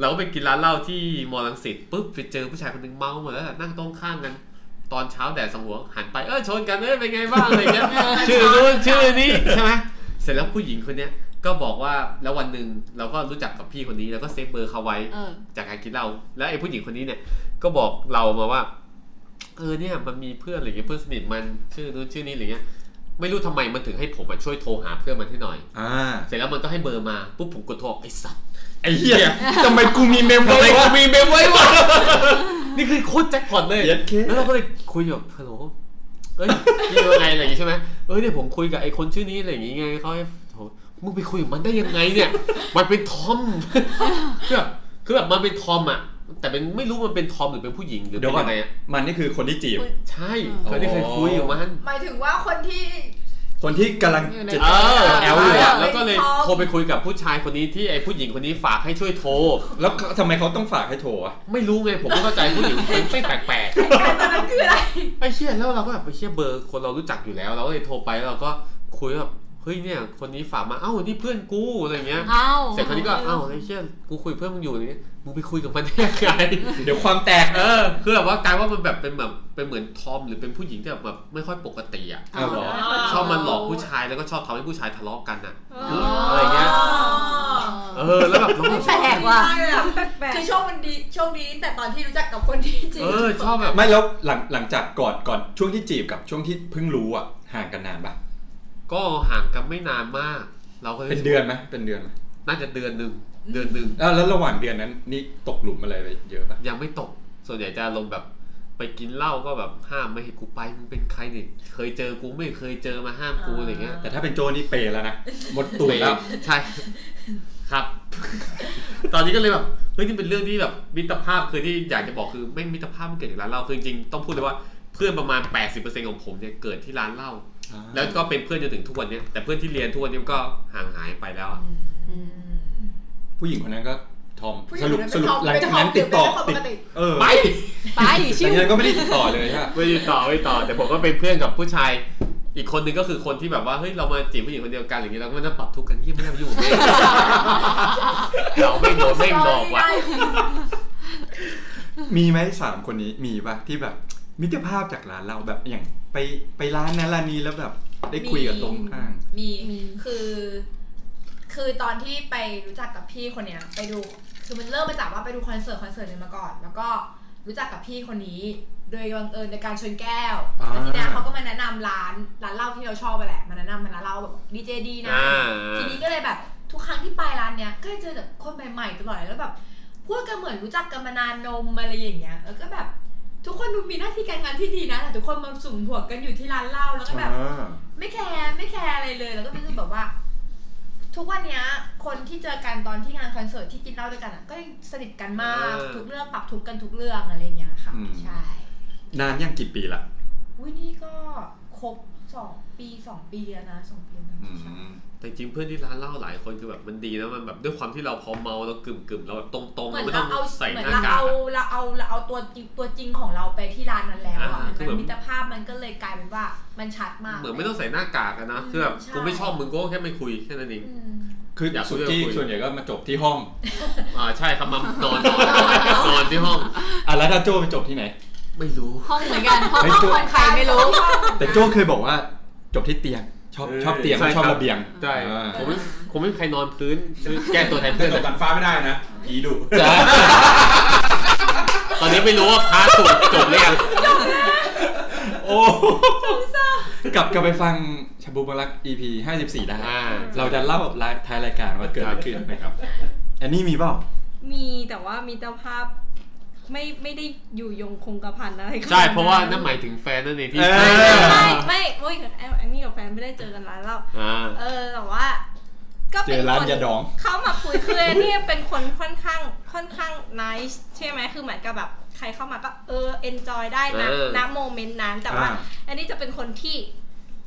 B: เราก็ไปกินร้านเหล้าที่มอลังสิตปุ๊บไปเจอผู้ชายคนหนึงเมาหมดแล้วนั่งโต๊ะข้างกัน ตอนเช้าแดดสองหัวหันไปเออชนกันเอ้ยเป็นไงบ้างอะไรเงี้ย ชื่อนู้นชื่อนี้ใช่ไหมเสร็จแล้วผู้หญิงคนเนี้ยก็บอกว่าแล้ววันหนึ่งเราก็รู้จักกับพี่คนนี้แล้วก็เซฟเบอร์เขาไว้
D: เออ
B: จากการกินเหล้าแล้วไอ้ผู้หญิงคนนี้เนี่ย ก็บอกเรามาว่า เออเนี่ยมันมีเพื่อนอะไรเงี้ยเพื่อนสนิทมันชื่อนู้นชื่อนี้อะไรเงี้ย ไม่รู้ทำไมมันถึงให้ผมมาช่วยโทรหาเพื่อนมันให้หน่อย
A: อ่า
B: เสร็จแล้วมันก็ให้เบอร์มาปุ๊บผมกดโทรไอ้สัตว์
A: ไอ้เฮียทำไมกูมีเมม
B: ทำ
A: ไว้
B: ไม
A: วะ
B: กูมีเมมไว้วะ นี่คือโคตรแจ็คพอตเลย
A: เย็ดเค
B: แล้วเราก็เลยคุยแบบฮัลโหลเอ้ยนี่ยังไงอะไรอย่างงี้ใช่ไหมเอ้ยเนี่ยผมคุยกับไอ้คนชื่อนี้อะไรอย่างงี้ไงเขาให้โหมึงไปคุยกับมันได้ยังไงเนี่ย มันเป็นทอม คือแบบคือแบบมันเป็นทอมอ่ะ แต่เป็นไม่รู้มันเป็นทอมหรือเป็นผู้หญิงหรือ
A: เดี๋ย
B: เป็
A: วน ก่อน
B: ยังไงอะ
A: มันนี่คือคนที่จีบ
D: อุ๊ย
B: ใช่เคยได้เคยคุยกับมัน
E: หมายถึงว่าคนที่
A: คนที่กำลัง
D: อยู่ใน
A: จะ
B: เออแอลอยู่
D: เออ
B: อะแล้วก็เลยโทรไปคุยกับผู้ชายคนนี้ที่ไอ้ผู้หญิงคนนี้ฝากให้ช่วยโทร
A: แล้วเขาทำไมเขาต้องฝากให้โทรอ่ะ
B: ไม่รู้ไงผม ไม่เข้าใจผู้หญิงมันไม่แปลกๆ
E: การตอนนั้นคืออะไร
B: ไอ้เชี่ยแล้วเราก็แบบไอ้เชี่ยเบอร์คนเรารู้จักอยู่แล้ว เราก็เลยโทรไปแล้วเราก็คุยแบบเฮ้ยเนี่ยคนนี้ฝากมาเอ้านี่เพื่อนกูอะไรเงี้ย
D: เอ้า
B: เสร็จคนนี้ก็เอ้าไอ้เชี่ยกูคุยเพื่อนมึงอยู่นี่มึงไปคุยกับมันได้ยังไง
A: เดี๋ยวความแตก
B: เออคือแบบว่ากลายว่ามันแบบเป็นแบบเป็นเหมือนทอมหรือเป็นผู้หญิงที่แบบแบบไม่ค่อยปกติอ่ะ
A: เอาเหรอ
B: ชอบมันหลอกผู้ชายแล้วก็ชอบทำให้ผู้ชายทะเลาะกันอ่ะ
F: อ๋อ
B: อะไรเงี้ย เออแล้วแบบเราก็
D: แปลกว่ะ
F: แปลก
E: คือ
F: ๆ
E: โชคมันดีโชคดีตั้งแต่ตอนที่รู้จักกับคนที่จริง
B: เออชอบแบบ
A: ไม่แล้วหลังหลังจากก่อนก่อนช่วงที่จีบกับช่วงที่เพิ่งรู้อ่ะห่างกันนานปะ
B: ก็ห่างกันไม่นานมาก เราก็ลย
A: เป็นเดือนไหมเป็นเดือนไหม
B: น่าจะเดือนหนึ่งเดือนหนึ่ง
A: แล้วแล้วระหว่างเดือนนั้นนี่ตกหลุมอะไรไปเยอะปะ
B: ยังไม่ตก ส่วนใหญ่จะลงแบบไปกินเหล้าก็แบบห้ามไม่ให้กูไป มึงเป็นใครเนี่ยเคยเจอกูไม่เคยเจอมาห้ามกูอะไรเงี้ย
A: แต่ถ้าเป็นโจนี่เปย์แล้วนะหมดตัวแล้ว
B: ใช่ ครับ ตอนนี้ก็เลยแบบเฮ้ยนี่เป็นเรื่องที่แบบมิตรภาพคือที่อยากจะบอกคือไม่มิตรภาพมันเกิดจากร้านเหล้าคือจริงๆต้องพูดเลยว่าเพื่อนประมาณ 80%ของผมเนี่ยเกิดที่ร้านเหล้าแล้วก็เป็นเพื่อนจนถึงทุกวันเนี้ยแต่เพื่อนที่เรียนทุกวันเนี้ยก็ห่างหายไปแล้วอะ
A: ผู้หญิงคนนั้นก็ทอม
E: ผู้ห
A: ส
E: ญิง
A: รุป
E: คนนั้น
A: สรุป
E: เป็นทอม
A: หลังจากนั้นติดต่อ
E: เป็น
A: ติด
E: ทอมปกติ
A: เออ
B: ไป
D: ไป
A: หลั
D: ชิ
A: ง
D: ว
A: จากนั้นก็ไม่ได้ติดต่อเลยใช่ ปะ
B: ไปต่อไปต่อ แต่ผมก็เป็นเพื่อนกับผู้ชาย อีกคนนึงก็คือคนที่แบบว่าเฮ้ยเรามาจีบผู้หญิงคนเดียวกันอย่างนี้เราก็ไม่ต้องปรับทุกข์กันยี่ไม่ได้มาอยู่งกับ แม่ง เราไม่โดนไม่งหลอกว่ะ
A: มีไหมสามคนนี้มีปะที่แบบมิตรภาพจากร้านเราแบบอย่างไปไปร้านนั้นร้านนี้แล้วแบบได้คุยกับตรงข้าง
E: มีคือ คือตอนที่ไปรู้จักกับพี่คนเนี้ย ไปดู คือมันเริ่มมาจากว่าไปดูคอนเสิร์ตคอนเสิร์ตหนึงมาก่อน แล้วก็รู้จักกับพี่คนนี้ โดยบังเอิญในการชวนแก้ว
A: อ่า
E: แล้วทีเนี้ยเขาก็มาแนะนำร้านร้านเหล้าที่เราชอบไปแหละมาแนะนำมาร้านเหล้าแบบดีเจดีนะ
B: อ่า
E: ทีนี้ก็เลยแบบทุกครั้งที่ไปร้านเนี้ยก็จะเจอแต่คนใหม่ๆตลอดเลยแล้วแบบพูดกันเหมือนรู้จักกันมานานนมอะไรอย่างเงี้ยแล้วก็แบบ ทุกคนดูมีหน้าที่การงานที่ดีนะแต่ทุกคนมาสุ่มหัวกันอยู่ที่ร้านเหล้าแล้วก็แบบ
A: อ่า
E: ไม่แคร์ไม่แคร์อะไรเลยแล้วก็รู้สึกแบบว่า ทุกวันเนี้ยคนที่เจอกันตอนที่งานคอนเสิร์ตที่กินเหล้าด้วยกันอ่ะก็ยังสนิทกันมาก
B: เออ
E: ทุกเรื่องปรับทุกข์กันทุกเรื่องอะไรอย่างเงี้ยค่ะใช่
A: นานยังกี่ปีละ
E: อุ้ยนี่ก็ครบสองปีสองปีแล้วนะสองปีแล้วนะ
A: อื
E: ใช่
A: ม
B: แต่จริงเพื่อนที่ร้านเหล้าหลายคนคือแบบมันดีนะมันแบบด้วยความที่เราพอเมาเรากึ่มกึ่มๆเราแบบตรงๆ
E: เหมือน
B: ไม่ต้อ
E: เรา
B: ง
E: เอา
B: ใส่
E: เหมื
B: ห
E: อน
B: น้า
E: เรา
B: กาก
E: เอา
B: อะ
E: เราเอาเราเอาตัวจริงตัวจริงของเราไปที่ร้านนั้นแล้วอะ
B: อ่าคือแบ
E: มัน
B: บ
E: มิตรภาพมันก็เลยกลายเป็นว่ามันชัดมาก
B: เหมือนไม่ต้องใส่หน้ากากอะนะ
E: อืม
B: คือแบบ
E: ใช่
B: กูไม่ชอบมึงก็แค่ไม่คุยแค่นั้นเอง
E: อืม
A: คือ
B: อยากคุ
A: สุ
B: ย
A: กี้
B: ก็คุย
A: ส่วนใหญ่ก็มาจบที่ห้อง
B: อ่าใช่ครับมานอนนอนนอนที่ห้อง
A: อ่ะแล้วถ้าโจไปจบที่ไหน
B: ไม่รู้
D: ๆห้องเหมือนกันห้อง
A: เฮ้ยจุ๊บ
D: คนใครไม่รู้
A: แต่โจเคยบอกว่าจบที่เตียง ชอบ
C: เออ
A: ชอบเตียง
B: ใช่
A: ไม่ชอบ
B: ครับ
A: ระเบียง
B: ใช่
A: อ่า
B: ผมไม่ผมไม่มีใครนอนพื้นแก้ตัวแทน
C: เพื่
B: เพื่อ
C: อ
B: น น
C: ต
B: เลย
C: กกันฟ้าไม่ได้นะผีดุ
B: จ้าตอนนี้ไม่รู้ว่าพาร์ทสูตรจบหรือยัง
A: โอ้กลับกลับไปฟังชาบูบารัก EP 54 ได้
B: อ่า
A: เราจะเล่าลายท้ายรายการว่าเกิดอะไรขึ้นนะครับ อันนี้มีเปล่า
F: มีแต่ว่ามิตรภาพไม่ไม่ได้อยู่ยงคงกระพันอะไรขนดนั้น
B: ใช่เพราะว่านั่นหมายถึงแฟนนั่นเองที่
A: เออ
F: ไม่ไม่โอ้ยแอนแอนนี่กับแฟนไม่ได้เจอกันร้านเหล้า
B: อ่า
F: เออแต่ว่าก็
A: เจ
F: เป็น
A: อร้าน
F: คน
A: ยาดอง
F: เข้ามาคุยคือเนี่ยเป็นคนค่อนข้างค่อนข้างนิสใช่ไหมคือเหมือนกับแบบใครเข้ามาก็เออเอนจอยได้นะ
B: เออ
F: ณโมเมนต์นั้นแต่ว่า
A: อ่า
F: อันนี้จะเป็นคนที่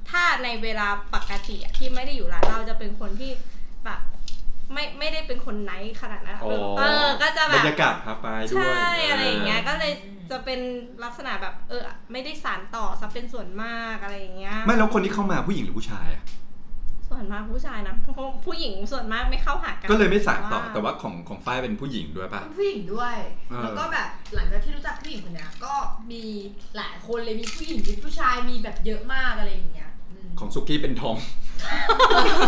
F: ถ้าในเวลาปกติอะที่ไม่ได้อยู่ร้านเราจะเป็นคนที่แบบไม่ไม่ได้เป็นคนไนท์ขนาดนั้น
A: อ๋อ
F: เออก็จะแบบ
A: ร
F: บ
A: รยากาศพาไปด้วย
F: ใช่อะไรอย่างเงี้ยก็เลยจะเป็นลักษณะแบบเออ ไม่ได้สานต่อซะเป็นส่วนมากอะไรอย่างเงี้ย
A: ไม่แล้วคนที่เข้ามาผู้หญิงหรือผู้ชายอะ
F: ส่วนมากผู้ชายนะเพราะผู้หญิงส่วนมากไม่เข้าหากัน
A: ก็เลยไม่สานต่อแต่ว่าของของฝ้ายเป็นผู้หญิงด้วยป่ะ
E: เป็นผู้หญิงด้วย
A: เออ
E: แล้วก็แบบหลังจากที่รู้จักผู้หญิงคนเนี้ยก็มีหลายคนเลยมีผู้หญิงมีผู้ชายมีแบบเยอะมากอะไรอย่างเงี้ยอืม
A: ของสุกี้เป็นท อม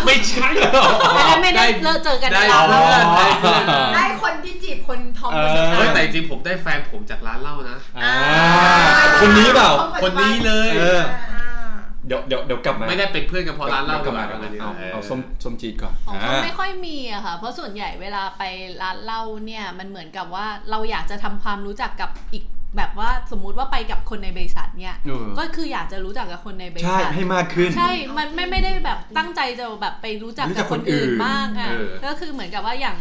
B: ไม่ใช่หรอก
D: อันนั้นไม่ได้เลิกเจอกัน
B: ได้
D: แล้ว
B: เพื่อนได้เพื่อน
E: ได้คนที่จีบคนทอม
A: เออ
E: คน
B: เฮ้ย
E: นี้
B: แต่จริงผมได้แฟนผมจากร้านเหล้านะ
A: อ่าคนนี้เปล่า
B: คนนี้เลย
A: เออ
F: อ่า
A: เดี๋ยวเดี๋ยวเดี๋ยวกลับมา
B: ไม่ได้เป็นเพื่อนกันเพราะร้านเหล้า
A: ดี๋ยวกลับมา
B: กั
A: กัน น
B: เลย
A: เอา
B: เออ
A: เอาส้มส้มจีดก่อน
D: ของเขา
A: อ่า
D: ไม่ค่อยมีอะค่ะ เพราะส่วนใหญ่เวลาไปร้านเหล้าเนี่ยมันเหมือนกับว่าเราอยากจะทำความรู้จักกับอีกแบบว่าสมมุติว่าไปกับคนในบริษัทเนี่ย
A: เออ
D: ก็คืออยากจะรู้จักกับคนในบริ
A: ใช่
D: ษัท
A: ให้มากขึ้น
D: ใช่ มันไม่ไม่ได้แบบตั้งใจจะแบบไปรู้จัก
A: รู้จั
D: กับ
A: ก
D: ค
A: คน นอื่
D: อื่น
A: น
D: มากอ่ะ
A: เออ
D: ก็คือเหมือนกับว่าอย่าง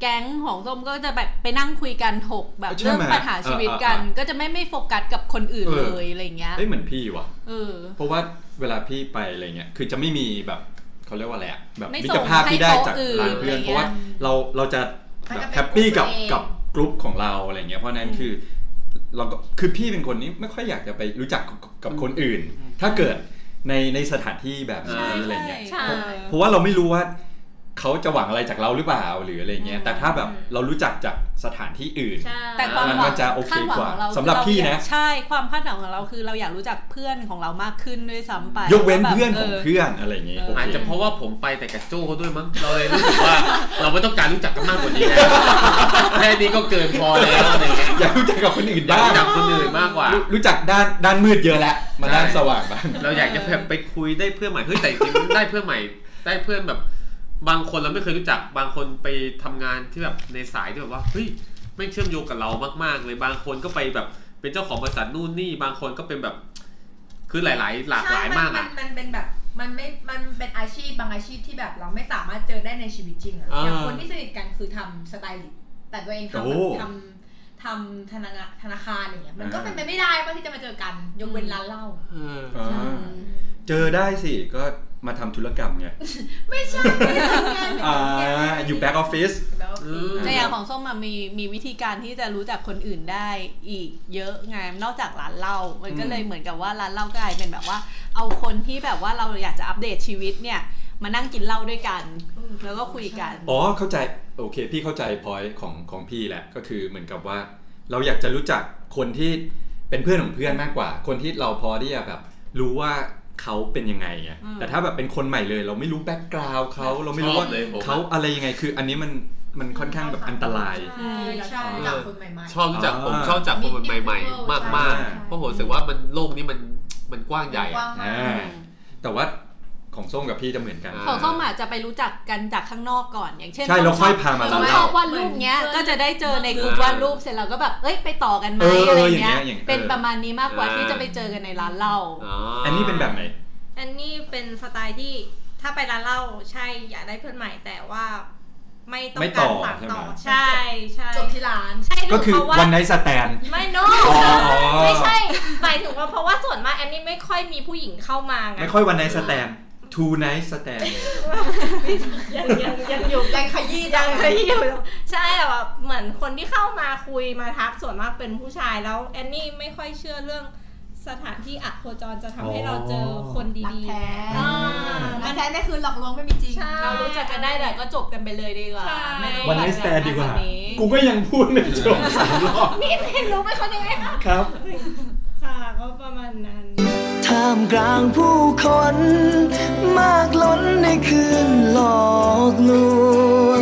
D: แก๊งของส้มก็จะแบบไปนั่งคุยกันถกแบบ
A: ใช่ไหม
D: เรื่องปัญหาชีวิตกัน
A: อ่าอ่าอ่า
D: ก็จะไม่ไม่โฟกัสกับคนอื่น
A: เออ
D: เลยอะไรเงี้ย
A: เอ้ยเหมือนพี่ว่ะ
D: เออ
A: เพราะว่าเวลาพี่ไปอะไรเงี้ย คือจะไม่มีแบบเขาเรียกว่าอะไรอะแบบ
D: ไม่
A: มิ
D: ส่
A: ตรงภาพที่ได้จาก
D: ให้โต๊ะอื่น
A: ร้านเพื่อน
D: อะไร
A: เพ
D: เงี้ย
A: ราะว่าเราเราจะแบบ
E: มันจะเป็น
A: แฮปปี้กับ
E: ก
A: กั
E: ลุ่มตัวเอง
A: บกลุ่มของเราอะไรเงี้ย เพราะฉะนั้นคือเราก็คือพี่เป็นคนนี้ไม่ค่อยอยากจะไปรู้จักกับกับคนอื่น ถ้าเกิดในในสถานที่แบบนี้อะไรเงี้ย
D: ใช่
A: เพราะว่าเราไม่รู้ว่าเขาจะหวังอะไรจากเราหรือเปล่าหรืออะไรเงี้ย
D: อืม
A: แต่ถ้าแบบเรารู้จักจากสถานที่อื่น
F: ใช่
D: แต่ความ
A: มัน
D: หวั
A: มั
D: ง
A: นจะโอเค
D: ดห
A: กว่า
D: ของเร
A: สำหรับ
D: คือ
A: พี่นะ
D: อยากใช่ความคาดหวังของเราคือเราอยากรู้จักเพื่อนของเรามากขึ้นด้วยซ้ำไป
A: ยกเว้น
D: แบบ
A: เพื่อนของ
D: อ
A: เพื่อนอะไรอย่างเงี้ย
D: เออ
A: โอ
B: อาจ
A: เค
B: จะเพราะว่าผมไปแต่กับโจ้เขาด้วยมั้ง เราเลยรู้สึกว่า เราไม่ต้องการรู้จักกันมากกว่านี้ แล้วแค่นี้ก็เกินพอแล้วอะไรเงี้ย
A: อยากรู้จักกับคนอื่น
B: อยาก
A: บ้าง
B: รู้จักคนอื่นมากกว่า
A: รู้รู้จักด้านด้านมืดเยอะแล้วมาด้านสว่างบ้าง
B: เราอยากจะแบบไปคุยได้เพื่อนใหม่เฮ้ยแต่จริงๆได้เพื่อนใหม่ ได้เพื่อนแบบ บางคนเราไม่เคยรู้จักบางคนไปทำงานที่แบบในสายที่แบบว่าเฮ้ยไม่งเชื่อมโยงกับเรามากๆ เลยบางคนก็ไปแบบเป็นเจ้าของบริษัทนู่นนี่ บางคนก็เป็นแบบ คือหลายๆ หลากหลายมาก
E: ใช่
B: อ่ะ
E: นนมันเป็นแบบ มันไม่ มันเป็นอาชีพบางอาชีพที่แบบเราไม่สามารถเจอได้ในชีวิตจริงอะ
B: อ่า
E: อย่างคนที่สนิทกันคือทำสไตลิสต์แต่ตัวเองทำ
A: โอ้
E: แบบทำทำธนาคารธนาคารอย่างเงี้ย มันก็เป็นไปไม่ได้ว่าที่จะมาเจอกัน ยกเว้นร้านเหล้า
A: าเจอได้สิก็มาทำธุรกรรมไง
E: ไม่ใช่ไม่ทำงานแบบ
A: อ่า
E: นี้
A: อยู่แบ็กออฟฟิศ
E: แบบ
B: อืม
D: ในอย่างของส้มมันมีมีวิธีการที่จะรู้จักคนอื่นได้อีกเยอะไงนอกจากร้านเหล้ามันก็
A: อืม
D: เลยเหมือนกับว่าร้านเหล้ากลายเป็นแบบว่า เอาคนที่แบบว่าเราอยากจะอัปเดตชีวิตเนี่ย มานั่งกินเหล้าด้วยกัน แล้วก็คุยกัน
A: อ๋อเข้าใจโอเค พี่เข้าใจพอยของของพี่แหละก็คือเหมือนกับว่า เราอยากจะรู้จักคนที่เป็นเพื่อนของเพื่อนมากกว่า คนที่เราพอที่จะแบบ รู้ว่าเขาเป็นยังไงไง
D: อืม
A: แต่ถ้าแบบเป็นคนใหม่เลย เราไม่รู้แบ็กกราวด์เขาเราไม่รู้ว่า
B: ชอบเลยผม
A: เขาอะไรยังไงคือ อันนี้มันมันค่อนข้างแบบอันตราย
E: ใช่เราชอบรู้จักคนใหม่ๆ
B: ชอบรู้จักผม
A: อ่า
B: ชอบรู้จักคนใหม่
E: Meet people
B: ๆ มาก
E: ใช่
B: ๆ เพราะผมรู้สึกว่ามันโลกนี้มันมันกว้างใหญ่
E: กว้า
B: อะ
E: งมา
A: อ่าก แต่ว่าของส้มกับพี่จะเหมือนกัน
B: อ่า
D: ของส้มอาจจะไปรู้จักกันจากข้างนอกก่อน อย่างเช่น
A: ใช่แล้วค่อยพามา
D: ส้
A: ร้าม น
D: ช
A: เรา
D: อบวาดรูปเนี้ยก็จะได้เจอในกลุ่มวาดรูปเสร็จแล้วก็แบบเอ้ยไปต่อกันไหม
A: เออ
D: อะไร
A: เอออย่างเงี้
D: เงี้
A: ย
D: ย
A: อย่างเงี้ย
D: เป็นประมาณนี้มากกว่าที่จะไปเจอกันในร้านเหล้า
A: อันนี้เป็นแบบไหน
F: อันนี้เป็นสไตล์ที่ถ้าไปร้านเหล้าใช่อยากได้เพื่อนใหม่แต่ว่า ไม่ต้อง
A: ไม่ต่
F: กา
A: อ
F: รสานต่อ
A: ใช่
F: ใช่
A: ไหม
F: ใช่
E: จบที่ร้าน
F: ใช่
A: ก็คือ
F: เพราะว่า
A: วันไนสแตน
F: ไม่โน
A: อ๋อ
F: ไม่ใช่หมายถึงว่าเพราะว่าส่วนมากแอนนี่ไม่ค่อยมีผู้หญิงเข้ามาไง
A: ไม่ค่อยวันไนสแตนทูไนสแตน
F: ยังยังยังอยู่
E: ยังขยี้
F: ยั
E: ยัง ง
F: เคยอยู่ใช่แต่ว่าเหมือนคนที่เข้ามาคุยมาทักส่วนมากเป็นผู้ชายแล้วแอนนี่ไม่ค่อยเชื่อเรื่องสถานที่อะโคจรจะทำให้เราเจอคน
E: รัก
F: ดี
E: แท้
F: ๆอ่า
E: รั
F: มั
E: ก
F: น
E: แท้นี่คือหลอกลวงไม่มีจริง
F: ใช่
D: เรารู้จักกันได้แต่ก็จบกันไปเลยดีกว่า
F: ใช่
D: ไม่ต้อง
A: วันไนสแตน
D: แบบ
A: ดีกว่า
D: แบบนี้
A: กูก็ยังพูดในจบสามรอบ
F: นี่ไม่รู้ไม่เขายังไงคะ
A: ครับ
F: ค่ะก็ประมาณนั้น
G: ท่ามกลางผู้คน มากล้นในคืนหลอกลวง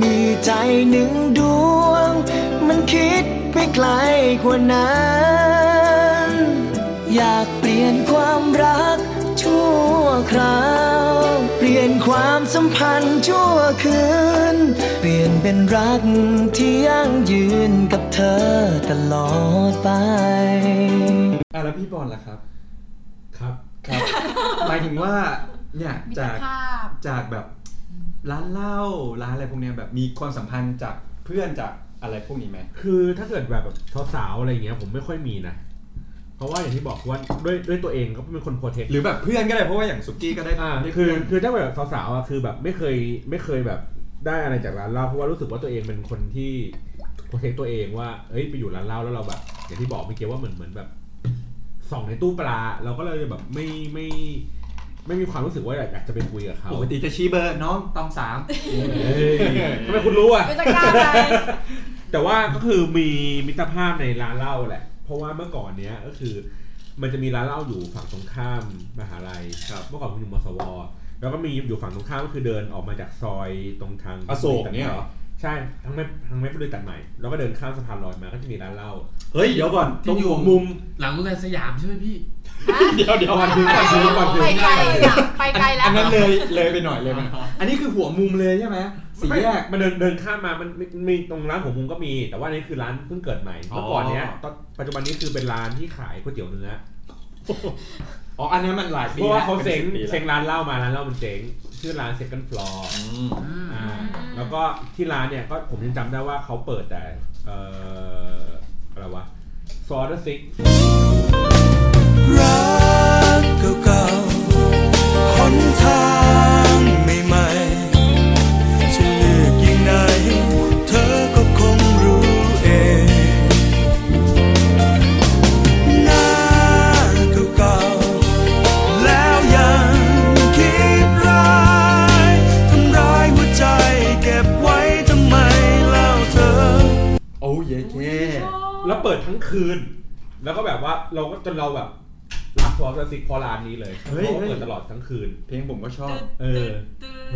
G: มีใจหนึ่งดวง มันคิดไปไกลกว่านั้น อยากเปลี่ยนความรักชั่วคราว เปลี่ยนความสัมพันธ์ชั่วคืน เปลี่ยนเป็นรักที่ยั่งยืนกับเธอตลอดไป
A: อ่ะแล้วพี่บอลล่ะครับ
H: ครับ
A: ครับ หมายถึงว่าเนี่ย
E: มิตร
A: จาก
E: ภาพ
A: จากแบบร้านเหล้าร้านอะไรพวกเนี้ยแบบมีความสัมพันธ์จากเพื่อนจากอะไรพวกนี้ไหม
C: คือถ้าเกิดแบบสาวๆอะไรอย่างเงี้ยผมไม่ค่อยมีนะ เพราะว่าอย่างที่บอกว่าด้วยด้วยตัวเองก็เป็นคนโปรเทค
A: หรือแบบเพื่อนก็ได้เพราะว่าอย่างสุกี้ก็ได้
C: อ่า
A: ได้
C: คื
A: เพื่
C: อน คือถ้าแบบสาวๆอ่ะคือแบบไม่เคยไม่เคยแบบได้อะไรจากร้านเหล้าเพราะว่ารู้สึกว่าตัวเองเป็นคนที่โปรเทคตัวเองว่าเอ้ยไปอยู่ร้านเหล้าแล้วเราแบบอย่างที่บอกเมื่อกี้ว่าเหมือนเหมือนแบบส่องในตู้ปลาเราก็เลยแบบไม่ไม่ไม่มีความรู้สึกว่าอยากจะไปคุยกับเขา
A: ปกติจะชี้เบอร์น้องตองสาม
C: เฮ้ยทำไมคุณรู้อ่ะ
E: เป็นตะกร้าไป
C: แต่ว่าก็คือมีมิตรภาพในร้านเหล้าแหละ เพราะว่าเมื่อก่อนเนี้ยก็คือ มันจะมีร้านเหล้าอยู่ฝั่งตรงข้ามมหาลัยครับ เมื่อก่อนผมอยู่มสว แล้วก็มีอยู่ฝั่งตรงข้ามก็คือเดินออกมาจากซอยตรงทาง
A: อโศกเนี่ยเหรอ
C: ใช่ทางแม่ทางแม่ประดูตัดใหม่ แล้วก็เดินข้ามสะพานลอยมาก็จะมีร้านเหล้า
A: เฮ้ย เดี๋ยวก่อนต
B: ที่
A: รง
B: อยู่
A: หัวมุม
B: หลังโรงแรมสยามใช่ไหมพี่
A: เดี๋ยวเดี๋ยว
C: ก่อนถึงก่อนถึงก่อนถึง
D: ไปไกลอะไปไกลแล้ว
A: อันนั้นเลยเลยไปหน่อยเลยมันอันนี้คือหัวมุมเลยใช่ไหมสี่แยก
C: มันเดินเดินข้ามมามันมีมีตรงร้านของมุมก็มี แต่ว่าอันนี่คือร้านเพิ่งเกิดใหม่เมื่อก่อนเนี้ย
A: อ๋อ
C: ตอนปัจจุบันนี้คือเป็นร้านที่ขายก๋วยเตี๋ยวเนื้อ
A: อ๋อ อันนี้มันหลายปี
C: เพราะว่าเขา
A: ป็น
C: เซ็ง
A: สิบปีแล้ว
C: เซ็งร้านเหล้ามาร้านเหล้ามันเจ๊งชื่อร้าน second floor
A: อืม
C: อ่า แล้วก็ที่ร้านเนี่ยก็ผมยังจำได้ว่าเขาเปิดแต่เอ่ออะไรวะซอร์ดซิก
G: รักเก่าๆหนทางใหม่ๆจะเลือกยังไงเธอก็คงรู้เองหน้าเก่าๆแล้วยังคิดร้ายทำร้ายหัวใจเก็บไว้ทำไมเล่าเธอ
A: โอ้เยเย่
C: แล้วเปิดทั้งคืน แล้วก็แบบว่าเราก็จนเราแบบรักซอร์ดซิกเพอร้านนี้เลยเพราะว่าเปิดตลอดทั้งคืน
A: เพลงผมก็ชอบ
C: เออ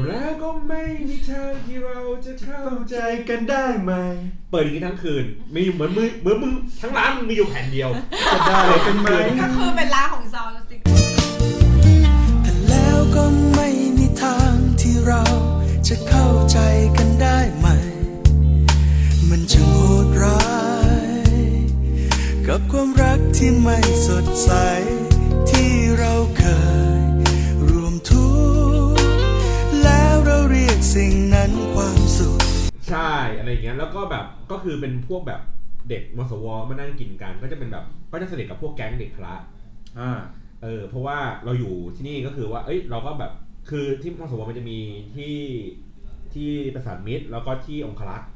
C: แล้วก็ไม่มีทางที่เราจะเข้าใจ
A: ใจกันได้ไหม
C: เปิดอย่างนี้ทั้งคืน มีเหมือนมือเหมือนมือทั้งร้านมึงมีอยู่แผ่นเดียว
A: จะได้กันไหม
E: ก็คือเป็นร้านของซาวด์สิก
G: แต่แล้วก็ไม่มีทางที่เราจะเข้าใจกันได้ไหม มันช่างโหดร้าย กับความรักที่ไม่สดใส ที่เราเคยรวมทุกข์แล้วเราเรียกสิ่งนั้นความสุข
C: ใช่อะไรอย่างเงี้ยแล้วก็แบบก็คือเป็นพวกแบบเด็กมสวมานั่งกินกัน ก็จะเป็นแบบก็จะสนิทกับพวกแก๊งเด็กพระ
A: อ่า
C: เออเพราะว่าเราอยู่ที่นี่ก็คือว่า เอ้ยเราก็แบบคือที่มสวมันจะมีที่ที่ประสานมิตรแล้วก็ที่องครักษ์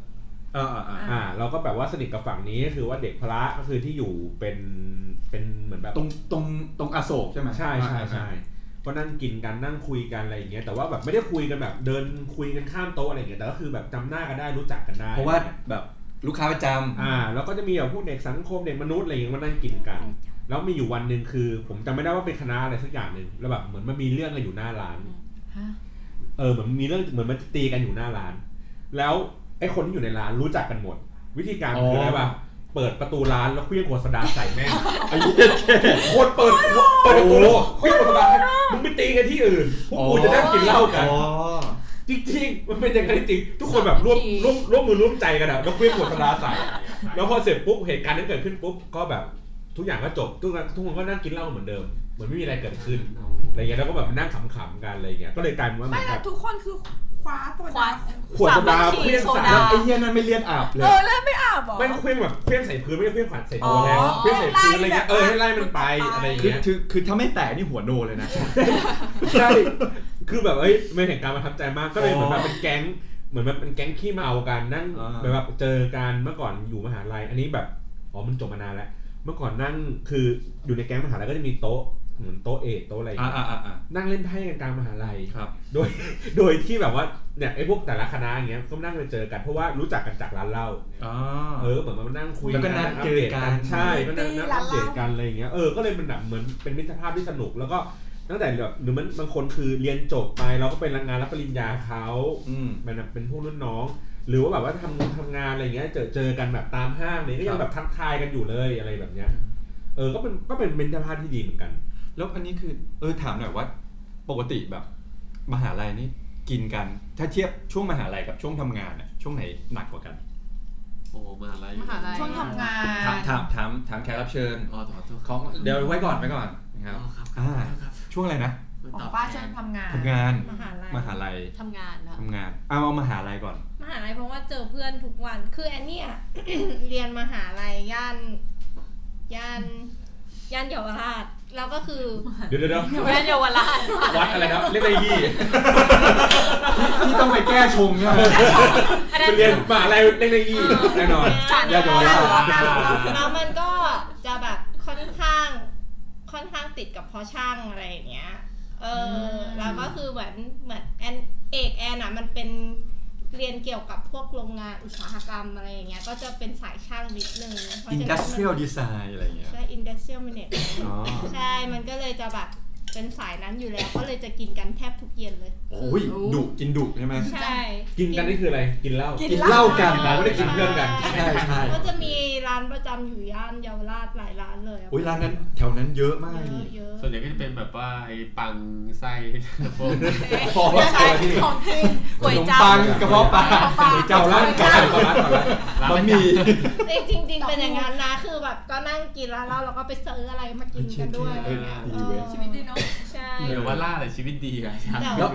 A: อ่าอ่าอ่า
C: อ่า เราก็แบบว่าสนิทกับฝั่งนี้ก็คือว่าเด็กพระก็คือที่อยู่เป็นเป็นเหมือนแบบ
A: ตรงตรงตรงอโศกใช่ไหม
C: ใช่ใช่
A: อ่าอ่า
C: ใช่ก็นั่งกินกันนั่งคุยกันอะไรอย่างเงี้ยแต่ว่าแบบไม่ได้คุยกันแบบเดินคุยกันข้ามโต๊ะอะไรอย่างเงี้ยแต่ก็คือแบบจำหน้ากันได้รู้จักกันได้
A: เพราะว่าแบบลูกค้าประจ
C: อ่า แล้วก็จะมีแบบพวกเด็กสังคมเด็กมนุษย์อะไรอย่างเงี้ยมานั่งกินกัน แล้วมีอยู่วันหนึ่งคือผมจำไม่ได้ว่าเป็นคณะอะไรสักอย่างหนึ่งแล้วแบบเหมือนมันมีเรื่องกันอยู่หน้าร้าน
E: ฮะ
C: เออเหมือนมีเรื่องเหมือนมันตีกันอยู่หน้าร้าน แล้วไอ้คนที่อยู่ในร้านรู้จักกันหมด วิธีการคืออะไรปะเปิดประตูร้านแล้วเคลื่อนขวดโซดาใส่แม่ง
A: ำไอ้เหี้ยแค่
C: โคตรเปิดเปิดโอ้โหพี่โฆษณามึงไปตีกันที่อื่น พวกกูจะนั่งกินเหล้ากัน
A: อ๋อ
C: จริงๆ มันเป็นอย่างนั้นจริงๆทุกคนแบบร่วมร่วมร่วมมือร่วมใจกันอะแล้วเพื่อนโฆษณาใส่ แล้วพอเสร็จปุ๊บเหตุการณ์ที่เกิดขึ้นปุ๊บก็แบบทุกอย่างก็จบทุกคนทุกคนก็นั่งกินเหล้าเหมือนเดิม เหมือนไม่มีอะไรเกิดขึ้นอะไรเงี้ยแล้วก็แบบนั่งขำๆกันอะไรเงี้ยก็เลยกลายเป็นว่าเหมื
E: ไม่
C: อนแบ
E: แล้ว
C: บ
E: ทุกคนคือคว้าโซ
D: ค
E: ดา
D: ว้า
C: ขวดโซดาเพื่อน
E: โซ
C: ใส่
E: ดา
A: ไอ้เหี้ยนั่นไม่เลือดอาบเล
E: เอย อเริ่มไม่อาบเหรอ
C: ไม่เพื่อนแบบเพื่อนใส่พื้นไม่ได้เพื่อนขวัญใส่ตั
E: อ๋
C: ว
E: อ
C: แล้วเพื่อนใส่พื้นอะไรเงี้ยเออให้ไล่มันไปอะไร
A: คือ
C: เงี้ย
A: คือคือถ้าไม่แตกนี่หัวโนเลยนะ
C: ใช่ คือแบบเอ้ยไม่เห็นการประทับใจมากก็เลยเหมือนแบบเป็นแก๊ง เหมือนแบบเป็นแก๊งขี้เมากันนั่ง
A: อ่า
C: แบบแบบเจอกันเมื่อก่อนอยู่มหาลัย อันนี้แบบ อ๋อมันจบมานานแล้ว เมื่อก่อนนั่งคืออยู่ในแก๊งมหาลัยก็จะมีโต๊ะเหมือนโต๊ะเอกโต๊ะอะไรอย่าง
A: อ่า
C: เงี้ย
A: อ่าอ่าอ่า
C: นั่งเล่นไพ่กันกลางมหาลัย
A: ครับ
C: โดย โดยที่แบบว่าเนี่ยไอ้พวกแต่ละคณะอย่างเงี้ยก็นั่งไปเจอกันเพราะว่ารู้จักกันจากร้านเหล้า
A: อ๋อ
C: เออเหมือนมันมานั่งคุย
A: แล้วก็นัด
C: ะ
A: เจอกัน
C: ใช่ก็นัด
E: ตี
C: นัด
E: ละ
C: อัปเดต
E: ละ
C: กันอะไรอย่างเงี้ยเออก็เลยเป็นแบบเหมือนเป็นมิตรภาพที่สนุกแล้วก็ตั้งแต่แบบหรือมันบางคนคือเรียนจบไปเราก็ไปรับงานรับปริญญาเขา
A: อืม
C: มันแบบเป็นพวกรุ่นน้อง หรือว่าแบบว่าทำงานทำงานอะไรเงี้ยเจอเจอกันแบบตามห้างเลยก็
A: ครั
C: ยัง
A: บ
C: แบบทักทายกันอยู่เลยอะไรแบบเนี้ยเออก็เป็นก็เป็นมิตรภาพที่ดีเหมือนกัน
A: แล้วอันนี้คือ เออถามหน่อยว่า ปกติแบบ มหาลัยนี่กินกัน ถ้าเทียบช่วงมหาลัยกับช่วงทำงานอะช่วงไหนหนักกว่ากัน
B: โอ้มาอะไร
D: มหาลัย
E: ช่วงทำงา
A: ถาม
E: น
A: ถามถามถามแขกรับเชิญ
B: อ๋อถอดตัว
A: ของเดี๋ยวไว้ก่อนไว้ก่อนนะครับ
B: ครับ
A: อ่า
B: ครับ
A: ช่วงอะไรนะ
E: ของป้าเชิญทำงาน
A: ทำงาน
F: มหาลัย
A: มหาลัย
D: ทำงานนะ
A: ทำงานเอาเอามหาลัยก่อน
F: มหาลัยเพราะว่าเจอเพื่อนทุกวัน คือแอนเนี่ย เรียนมหาลัยย่าน ย่าน ย่านเยาวราช แล้วก็คือ
C: เดี๋ยวเดี๋ยวเดี๋ยว
D: แม่เยาวราช
C: วัดอะไรครับเรียกอะไรยี่
A: ที่ต้องไปแก้ชงใช่ไหม
D: อันนั้น
C: เรียนมหาอะไรเรียกอะไรยี่แน่นอน
A: สารเยาวราช
F: แล้วมันก็จะแบบค่อนข้าง ค่อนข้างติดกับพอช่างอะไรอย่างเงี้ย เออ แล้วก็คือเหมือนเหมือนแอนเอกแอนอ่ะมันเป็นเรียนเกี่ยวกับพวกโรงงานอุตสาหกรรมอะไรอย่างเงี้ย ก็จะเป็นสายช่างนิดนึงเพราะฉะนั้น
A: industrial design อะไรอย่างเงี้ย
F: ใช่ industrial management
A: อ๋อ
F: ใช่ มันก็เลยจะแบบเป็นสายนั้นอยู่แล้ว ก็เลยจะกินกันแทบทุกเย็นเลย
A: โอ้ยดุกินดุใช่ไหม
F: ใช่
C: กินกันนี่คืออะไรกินเหล้า
A: กินเหล้ากัน
C: เราไม่ได้กินเพื่อนกัน
A: ใช่ใช่
F: ก็จะมีร้านประจำอยู่ย่านเยาวราชหลายร้านเลย
A: โอ้ยร้านนั้นแถวนั้นเยอะมากนี่
F: เยอะ
B: ส่วนใหญ่ก็จะเป็นแบบว่าไอ้ปังไส้ พวก
A: พอ
E: ไม่ใช่ของจริง
A: ข
E: ก๋วย
A: นม
E: จั๊
A: ปั
E: บ
A: งกระเพาะปลา
E: ปลา
A: เจ้าร้าน
C: ก่อ
A: กัน น
C: ก่อนร้านก่อนร้าน
B: ร้าน
A: บะ
B: ประ
A: ห
B: จ
A: มี่
F: ๆจริงจริง ๆ เป็นอย่างนั้นนะ คือแบบก็นั่งกินร้านเหล้าแล้วก็ไปซื้ออะไรมากินกันด้วยอะไรเงี้ยเออ
E: ชีวิตดีเนาะ
F: ใช่
B: ำหรือว่าล่าแต่ชีวิตดีอะ
F: แต่
B: แล้ว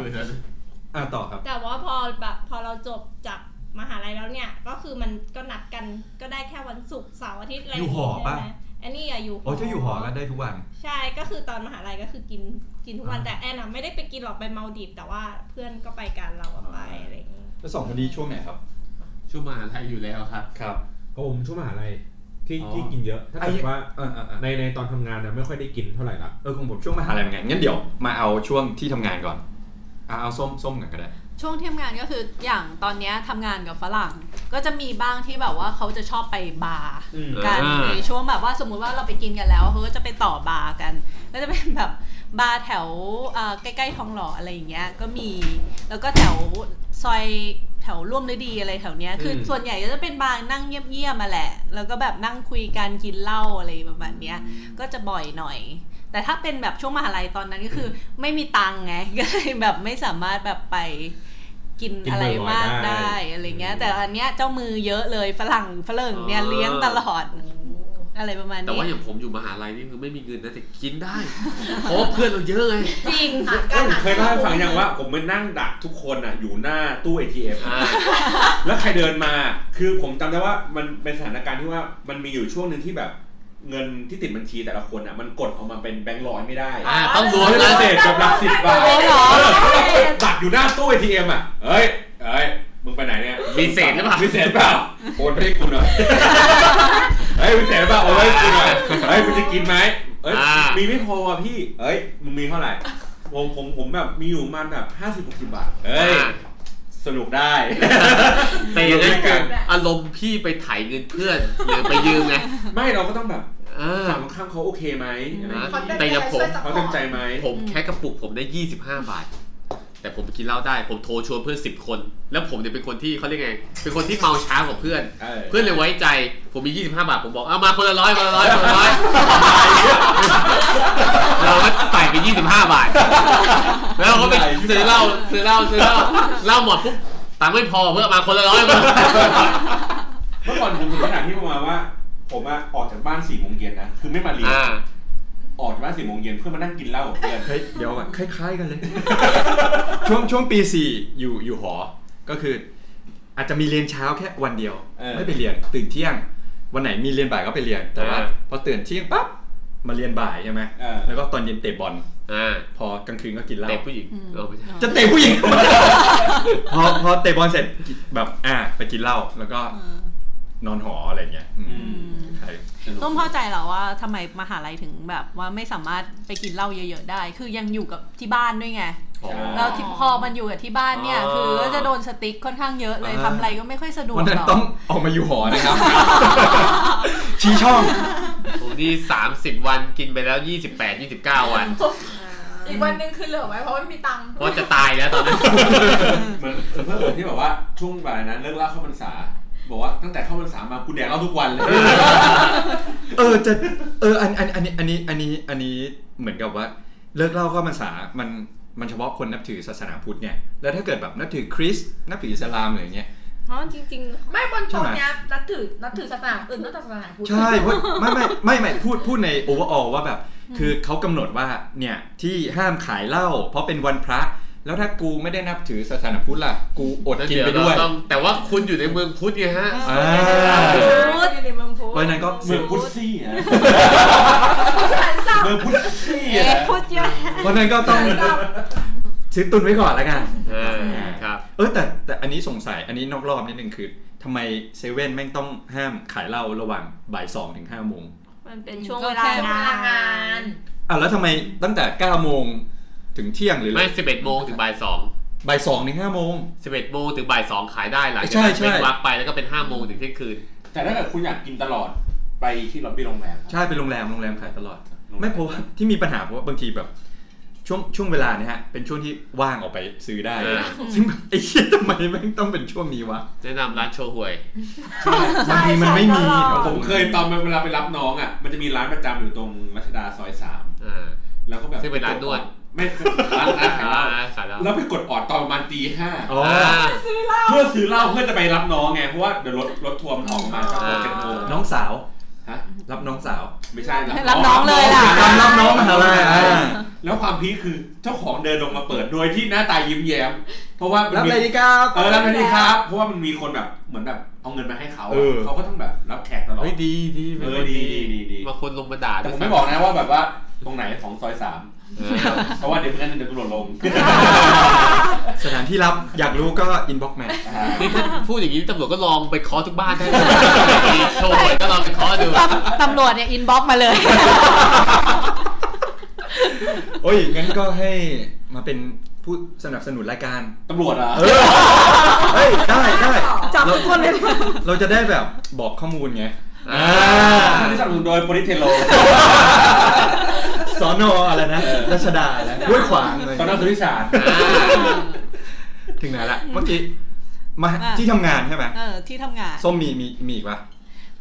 A: อ่ะต่อครับ
F: แต่ว่าพอแบบพอเราจบจากมหาลัยแล้วเนี่ย ก็คือมันก็นัดกันก็ได้แค่วันศุกร์เสาร์อาทิตย์อะไร
A: อยู่หอปะ
F: ใช่ไมอันนี้อะอยู่
A: โอ้ยถ้าอยู่หอก็ได้ทุกวัน
F: ใช่ก็คือตอนมหาลัยก็คือกินกินทุกวัน
A: อ่า
F: แต่แอนอะไม่ได้ไปกินหรอกไปเมาดิบแต่ว่าเพื่อนก็ไปกันเราก็ไปอะไรอย่างงี้
A: แล้วสองคนนี้ช่วงไหนครับ
B: ช่วงมหาลัยอยู่แล้วครับ
A: ครับ
I: ก็ผมช่วงมหาลัยที่
B: อ๋อ
I: ที่กินเยอะ ถ้าเกิดว่า
A: อ่า
I: ในในตอนทำงานนะไม่ค่อยได้กินเท่าไหร่ละ
A: เออของผมช่วงมหาลัยเป็นไงงั้นเดี๋ยวมาเอาช่วงที่ทำงานก่อนอ่ะเอาส้มส้มกันก็ได้
D: ช่วงที่ทำงานก็คืออย่างตอนเนี้ยทำงานกับฝรั่ง ก็จะมีบ้างที่แบบว่าเขาจะชอบไปบาร์
A: อืม
D: กัน
B: อ่า
D: ในช่วงแบบว่าสมมุติว่าเราไปกินกันแล้วเขาก็จะไปต่อบาร์กัน ก็จะเป็นแบบบาร์แถวอ่าใกล้ๆทองหล่ออะไรอย่างเงี้ยก็มีแล้วก็แถวซอยแถวร่วมฤดีอะไรแถวเนี้ยคืออ
A: ม
D: ส่วนใหญ่ก็จะเป็นบาร์นั่งเงียบๆมาแหละ แล้วก็แบบนั่งคุยกันกินเหล้าอะไรประมาณเนี้ยก็จะบ่อยหน่อย แต่ถ้าเป็นแบบช่วงมหาลัยตอนนั้นก็คืออไม่มีตังค์ ไง ก็เลยแบบไม่สามารถแบบไปกินอะไรมากได้อะไรเงี้ย แต่อันเนี้ยเจ้ามือเยอะเลยฝรั่งฝรั่งเนี่ยเลี้ยงตลอดอะไรประมาณ
B: แต่
D: นี้
B: ว่าอย่างผมอยู่มหาลัยนี่คือไม่มีเงินนะแต่กินได้ เพราะว่าเพื่อนเราเยอะไง
F: จริง
C: เอ้ยผมเคยเล่าให้ฟังยังว่าผมไปนั่งดักทุกคนอ่ะอยู่หน้าตู้ ATM
B: อ่า
C: แล้วใครเดินมา คือผมจำได้ว่ามันเป็นสถานการณ์ที่ว่ามันมีอยู่ช่วงหนึ่งที่แบบเงินที่ติดบัญชีแต่ละคนอ่ะมันกดออกมาเป็นแบงค์ร้อยไม่ได้
B: อ่าต้องรว
C: ร้อ
B: ม
C: ย
B: กั
C: ละ
B: น
C: เศษกับหลักสิบบาทเออดักอยู่หน้าตู้ ATM อ่ะเฮ้ยเฮ้ยมึงไปไหนเนี่ย
B: มีเศษหรือเปล่า
C: มีเศษเปล่าโอนไปให้กูห น่อยเฮ้ยมีเศษเปล่าโอนไปให้กูหน่อยเฮ้ยมึงจะกินไหมเอ้ย
B: อ่ามี
C: มีไม่พอว่ะพี่เอ้ยมึงมีเท่าไหร่ ผมผมผมแบบมีอยู่ประมันแบบห้าสิบหกสิบาท เอ้ย
B: อ่า
C: สนุกได้
B: แต่อย่างนั้น
C: เอ
B: คือ
C: อ
B: อารมณ์พี่ไปไถ่ายเงินเพื่อนหรือไปยืมไง
C: ไม่เราก็ต้องแบบ
B: เออ
C: ฝั่งตรงข้ามเขาโอเคไหมอะไรอย่าง
B: นะ
C: เงี้ย
B: แต่อย่างผม
C: เขาเต็มใจไหม
B: ผมแค่กระปุกผมได้ 25 บาท แต่ผมกินเหล้าได้ ผมโทรชวนเพื่อน 10 คน แล้วผมเนี่ยเป็นคนที่เขาเรียกไง เป็นคนที่เมาช้ากว่าเพื่อน
C: เออ
B: เพื่อนเลยไว้ใจ ผมมี 25 บาท ผมบอก เอามาคนละร้อยคนละร้อยคนละร้อยเราก็ใส่ไป 25 บาท แล้วเราก็ไปซื้อเหล้าซื้อเหล้าซื้อเหล้าเหล้าหมดปุ๊บ ตังค์ไม่พอเพื่อนมาคนละร้อยมา
C: เมื่อก่อนผมถึงขนาดที่ประมาณว่า ผมอะออกจากบ้านสี่โมงเย็นนะ คือไม่มาเรียน
B: อ่า
C: ออกจากบ้านสี่โมงเย็นเพื่อมานั่งกินเหล้ากับเพื่อน
A: เฮ้ยเดี๋ยวก่อนคล้ายๆกันเลย ช่วงช่วงปีสี่อยู่อยู่หอ ก็คือ อาจจะมีเรียนเช้าแค่วันเดียว
C: เออ
A: ไม่ไปเรียนตื่นเที่ยง วันไหนมีเรียนบ่ายก็ไปเรียน แต่ว่า
B: อ่า
A: พอตื่นเที่ยงปั๊บมาเรียนบ่ายใช่ไหม
C: เออ
A: แล้วก็ตอนเย็นเตะบอล
B: อ่า
A: พอกลางคืนก็กินเหล้า
B: เตะผู้หญิง
D: อืม
B: เออไม่ใช่
A: จะเตะผู้หญิง พอพอเตะบอลเสร็จแบบอ่ะไปกินเหล้าแล้วก็นอนหออะไรเงี้ยอืม
C: อืม
A: ใช่
D: ต้มเข้าใจเหรอว่าทำไมมหาลัยถึงแบบว่าไม่สามารถไปกินเหล้าเยอะๆได้ คือยังอยู่กับที่บ้านด้วยไง แล้วที่พอมันอยู่กับที่บ้านเนี่ย
B: อ๋อ
D: คือก็จะโดนสติ๊กค่อนข้างเยอะเลยทำอะไรก็ไม่ค่อยสะดวก
A: วันนั้น
D: หรอก
A: ต้องออกมาอยู่หอ นะครับ ชี้ช่อง
B: ผมนี่ 30 วันกินไปแล้ว 28 29 วัน
E: อีกวันหนึงคือเหลือไว้เพราะไม่มีตังค์
B: เพราะจะตายแล้วตอนนั้น
C: เหมือนเหมือนเพื่อนๆที่แบบว่าช่วงบ่ายนั้นเลิกเหล่าเข้าพรรษา บอกว่าตั้งแต่เข้าพรรษามากูแดกเหล้าทุกวันเลย
A: เออจะเอออันอันอันนี้อันนี้อันนี้อันนี้เหมือนกับว่า เลิกเล่าเข้าพรรษามันมันเฉพาะคนนับถือศาสนาพุทธเนี่ยแล้วถ้าเกิดแบบนับถือคริสต์นับถืออิสลามอะไรเงี้ย
F: เพราะจริงๆ
E: ไม่บนโต๊ะเนี้ยนับถือนับถือศาสนาอื่นนอกจากศาสนาพุทธ
A: ใช่เพราะไม่ไม่ไม่ไม่พูดพูดในโอเวอร์ออว่าแบบ คือเขากำหนดว่าเนี่ยที่ห้ามขายเหล้าเพราะเป็นวันพระ แล้วถ้ากูไม่ได้นับถือศาสนาพุทธล่ะ กูอดกินไปด้วย
B: เดี๋เราต้องแต่ว่าคุณอยู่ในเมืองพุทธไงฮะ
A: อ่า
E: พุทธอยู่ในเมืองพุทธ
A: เพราะฉะนั้นก็
C: เมืองพุทธซี่อะเมืองพุทธซี่
D: เอ๊ะ
C: อะ
D: พูดเยอะ
A: เพราะฉะนั้นก็ต้องซื้อตุนไว้ก่อนแล้วกัน
B: อ่าครับ
A: เออแต่แต่อันนี้สงสัยอันนี้นอกรอบนิดนึงคือทำไมเซเว่นแม่งต้องห้ามขายเหล้าระหว่างบ่ายสองถึงห้าโมง
F: มันเป็นช่วงเวลา
E: ช่วงเวลางาน
A: อ่ะแล้วทำไมตั้งแต่เก้าโมงถึงเที่ยงหรือ
B: ไม่ 11 โมงถึงบ่าย 2
A: บ่ายสองถึงห้าโมง
B: 11 โมงถึงบ่าย 2 ขายได้หลัง
A: ใช่
B: จากนั้น
A: ใช่
B: เป็นวักไปแล้วก็เป็น 5 โมงถึงเที่ยงคืน
C: แต่ถ้าเกิดคุณอยากกินตลอดไปที่ล็อบบี้โรงแรมครับ
A: ใช่เป็นโรงแรมโรงแรมขายตลอด
C: โรงแรม
A: ไม่เพราะว่าที่มีปัญหาเพราะว่าบางทีแบบ ช่วงช่วงเวลาเนี่ยฮะ เป็นช่วงที่ว่างออกไปซื้อได้
B: อ่า
A: ซึ่งแบบไอ้เหี้ยทำไมแม่งต้องเป็นช่วงนี้วะ
B: แนะนำร้านโชห่วย
A: บางทีมันไม่มี
D: ใช่
C: ผมเคยตอนเวลาไปรับน้องอ่ะ มันจะมีร้านประจำอยู่ตรงรัชดาซอยสาม
B: อ่า
C: แล้วก็แบบ
B: ซึ่งเป็นร้านนวด
C: ไม่ร้านร้านขายเหล้า
B: ขายแล้ว
C: แล้วไปกดออดตอนประมาณตีห้า
A: อ๋อ
B: อ่า
C: เพื่อซื้อเหล้าเพื่อจะไปรับน้องไง เพราะว่าเดี๋ยวรถรถทัวร์มันออกมาสัก
B: อ่า
C: เจ็ดโมง
A: น้องสาว
C: ฮะ
A: รับน้องสาว
C: ไม่ใช่
D: รับน้องเลยล่ะ
A: กรรมรับน้องมหาลัยอ่า
C: แล้วความพีคคือเจ้าของเดินลงมาเปิดโดยที่หน้าตายิ้มแย้ม เพราะว่ามัน
A: รับ
C: มี
A: เลยดีครับ
C: เออรับเลยดีครับ เพราะว่ามันมีคนแบบเหมือนแบบเอาเงินมาให้เขาอะ
A: เออ
C: เขาก็ต้องแบบรับแขกตลอด
J: เฮ้ยดีดีป็น
C: เออ
J: คน
C: ดีดีดี
J: บางคนลงมาด่า
C: แต่
J: ด้
C: ผ
J: วย
C: ม
J: ซ้ำ
C: ไม่บอกนะว่าแบบว่าตรงไหนของซอยสาม
J: เออ
C: เพราะว่าเดี๋ยวงั้นเดี๋ยวตำรวจลง
A: สถานที่รับอยากรู้ก็อินบ็อกมา
J: นี่ถ้าพูดอย่างนี้ตำรวจก็ลองไปเคอทุกบ้านได้เลยมีโชว์หวยก็ลองไปเคอดู
D: ตำตำรวจเนี่ยอินบ็อกมาเลย
A: โอ้ย งั้นก็ให้มาเป็นผู้สนับสนุนรายการ
C: ตำรวจเหรอ่ะ
A: เฮ้ย ได้ได้
D: จับทุกคนเลย
A: เราจะได้แบบบอกข้อมูลไง
J: อ่า
C: ที่สนับสนุนโดยโปริเทโล
A: สอนออะไรนะรัชดาแล้วด้วยขวางเลย
C: ตอนนั้นสุริศาสตร์
A: ถึงไหนละ เมื่อกี้ มา
D: อ่ะ
A: ที่ทำงานใช่ไหม
D: เออที่ทำงาน
A: ส้มมีมีมีอีกปะ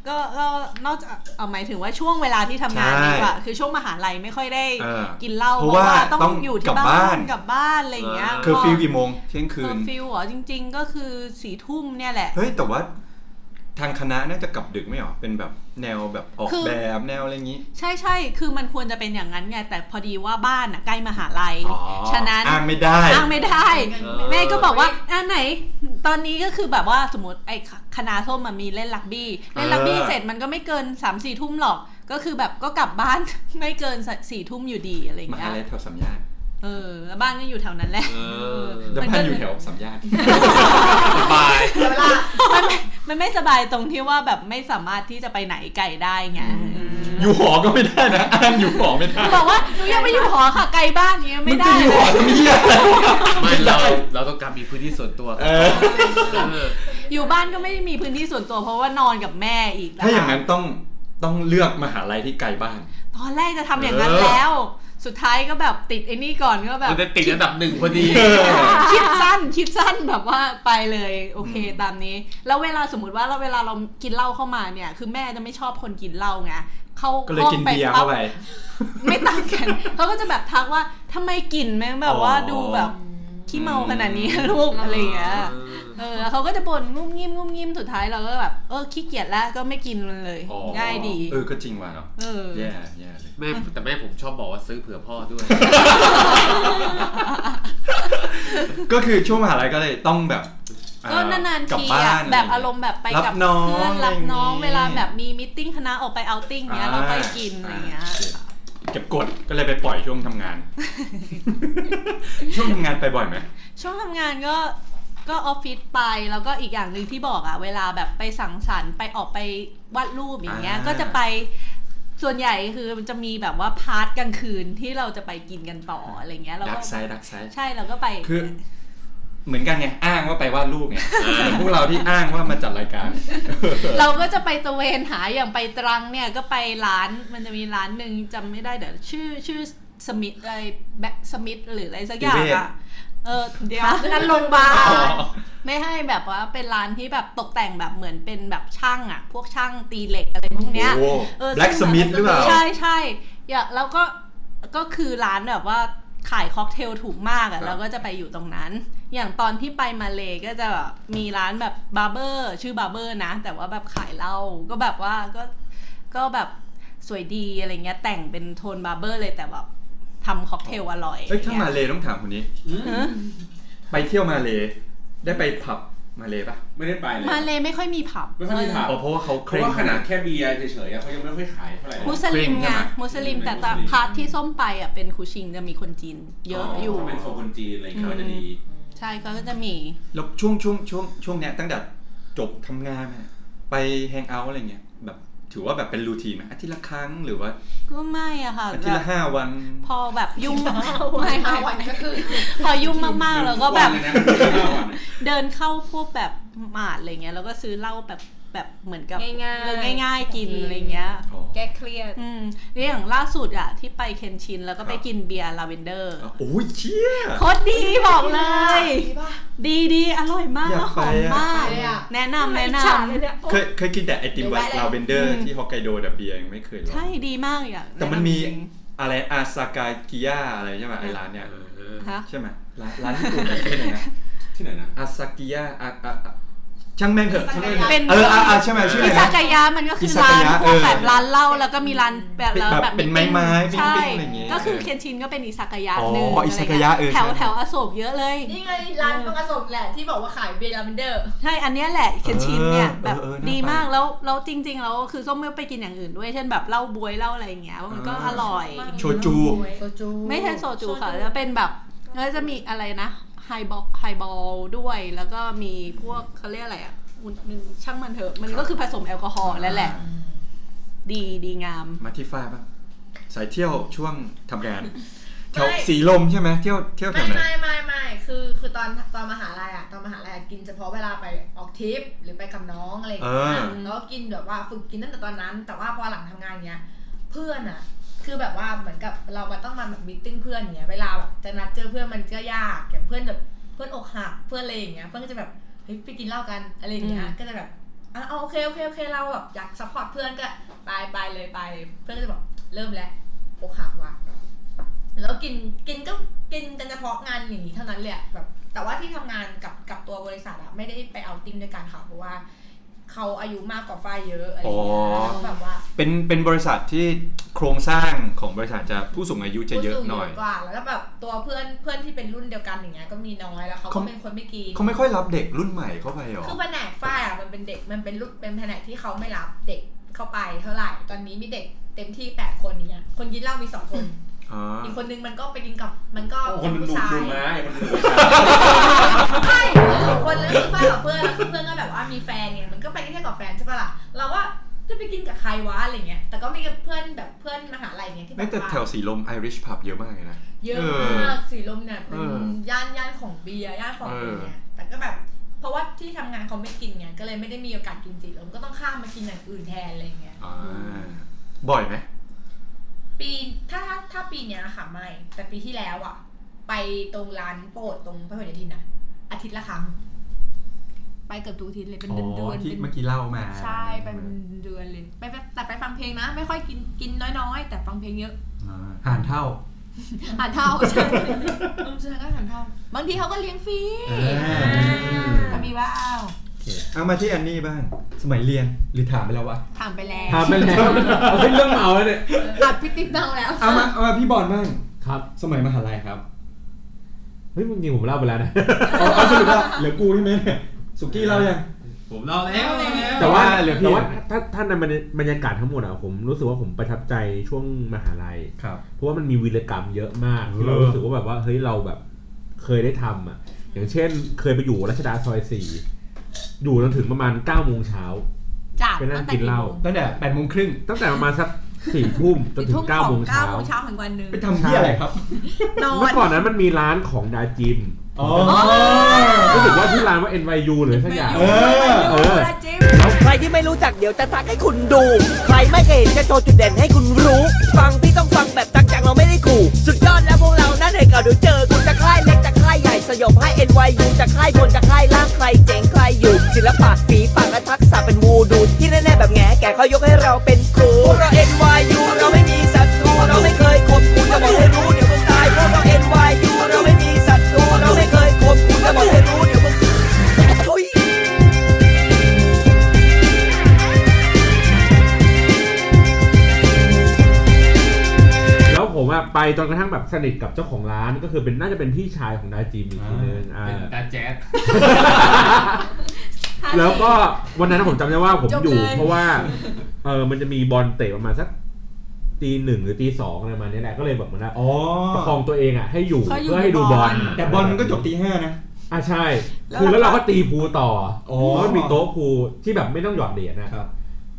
D: ก็ก็นอกจากเอาหมายถึงว่าช่วงเวลาที่ทำงาน
A: ใช่
D: ดีกว่าคือช่วงมหาลัยไม่ค่อยได้
A: เออ
D: กินเหล้า
A: เพราะว่า
D: ต้อง
A: ต้อง
D: อยู่
A: กลั
D: ที่
A: บ
D: บ้า
A: บ้าน
D: นกลับบ้านอะไรอย่างเงี้ย
J: เออ
A: เคอร์ฟิวกี่โมง เที่ยงคื
D: เคน อร์ฟิวเหรอจริง ๆ ก็คือสี่ทุ่มเนี่ยแหละ
A: เฮ้ย แต่ว่า ทางคณะน่าจะกลับดึกไม่หรอ เป็นแบบแนวแบบออก
D: คือ
A: แบบแนวอะไรอย่างนี้
D: ใช่ใช่คือมันควรจะเป็นอย่างนั้นไงแต่พอดีว่าบ้านอะใกล้มหาลัย
A: อ๋อ
D: ฉะนั้น
A: อ้างไม่ได้
D: อ้างไม่ได้
J: เออ
D: แม่ก็บอกว่าอ่าไหน ตอนนี้ก็คือแบบว่าสมมติไอ้คณะส้มมันมีเล่นลักบี้ เล่นลักบี้
A: เออ
D: เสร็จมันก็ไม่เกิน3ามสี่ทุ่มหรอก ก็คือแบบก็กลับบ้าน ไม่เกินสี่ทุ่มอยู่ดีอะไรอย่าง
A: ม
D: เงี้
A: หาย ลัยแถวสามย่าน
D: เออแล้วบ้านก็อยู่แถวนั้นแหละ
J: เออ
A: แล้วพันอยู่แถวสามย่าน
J: สบาย
D: มันไม่มันไม่สบายตรงที่ว่าแบบไม่สามารถที่จะไปไหนไกลได้ไง
A: อยู่หอก็ไม่ได้นะอ้างอยู่หอไม่ได้
D: บอกว่าหนูยังไม่อยู่หอค่ะไกลบ้านเนี้ย
A: มึ
D: ไม่
A: งจะ
D: ได้
A: อยู่หอทำเหี้ยอะไร
J: ไม่เราเราต้องการมีพื้นที่ส่วนตัว
A: เออ
J: เออ
D: อยู่บ้านก็ไม่มีพื้นที่ส่วนตัวเพราะว่านอนกับแม่อีกะคะ
A: ถ้าอย่างนั้นต้องต้องเลือกมหาลัยที่ไกลบ้าน
D: ตอนแรกจะทำอย่างนั้น
A: เออ
D: แล้ว สุดท้ายก็แบบติดไอ้นี่ก่อนก็แบบ
J: มันจะติดอันดับหนึ่งพอดี
D: คิดสั้นคิดสั้นแบบว่าไปเลยโอเคตามนี้ แล้วเวลาสมมติว่าเราเวลาเรากินเหล้าเข้ามาเนี่ย คือแม่จะไม่ชอบคนกินเหล้าไงเขา
A: ก็เลยกินเบียร์
D: ปั๊
A: เข้าไป
D: ไม่ต่างกัน เขาก็จะแบบทักว่าทำไมกลิ่นแม่งแบบว่า
A: อ๋อ
D: ดูแบบขี้เมาขนาดนี้ ลูกอะไรอย่างเงี้ยเออเขาก็จะบ่นงุ้มงิ้มงุ้มงิ้มสุดท้ายเราก็แบบเออขี้เกียจแล้วก็ไม่กินมันเลย
J: อ๋อ
D: ง่ายดี
A: เออก็จริงว่ะเนาะ
D: เออ
A: แย่แย่เลย
J: แม่แต่แม่ผมชอบบอกว่าซื้อเผื่อพ่อด้วย
A: ก็คือช่วงมหาลัยก็เลยต้องแบบ
D: ก็นานๆ
A: กลับ
D: ที
A: บ้า
D: อะ
A: น
D: แบบอารมณ์แบบไป
A: รับ
D: กับ
A: น้อง
D: เพื่อนรับน้อง
A: อะไรอย่างงี้
D: เวลาแบบมีมิทติ้งคณะออกไปเอาติ้งเงี้ย
A: อ่า
D: เราไปกินอะไรเงี้ย
A: เก็บกดก็เลยไปปล่อยช่วงทำ งาน ช่วงทำงานไปบ่อยไหม
D: ช่วงทำงานก็ก็ออฟฟิศไปแล้วก็อีกอย่างหนึ่งที่บอกอะเวลาแบบไปสังสรรค์ไปออกไปวาดรูปอย่างเงี้ย
A: อ่า
D: ก็จะไปส่วนใหญ่คือมันจะมีแบบว่าพาร์ทกลางคืนที่เราจะไปกินกันต่ออะไรเงี้ยเรา
A: ดั
D: ก็
A: กไซด์ดักไซด์
D: ใช่เราก็ไป
A: คือ เหมือนกันไงอ้างว่าไปวาดรูปไงเหมือนพวกเราที่อ้างว่ามาจัดรายการ
D: เราก็จะไปตระเวนหาอย่างไปตรังเนี่ยก็ไปร้านมันจะมีร้านหนึ่งจำไม่ได้เดี๋ยวชื่อชื่อสมิธอะไรแบ็สมิธหรืออะไรสักอย่าง
A: นิเวศ
D: อะเออเดี๋ยวนั่นโรงพยาบาลไม่ให้แบบว่าเป็นร้านที่แบบตกแต่งแบบเหมือนเป็นแบบช่างอะพวกช่างตีเหล็กอะไรพวกเนี้ย
A: โอ้
D: เออ
A: แบล็กส
D: ซึ่ง
A: มิธหรือเปล่า
D: ใช่ใช่อย่าแล้วก็ก็คือร้านแบบว่าขายค็อกเทลถูกมาก
A: ครั
D: อะ่ะ
A: บ
D: เราก็จะไปอยู่ตรงนั้น อย่างตอนที่ไปมาเลก็จะแบบมีร้านแบบบาร์เบอร์ชื่อบาร์เบอร์นะ แต่ว่าแบบขายเหล้าก็แบบว่าก็ก็แบบสวยดีอะไรเงี้ยแต่งเป็นโทนบาร์เบอร์เลยแต่แบบทำค็อกเทลอร่อย
A: เอ้ยถ้า
D: อะไร
A: มา
D: เงี้ย
A: เลต้องถามคนนี้
D: ฮะ
A: ไปเที่ยวมาเลได้ไปผับมาเลปะ
C: ไม่ได้ไปเลย
D: มาเลไม่ค่อยมีผับ
C: ไม่ค่อยมีผับ
A: อ๋อเพราะว่าเขา
C: เพ
A: เค
C: ราะ
A: ร่ง
C: ว่าขนาดแค่เบียร์เฉยๆอะเขายังไม่ค่อยขายเท่าไหร่
D: มุส
A: เค
D: ลิม
A: ร่งใช่
D: ไง
A: ไหม
D: มุสลิม
C: อืม
D: แต่
C: มุสลิม
D: ตอนพาร์ทที่ส้มไปอ่ะเป็นคูชิงจะมีคนจีนเยอะอยู่
C: ถ้าเป็นโซนคนจีนอะไรอย่างเงี้ยก็จะดี
D: ใช่เขาก็จะมี
A: แล้วช่วงช่วงช่วงช่วงเนี้ยตั้งแต่จบทำงานมาเนี่ยไปแฮงเอาท์อะไรเงี้ยแบบถือว่าแบบเป็นรูทีนไหมอาทิตย์ละครั้งหรือว่า
D: ก็ไม่อะค่ะ
A: อาทิต
D: แบ
A: ย์
D: บ
A: ละห้าวัน
D: พอแบบยุ่งมากๆไม่ไม่
E: วันก็คือ
D: พอยุ่งมากๆ แล้วก็แบบ
C: ทุวันเลยนะทุกวันเลย
D: เดินเข้าพวกแบบหมาดอะไรเงี้ยแล้วก็ซื้อเหล้าแบบแบบเหมือนกับ
F: ง่ายๆ
D: เรื่องง่ายๆกินอะไรเงี้ย
F: แกเครียด
D: อืมเนี่ยอย่างล่าสุดอะที่ไปเคนชินแล้วก็ไป
A: ครับ
D: กินเบียร์ลาเวนเดอร์
A: โอ้ยเชี่ย
D: โคตรดีบอกเลย ดีดีอร่อยมาก
A: อยาก
D: หอม
A: ไปอะ
D: มาก
E: ไปเลยอะ
D: แนะนำแนะนำ
A: เคยเคยกินแต่ไอติมแบบลาเวนเดอร์ที่ฮอกไกโดแต่เบียร์ยังไม่เคยลอง
D: ใช่ดีมากอย่าง
A: แต่มันมี
D: ะำจริง
A: อะไรอาซากากิยาอะไรใช่ไหมไอร้านเนี้ย
D: ฮะ
A: ใช่ไหมร้านร้านญี่ปุ่นอะไรนะ
C: ที่ไหนนะ
A: อาซากิยาอะอะอะ ช่างแม่งเถอะ
K: สัก
A: ช่าง
K: กะ
A: แม่ง
K: ยะ
A: เถอะเอออ่ะอ่ะใช่ไหมชื่ออะ
D: อิ
A: ไร
D: สา
A: นะ
D: กายะมันก็คื
A: อิ
D: อ
A: ซาาน
D: ร้าก
A: ยะ
D: พวก
A: เออ
D: แบบร้านเหล้าแล้วก็มีร้านแบบแล้ว
A: เป็นแบบ
D: แบบ
A: เป็นไม้ไม้ปิ้งๆ
D: ใช่
A: อะไรอย่างเงี้ย
D: ก็คือเคนชินก็เป็นอิสากายะ
A: อ๋อ
D: หนึ่ง
A: อิซากายะเออ
D: แถว
A: ใช่
D: แถวอโศกเยอะเลย
E: นี่ไงร้านประกสมแหละที่บอกว่าขายเบียร์ลาเวนเดอร์
D: ใช่อันเนี้ยแหละเคนชินเนี่ย
A: เออ
D: แบบ
A: เออเออน่าไป
D: ดีมากแล้วแล้วจริงๆแล้วคือส้มไม่ไปกินอย่างอื่นด้วยเช่นแบบเหล้าบวยเหล้าอะไรอย่างเงี้ยมันก็
A: อ่า
D: อร่อย
A: โชจู
E: โซจู
D: ไม่ใช่โซจูค่ะแล้วเป็นแบบแล้วจะมีอะไรนะไฮบอลไฮบอลด้วยแล้วก็มีพวกเขาเรียกอะไรอ่ะอุ่นมันช่างมันเถอะมันก็คือผสมแอลกอฮอล์แล้วแหละ ดีดีงาม
A: มาที่ฟ้าบ้างสายเที่ยวช่วงทำงานแถว
E: ไม่
A: สีลมใช่ไหมเที่ยวเที่ยวแถ
E: ไม่
A: วไหน
E: ไม่ไม่ไม่คือคือตอนตอนมหาลัยอะตอนมหาลัยอะกินเฉพาะเวลาไปออกทริปหรือไปกับน้องอะไรอย่าง
A: เอ
E: เงี้ย
A: อ
E: แล้วก็กินแบบว่าฝึกกินตั้งแต่ตอนนั้น แต่ว่าพอหลังทำงานเนี้ยเพื่อนอะคือแบบว่าเหมือนกับเรามาต้องมาแบบมิทติ้งเพื่อนเนี้ยเวลาแบบจะนัดเจอเพื่อนมันก็ยากอย่างเพื่อนแบบเพื่อนอกหักเพื่อนอะไรอย่างเงี้ยเพื่อนก็จะแบบเฮ้ยไปกินเหล้ากันอะไรอย่างเงี้ย
D: อืม
E: ก็จะแบบอ่ะเอาโอเคโอเคโอเคเราแบบอยากซัพพอร์ตเพื่อนก็ไปไปเลยไป เพื่อนก็จะแบบเริ่มแล้วอกหักว่ะ แล้วกินกินก็กินแต่เฉพาะงานอย่างนี้เท่านั้นเลยอะแบบ แต่ว่าที่ทำงานกับกับตัวบริษัทอะไม่ได้ไปเอาติ้งด้วยกันค่ะเพราะว่าเขาอายุมากกว่าฝ้ายเยอะอะไรอย่างเงี้ย
A: อ๋อ
E: แล้วแบบว่า
A: เป็นเป็นบริษัทที่โครงสร้างของบริษัทจะผู้สูงอายุจะเยอะ
E: ผู้สูง
A: หน่อย
E: กว่าแล้วก็แบบตัวเพื่อนเพื่อนที่เป็นรุ่นเดียวกันอย่างเงี้ยก็มีน้อยแล้วเขาก็
A: เขา
E: เป็นคนไม่กิน
A: เขาไม่ค่อยรับเด็กรุ่นใหม่เข้าไปหรอ
E: คือแผนกฝ้ายอะมันเป็นเด็กมันเป็นรุ่นเป็นแผนกที่เขาไม่รับเด็กเข้าไปเท่าไหร่ ตอนนี้มีเด็กเต็มที่แปดคนอย่างเงี้ยคนกินเหล้ามีสองคน
A: อ๋อ
E: อีกคนนึงมันก็ไปกินกับมันก็
B: โอ้คน
E: เป็
B: มัน
E: ผู้
B: ดู
E: ชาย
B: ดูม้าไอ้คนดูม้า
E: ใช่สองคนแล้วคือฝ้ายกับเพื่อนแล้วคือเพื่อนก็แบบว่ามีแฟนเนี่ยมันก็ไปกันแค่กับแฟนใช่ปะล่ะเราว่าจะไปกินกับใครวะอะไรเงี้ยแต่ก็มีเพื่อนแบบเพื่อนมหาลัยเนี่ยที่แบ
A: แม้
E: บ
A: แต่แถว
E: ว่า
A: สีลมไอริชผับเยอะมากเลยนะ
E: เยอะมากสีลมเนี่ยเป็น
A: เออย่
E: านย่านของเบียร์ย่านของอะไรเงี้ยแต่ก็แบบเพราะว่าที่ทำงานเขาไม่กินไงก็เลยไม่ได้มีโอกาสกินสีลมก็ต้องข้ามมากินอย่างอื่นแทนอะไรเงี้ย
A: าบ่อยไหม
E: ปีถ้าถ้าถ้าปีเนี้ยค่ะไม่แต่ปีที่แล้วอ่ะ ไปตรงร้านโปรดตรงพระหลโยธินนะอาทิตย์ละครั้งไปเกือบทุกอาทิตย์เลยเป็นเดือนๆเป็น
A: ที่เมื่อกี้เล่ามา
E: ใช่ไปเป็นเดือนเลยไปไปแต่ไปฟังเพลงนะ ไม่ค่อยกินกินน้อยๆ แต่ฟังเพลงเยอะ
A: อ่าหาร เท่า
E: อ่านเท่าใช่ เออใช่ก็อ่านเท่า บางทีเขาก็เลี้ยงฟรี
A: อ่า
E: ก็มีว้าว
A: เอามาที่แอนนี่บ้าง สมัยเรียนหรือถามไปแล้ววะ
E: ถามไปแล้ว
C: ถามไปแล้ว เอาขึ้นเรื่องเมาแล้วเนี่ย
E: อัดพิติกเน่าแล้ว
A: เอามาเอามาพี่บอลบ้าง
C: ครับ
A: สมัยมหาลัยครับ
C: เฮ้ยจริงๆผมเล่าไปแล้ว นะ
A: เอาเอาสรุปว่าเหลือกูใช่ไหมเนี่ยสุกี้เล่ายัง
G: ผมเล่าแล้ว
C: แต่ว่า
A: เหลือพี่
C: แต่ว่าถ้าถ้าในบรรยากาศทั้งหมดอะผมรู้สึกว่าผมประทับใจช่วงมหาลัย
A: ครับ
C: เพราะว่ามันมีวีรกรรมเยอะมากที่เรา
A: เออ
C: รู้สึกว่าแบบว่าเฮ้ยเราแบบเคยได้ทำอ่ะ อย่างเช่น เคยไปอยู่รัชดาซอยสี่อยู่จนถึงประมาณ9ก้าโมงเช้า
D: จัด
C: ไปนั่
D: ตั้
C: ง
D: งแต่
C: กิน
D: กี่
C: เหล้า
D: โมง
A: ตั้งแต่แปดโมงครึ่ง
C: ตั้งแต่ประมาณสักสี่ทุ่มจนถึง9ก้าโมงเช้า
E: โมงเช้าถึงวันหนึ่ง
A: ไปทำที่อะไรครับ
E: นอ
C: เมื่อน ก่อนนั้นมันมีร้านของดาจิม
A: อ๋อ
C: รู้สึกว่าที่ร้านว่า NYU หรือสักอย่าง
A: เออ
C: เออ
E: วลาจิ้ม
L: ใครที่ไม่รู้จักเดี๋ยวจะทักให้คุณดู ใครไม่เห็นจะโชว์จุดเด่นให้คุณรู้ ฟังพี่ต้องฟังแบบตั้งจังเราไม่ได้ขู่ สุดยอดแล้วพวกเรานั่นเองเอาเดี๋ยวเจอคุณจะค่ายเล็กจะค่ายใหญ่สยบให้ NYU จะค่ายบนจะค่ายล่างใครเจ๋งใครอยู่ ศิลปะฝีปากและทักษะเป็นวูดูที่แน่ๆแบบแง่แกเขายกให้เราเป็นครูพวกเรา NYU เราไม่มีศัตรูเราไม่เคยข่มคุณจะบอกให้รู้เดี๋ยวมึงตายพวกเรา NYU เราไม่มีศัตรูเราไม่เคยข่มคุณจะบอกให้รู้เดี๋ยวมึงทุย
C: แล้วผมอะไปจนกระทั่งแบบสนิทกับเจ้าของร้านก็คือเป็นน่าจะเป็นพี่ชายของดาจิมอีกทีนึงอ่า
G: เป็นดาแจ๊ส
C: แล้วก็วันนั้นผมจำได้ว่าผม
E: จบ
C: อ
E: เลย
C: ยู่ เพราะว่าเออมันจะมีบอลเตะประมาณสักตีหนึ่งหรือตีสองอะไรประมาณนี้แหละก็เลยแบบเหมือนว่า
A: อ๋อ
C: ประคองตัวเองอ่ะให้อยู่
D: เขาอยู่
C: เพื่อให้ดูบอล
D: ในบอล
A: แต่บอลมันก็จบตีห้านะ
C: อ่ะใช่ คือแล้วเราก็ตีพูลต่อ
A: อ๋อ
C: เพราะมันมีโต๊ะพูลที่แบบไม่ต้องหยอดเหรียญนะครับ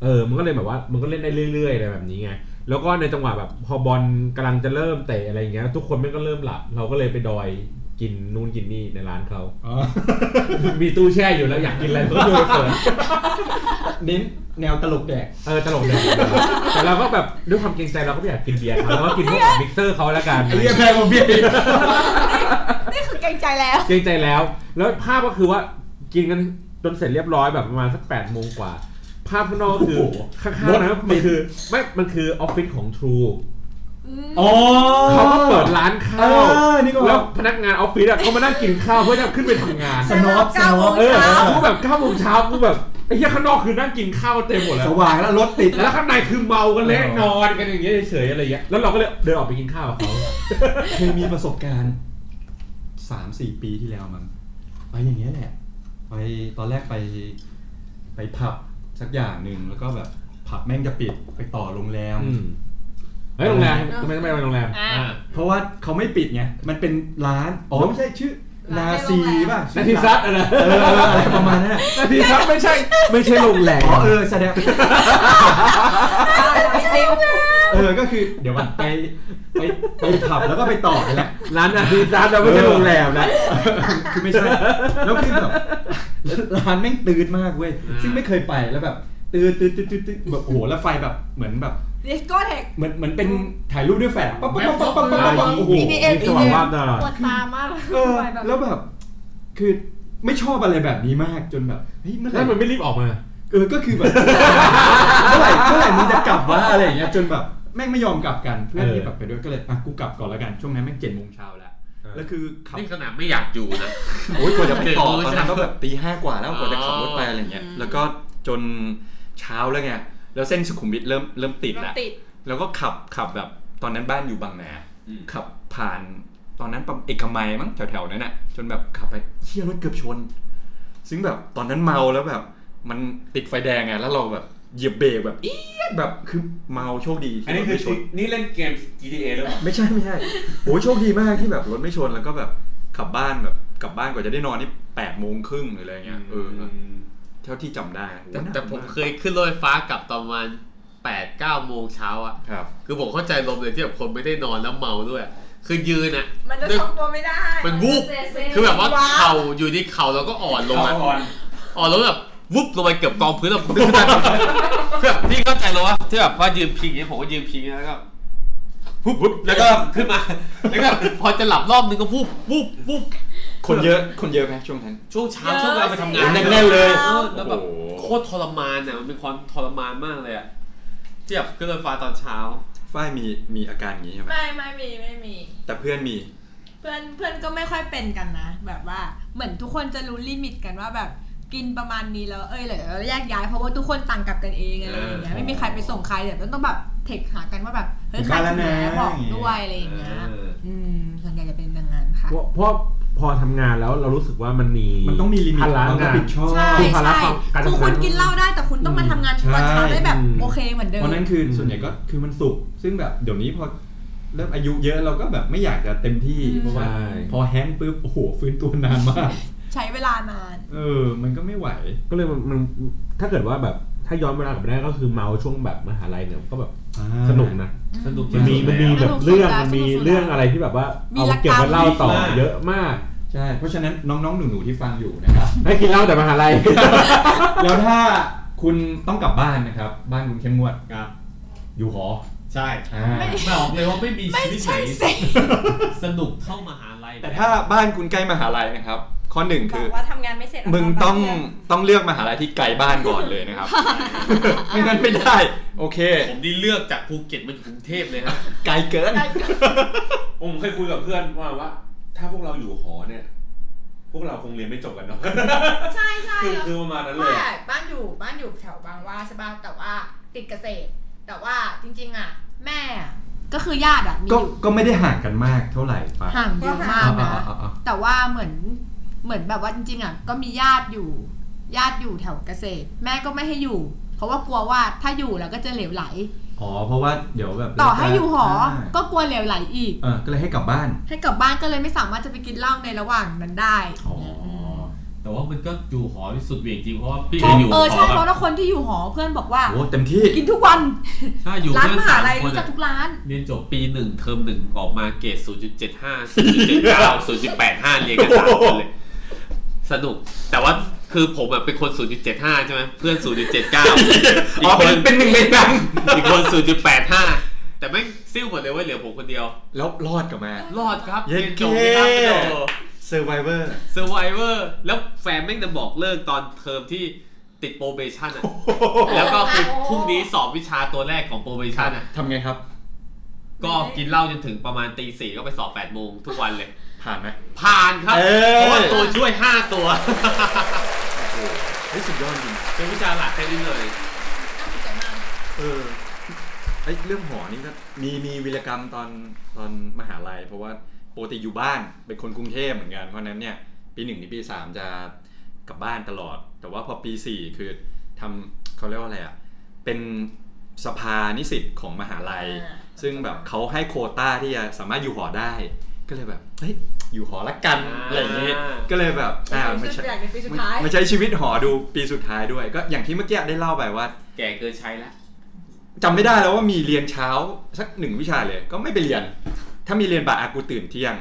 C: เออมันก็เลยแบบว่ามันก็เล่นได้เรื่อยๆอะไรแบบนี้ไงแล้วก็ในจังหวะแบบพอบอลกำลังจะเริ่มเตะอะไรอย่างเงี้ย ทุกคนมันก็เริ่มหลับ เราก็เลยไปดอยกินนู่นกินนี่ในร้านเขา
A: อ๋อ
C: มีตู้แช่อยู่แล้วอยากกินอะไรก็เลยเปิด
A: เน้นแนวตลกแดก
C: เออตลกเลย แต่เราก็แบบด้วยความเกรงใจเราก็ไม่อยากกินเบียร์เขาเราก็กินพวกของมิกเซอร์เขาแล้วกัน
A: ไอ้เรียกแพงกว่าเบียร์อีก
D: นี่คือเกรงใจแล้ว
C: เกรงใจแล้ว แล้วภาพก็คือว่ากินกันจนเสร็จเรียบร้อยแบบประมาณสักแปดโมงกว่า ภาพข้างนอกก็คือข้างๆนะมันคือไม่มันคือออฟฟิศของ True
M: อ๋อ
C: เขาก็เปิดร้าน
M: เอ
C: ข้าว
M: อนี่ก็
C: แล้วพนักงานออฟฟิศอะเขามานั่งกินข้าวเพื่อจะขึ้นไปทำงาน
E: สนอบสนอบ
C: เออกูแบบเก้าโมงเช้ากูแบบไอ้เหี้ยข้างนอกคือนั่งกินข้าวเต็มหมดแล้
M: ส
C: ว
M: ว่างแล้วรถติดแล้
C: แล้ว วข้างในคือเมากันเละ
M: เออ
C: นอนกันอย่างเงี้ยเฉยๆอะไรเงี้ยแล้วเราก็เลยเดินออกไปกินข้าวกับเขา
M: เคยมีประสบการณ์สามสี่ปีที่แล้วมั้งไปอย่างเงี้ยแหละไปตอนแรกไป ไปผับสักอย่างหนึ่งแล้วก็แบบผับแม่งจะปิดไปต่อโรงแรม
C: อืมเฮ้ยโรงแรมทำไมทำไมไปโรงแรม
N: อ่ะ
D: อ่า
M: เพราะว่าเขาไม่ปิดไงมันเป็นร้านอ๋อไม่ใช่ชื่อนาซีป่ะ
C: นาทีซัดอะนะ
M: เอออะไรประมาณนั้นอะ
C: นาทีซัดไม่ใช่ ไม่ใช่โรงแรม
M: อ๋อเออแสดง เออ ก็คือเดี๋ยวมันไปไปไปขับแล้วก็ไปต่อไปแล้ว
C: ร้านนาทีซัดเราไม่ใช่โรงแรมนะ
M: คือไม่ใช่ แล้วคือแบบร้านแม่งตืดมากเว้ย ซึ่งไม่เคยไปแล้วแบบตืดตืดตืดตืดตืดแบบโอ้โหแล้วไฟแบบเหมือนแบบ
E: เรียกก็แท็ก
M: เหมือนเหมือนเป็นถ่ายรูปด้วยแฟลชปั๊บปั๊บปั๊บปั๊บปั๊บปั๊บโอ้โห
E: EDM
C: สว่างวาบตลอด
N: ปวดตามาก
M: เออแล้วแบบ คือไม่ชอบอะไรแบบนี้มากจนแบบเฮ้ยเมื่อไห
C: แล้วมั
M: ร่
C: นไม่รีบออกมา
M: เออก็คือแบบเมื่อไหร่เมื่อไหร่มึงจะกลับวะอะไรอย่างเงี้ยจนแบบแม่งไม่ยอมกลับกันเพื่อนที่แบบไปด้วยก็เลยอ่ะกูกลับก่อนแล้วกันช่วงนั้นแม่งเจ็ดโมงเช้าแล้วแล้วคือขับ
B: นี่ขนาดไม่อยากอยู่นะ
M: โอ้ยกว่าจะไปต่อ
B: เออ
M: ตอน
B: ใช่
M: นั้นก็แบบตีห้ากว่าแล้วกว่าจะขับรถไปอะไรเงี้ย
B: อ๋อ
M: แล้วก็จนเช้าแล้วไง แล้วเส้นสุขุมวิทเริ่มเริ่มติด
F: รถ
M: แล้ว
F: ติด
M: แล้วก็ขับขับแบบตอนนั้นบ้านอยู่บางนา
A: อืม
M: ขับผ่านตอนนั้นประมาณเอกมัยมั้งแถวๆนั้นน่ะ จนแบบขับไปเชี่ยรถเกือบชน ซึ่งแบบตอนนั้นเมาแล้วแบบ มันติดไฟแดงไงแล้วเราแบบเหยียบเบรกแบบเอี๊ยดแบบคือเมาโชคดี
A: อั
M: ที่
A: นนี้
M: รถ
A: คือ
M: ไม่ชน
A: นี่เล่นเกม GTA หรือเปล่า
M: ไม่ใช่ไม่ใช่โอ้ยโชคดีมากที่แบบรถไม่ชนแล้วก็แบบขับบ้านแบบกลับบ้านกว่าจะได้นอนนี่แปดโมงครึ่งหรืออะไรเงี้ยเออเท่าที่จำได้
B: แต่
M: โอ้โห
B: แต่ผม
M: หนักาก
B: เคยขึ้นรถไฟฟ้ากลับตอนประมาณแปดเก้าโมงเช้าอะ
M: ครับ
B: คือผมเข้าใจลมเลยที่แบบคนไม่ได้นอนแล้วเมาด้วย คือยืนอ่ะ
O: มันจะทรงตัวไม่ได้
B: มันวูบ
O: เซเซ
B: คือแบบว่าเข่าอยู่ที่เข่าแล้วก็อ่อนลงอะ
A: เข่าอ่อน
B: อ่อนแล้วแบบวุบลงไปเกือบกองพื้นแล้ว ผมขึ้นมาคือแบบพี่เข้าใจแล้วว่าที่แบบว่ายืนพิงอย่างนี้ผมก็ยืนพิงแล้วก็วุบวุบแล้วก็ขึ้นมา แล้วก็พอจะหลับรอบนึงก็วุบวุบวุบ
M: คนเยอะคนเยอะไหมช่วงนั้น
B: ช่วงเช้าช่วงเวลาไปทำงาน
M: แน่นๆเลย
B: ออแล้วแบบ
M: โอ้โห
B: โคตรทรมานอ่ะมันเป็นความทรมานมากเลยอ่ะที่แบบขึ้นรถไฟฟ้าตอนเช้า
M: ฝ้ายมีมีอาการอย่างงี้ใช่ไหม
E: ไม่ไม่มีไม่มี
M: แต่เพื่อนมี
E: เพื่อนเพื่อนก็ไม่ค่อยเป็นกันนะ แบบว่าเหมือนทุกคนจะรู้ลิมิตกันว่าแบบกินประมาณนี้แล้วเอ้ยเหลือแล้วแยกย้ายเพราะว่าทุกคนต่างกลับกันเองอะไรอย่างเงี้ยไม่มีใครไปส่งใครแต่ต้องแบบเทคหากันว่าแบบเฮ้ย
M: ถึ
E: ใคร
M: งบ้านแล้วนะ
E: แพ้บอกด้วยอะไรอย่างเงี้ยอืมส่วนใหญ่จะเป็นดังนั้นค่ะ
C: เพราะเพราะพอทำงานแล้วเรารู้สึกว่ามันมี
M: มันต้องมีลิมิต
C: ภาระ
M: ต้อง
C: งา
M: รับ
C: น
M: ผิดชอบ
E: ใช่
C: คือภาระค
E: ใช่
C: วามการทำงาน
E: คือคุณกินเหล้าได้แต่คุณต้องมาทำงาน
M: ใช่
E: ตอนเช้าได้แบบ
C: อืม
E: โอเคเหมือนเดิม
M: เพราะนั้นคือส่วนใหญ่ก็คือมันสุกซึ่งแบบเดี๋ยวนี้พอเริ่มอายุเยอะเราก็แบบไม่อยากจะเต็มที่เพราะว่า
C: ใช่
M: พอแห้งก์ปุ๊บโอ้โหฟื้นตัวนานมาก
E: ใช้เวลานาน
M: เออ มันก็ไม่ไหว
C: ก็เลยมันมันถ้าเกิดว่าแบบถ้าย้อนเวลากลับไปได้ก็คือเมาช่วงแบบมหาลัยเนี่ยก็แบบสนุกนะ
D: สนุก
C: มันมี
D: ที่
C: มันมี
D: สุดแล้ว
C: แบบเรื่องมันมีเรื่องอะไรที่แบบว่าเอามาเก็บมาเล่าต่อเยอะมาก
M: ใช่ เพราะฉะนั้นน้องๆ หนูๆ ที่ฟังอยู่ นะครับ
C: ให้กินเหล้าแต่มหาลัย
M: แล้วถ้าคุณต้องกลับบ้านนะครับ บ้านคุณเข้มงวดครับ อยู่หอ
D: ใช่
M: อ่า
D: บอกเลยว่าไม่มีชีวิตไหนสนุกเท่ามหาลัย
M: แต่ถ้าบ้านคุณใกล้มหาลัยนะครับ ข้อหนึ่ง
F: บ
M: คืออ
F: กว่าทำงานไม่เสร็จ
M: มึงต้อง
F: เา
M: ต้องเลือกมหาลัยที่ไกลบ้านก่อนเลย นะครับ ไม่งั้นไม่ได้ โอเค
B: ผมนี่เลือกจากภูเก็ตมาอยู่กรุงเทพเลยครับ
M: ไกลเกิน
A: ผมเคยคุยกับเพื่อนว่าว่า ถ้าพวกเราอยู่หอเนี่ย พวกเราคงเรียนไม่จบกันเนาะ
O: ใช่ใช่
A: คือ
O: แล้ว
A: คือประมาณนั้นเล
O: ไม่
A: ย
O: บ้านอยู่บ้านอยู่แถวบางหว่าใช่ป่ะแต่ว่าติดเกษตร แต่ว่าจริงๆอ่ะ แม่อะ
E: ก็คือญาติอ่ะมีอ
M: ก็
E: ยู่
M: ก็ไม่ได้ห่างกันมากเท่าไหร่ปะ
E: ห่างเยอะมากนะ
M: อ่าๆ
E: แต่ว่าเหมือนเหมือนแบบว่าจริงๆอ่ะก็มีญาติอยู่ ญาติอยู่แถวเกษตร แม่ก็ไม่ให้อยู่ เพราะว่ากลัวว่าถ้าอยู่แล้วก็จะเหลวไหล
M: ๆอ๋อ เพราะว่าเดี๋ยวแบบ
E: ต่อให้อยู่หอ
M: า
E: ก็กลัวเหลวไหลอีก
M: เออก็เลยให้กลับบ้าน
E: ให้กลับบ้านก็เลยไม่สามารถจะไปกินเหล้าในระหว่างนั้นได้
M: อ๋อ
D: แต่ว่ามันก็อยู่หอที่สุดเหวี่ยงจริงเพราะว่าพี่
E: เพราะ
D: อยู่ห
E: เอ
D: อ
E: อใช่เพ
D: แบ
E: ราะ
D: บ
E: ว่าคนที่อยู่หอเพื่อนบอกว่า
M: โอ้เต็มที่
E: กินทุกวัน
D: ใช่อยู่
E: ร้าน
D: เพื่อน
E: ม
D: สา
E: หา
D: ม
E: ลัย
D: ค
E: รู้
D: น
E: จั
D: อะ
E: กทุกร้าน
D: เรียนจบปีหนึ่งเทอมหนึ่งออกมาเกรด0.75 0.79 0.85 เรียนกันสามคนเลย สนุก แต่ว่าคือผมอะเป็นคน 0.75 ใช่ไหมเพื่อน 0.79
M: อ๋อ เป็นเป็นหนึ่งในนั้น
B: อีกคน 0.85 แต่แม่งซิ่วหมดเลยเว้ยเหลือผมคนเดียว
M: แล้วรอดกลับมา
B: รอดครับ
M: เย้
B: เรียนจบไม่ได้ครับ
M: Survivor
B: Survivor แล้วแฟนแม่งจะบอกเลิกตอนเทอมที่ติดโปรเบชั่นอ่ะ แล้วก็คือพรุ่งนี้สอบวิชาตัวแรกของโปรเบชั่นอ่ะ
M: ทำไงครับ
B: ก็กินเหล้าจนถึงประมาณตีสี่ก็ไปสอบแปดโมงทุกวันเลย
A: ผ่านไหม
B: ผ่านครับ
A: เอ้ย
B: เพราะว่าตัวช่วยห้าตัว
A: เฮ้ยสุดยอดจริง
B: เป็นวิชาหลักแค่นี้เลย
A: เออไอยเรื่องหอนี่ก็มีมีวีรกรรมตอนตอนมหาลัย เพราะว่าปกติอยู่บ้านเป็นคนกรุงเทพเหมือนกันเพราะฉะนั้นเนี่ยปีหนึ่งถึงปีสามจะกลับบ้านตลอด แต่ว่าพอปีสี่คือทำเขาเรียกว่าอะไรอ่ะเป็นสภานิสิตของมหาลัย
P: อ่า
A: ซึ่งแบบเขาให้โควต้าที่จะสามารถอยู่หอได้ ก็เลยแบบเฮ้ยอยู่หอละกัน
B: อ่า
A: อะไรอย่างงี้ก็เลยแบบอ่าไม่ใช่
P: อยากในปีสุดท้าย
A: มาใช้ชีวิตหอดูปีสุดท้ายด้วย ก็อย่างที่เมื่อกี้ได้เล่าไปว่า
B: แก่เกินใช้แล้ว
A: จำไม่ได้แล้วว่ามีเรียนเช้าสักหนึ่งวิชาเลย ก็ไม่ไปเรียน ถ้ามีเรียนบ่ายอากูตื่นเที่ยง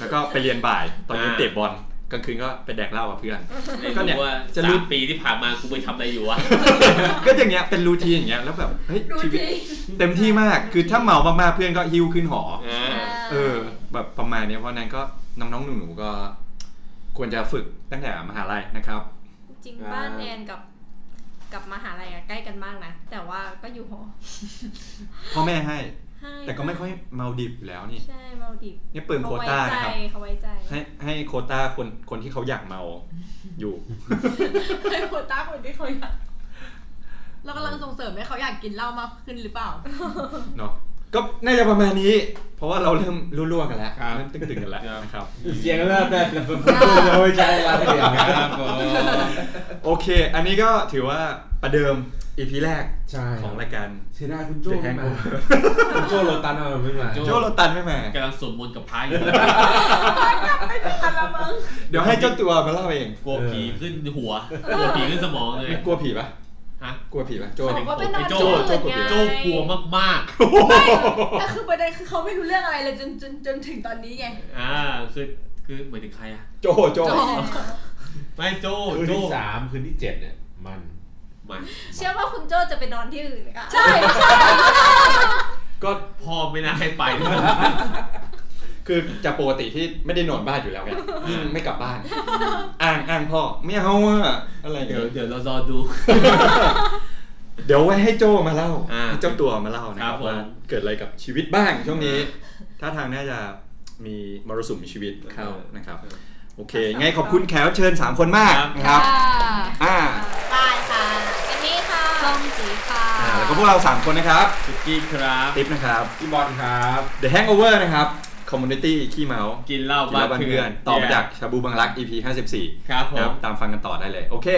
A: แล้วก็ไปเรียนบ่ายตอนเย็น
B: อ่า
A: เตะบอลกลางคืนก็ไปแดกเหล้ากับเพื่อน ก็
B: ก็
A: เนี่
B: เนี่ย ยว่า
A: จะรู้
B: สามปีที่ผ่านมากูไปทำอะไรอยู่วะ
A: ก็อย่างเงี้ยเป็นรูทีนอย่างเงี้ยแล้วแบบเฮ้ยชีวิตเต็มที่มากคือถ้าเมามากๆเพื่อนก็ฮิ้วขึ้นหอ
B: อ่า
A: เออแบบประมาณเนี้ยเพราะฉะนั้นก็น้องๆหนูๆก็ ควรจะฝึกตั้งแต่มหาลัยนะครับ
F: จริงบ้านแอนกับกับมหาลัยอะใกล้กันมากนะ แต่ว่าก็อยู่หอ
A: พ่อแม่ให้
F: ให้
A: แต่ก็ไม่ค่อยเมาดิบอยู่แล้วนี่
F: ใช่มาดิบ
A: เนี่ยเปิดโคว
F: ไว้
A: ต้า
F: ใจ
A: นะครับ
F: เขาไว้ใจ
A: ให้ให้โควต้าคนคนที่เขาอยากเมาอยู่
P: ไม่โควต้าคนที่เขาอยากเรากำลังส่งเสริมให้เขาอยากกินเหล้ามากขึ้นหรือเปล่า
A: เนาะก็น่าจะประมาณนี้ เพราะว่าเราเริ่มรั่วๆกันแล้ว
M: ครับ
A: เริ่มตึงๆกันแล้วนะครับ
M: เสียงเริ่มได้แล้วไม่ใช่แล้วเสียง
C: ครับผม
A: โอเค อันนี้ก็ถือว่าประเดิมอีพีแรก
M: ใช่
A: ของรายการ
M: เสียดายคุณโจ้ไม่มา
A: The
M: คุณโจ้โรตันเอาไม่มา
A: โจโรตันไม่มาก
B: ำลังสวดมนต์กับพายอยู่
A: เดี๋ยวให้เจ้าตัวมาเล่าเอง
B: กลัวผีขึ้นหัว กลัวผีขึ้นสมองเลย
A: กลัวผีปะ
B: ฮะ
A: กลัวผีปะโจ
P: เขาบอกว่าเป็นนอน
B: โจ้
P: ตื่น
A: กลัว
P: ไง
A: ผี
B: โจ้กลัวมาก
P: แต่คือประเด็นคือเขาไม่รู้เรื่องอะไรเลยจนจนจนถึงตอนนี้ไง
B: ๆ อ่า คือคือเหมือนถึงใครอ่ะ
A: โจโจ
B: ไม่โจ้
M: คืน
B: โจ้
M: ที่สามคืนที่เจ็ดเนี่ยมัน
B: มัน
F: เชื่อว่าคุณโจ้จะไปนอนที่อื่นค่ะ
P: ใช่
A: ก็
B: พ่อไม่น่าให้ไป
A: คือจะปกติที่ไม่ได้นอนบ้านอยู่แล้วไงยิ่งไม่กลับบ้าน อ้างอ้างพ่อไม่เอาอะอะไรอย่าง
B: เดี๋
A: เงี้
B: ย
A: ย
B: วเดี๋ยวเรารอดู
A: เดี๋ยวไว้ให้โจมาเล่า
B: อ่า
A: ให้เจ้าตัวมาเล่านะค
B: ครั
A: รับบ
B: ผม
A: ว่าเกิดอะไรกับชีวิตบ้างช่วงนี้ ถ้าทางน่าจะมีมรสุมชีวิตเข้านะครับ โอเค ไงนขอบคุณแขกรับเชิญ 3 คนมากนะครับ อ่า
F: ตายค่ะอันนี้ค่ะ
D: ส้มสีฟ้า
A: อ่า แล้วก็พวกเรา 3 คนนะครับ
B: สุกี้ครับ
A: ติ๊บนะครับ
M: พี่บอลครับ
A: The Hangover นะครับ Community ขี้เมา
B: กินเหล้า
A: กิน
B: บ้า
A: แล้
B: น
A: วบ้าน
B: เพื่
A: เพื่
B: อ
A: อน น ต่อมาจากชาบูบังรัก EP 54
B: ครับผม
A: ตามฟังกันต่อได้เลย โอเค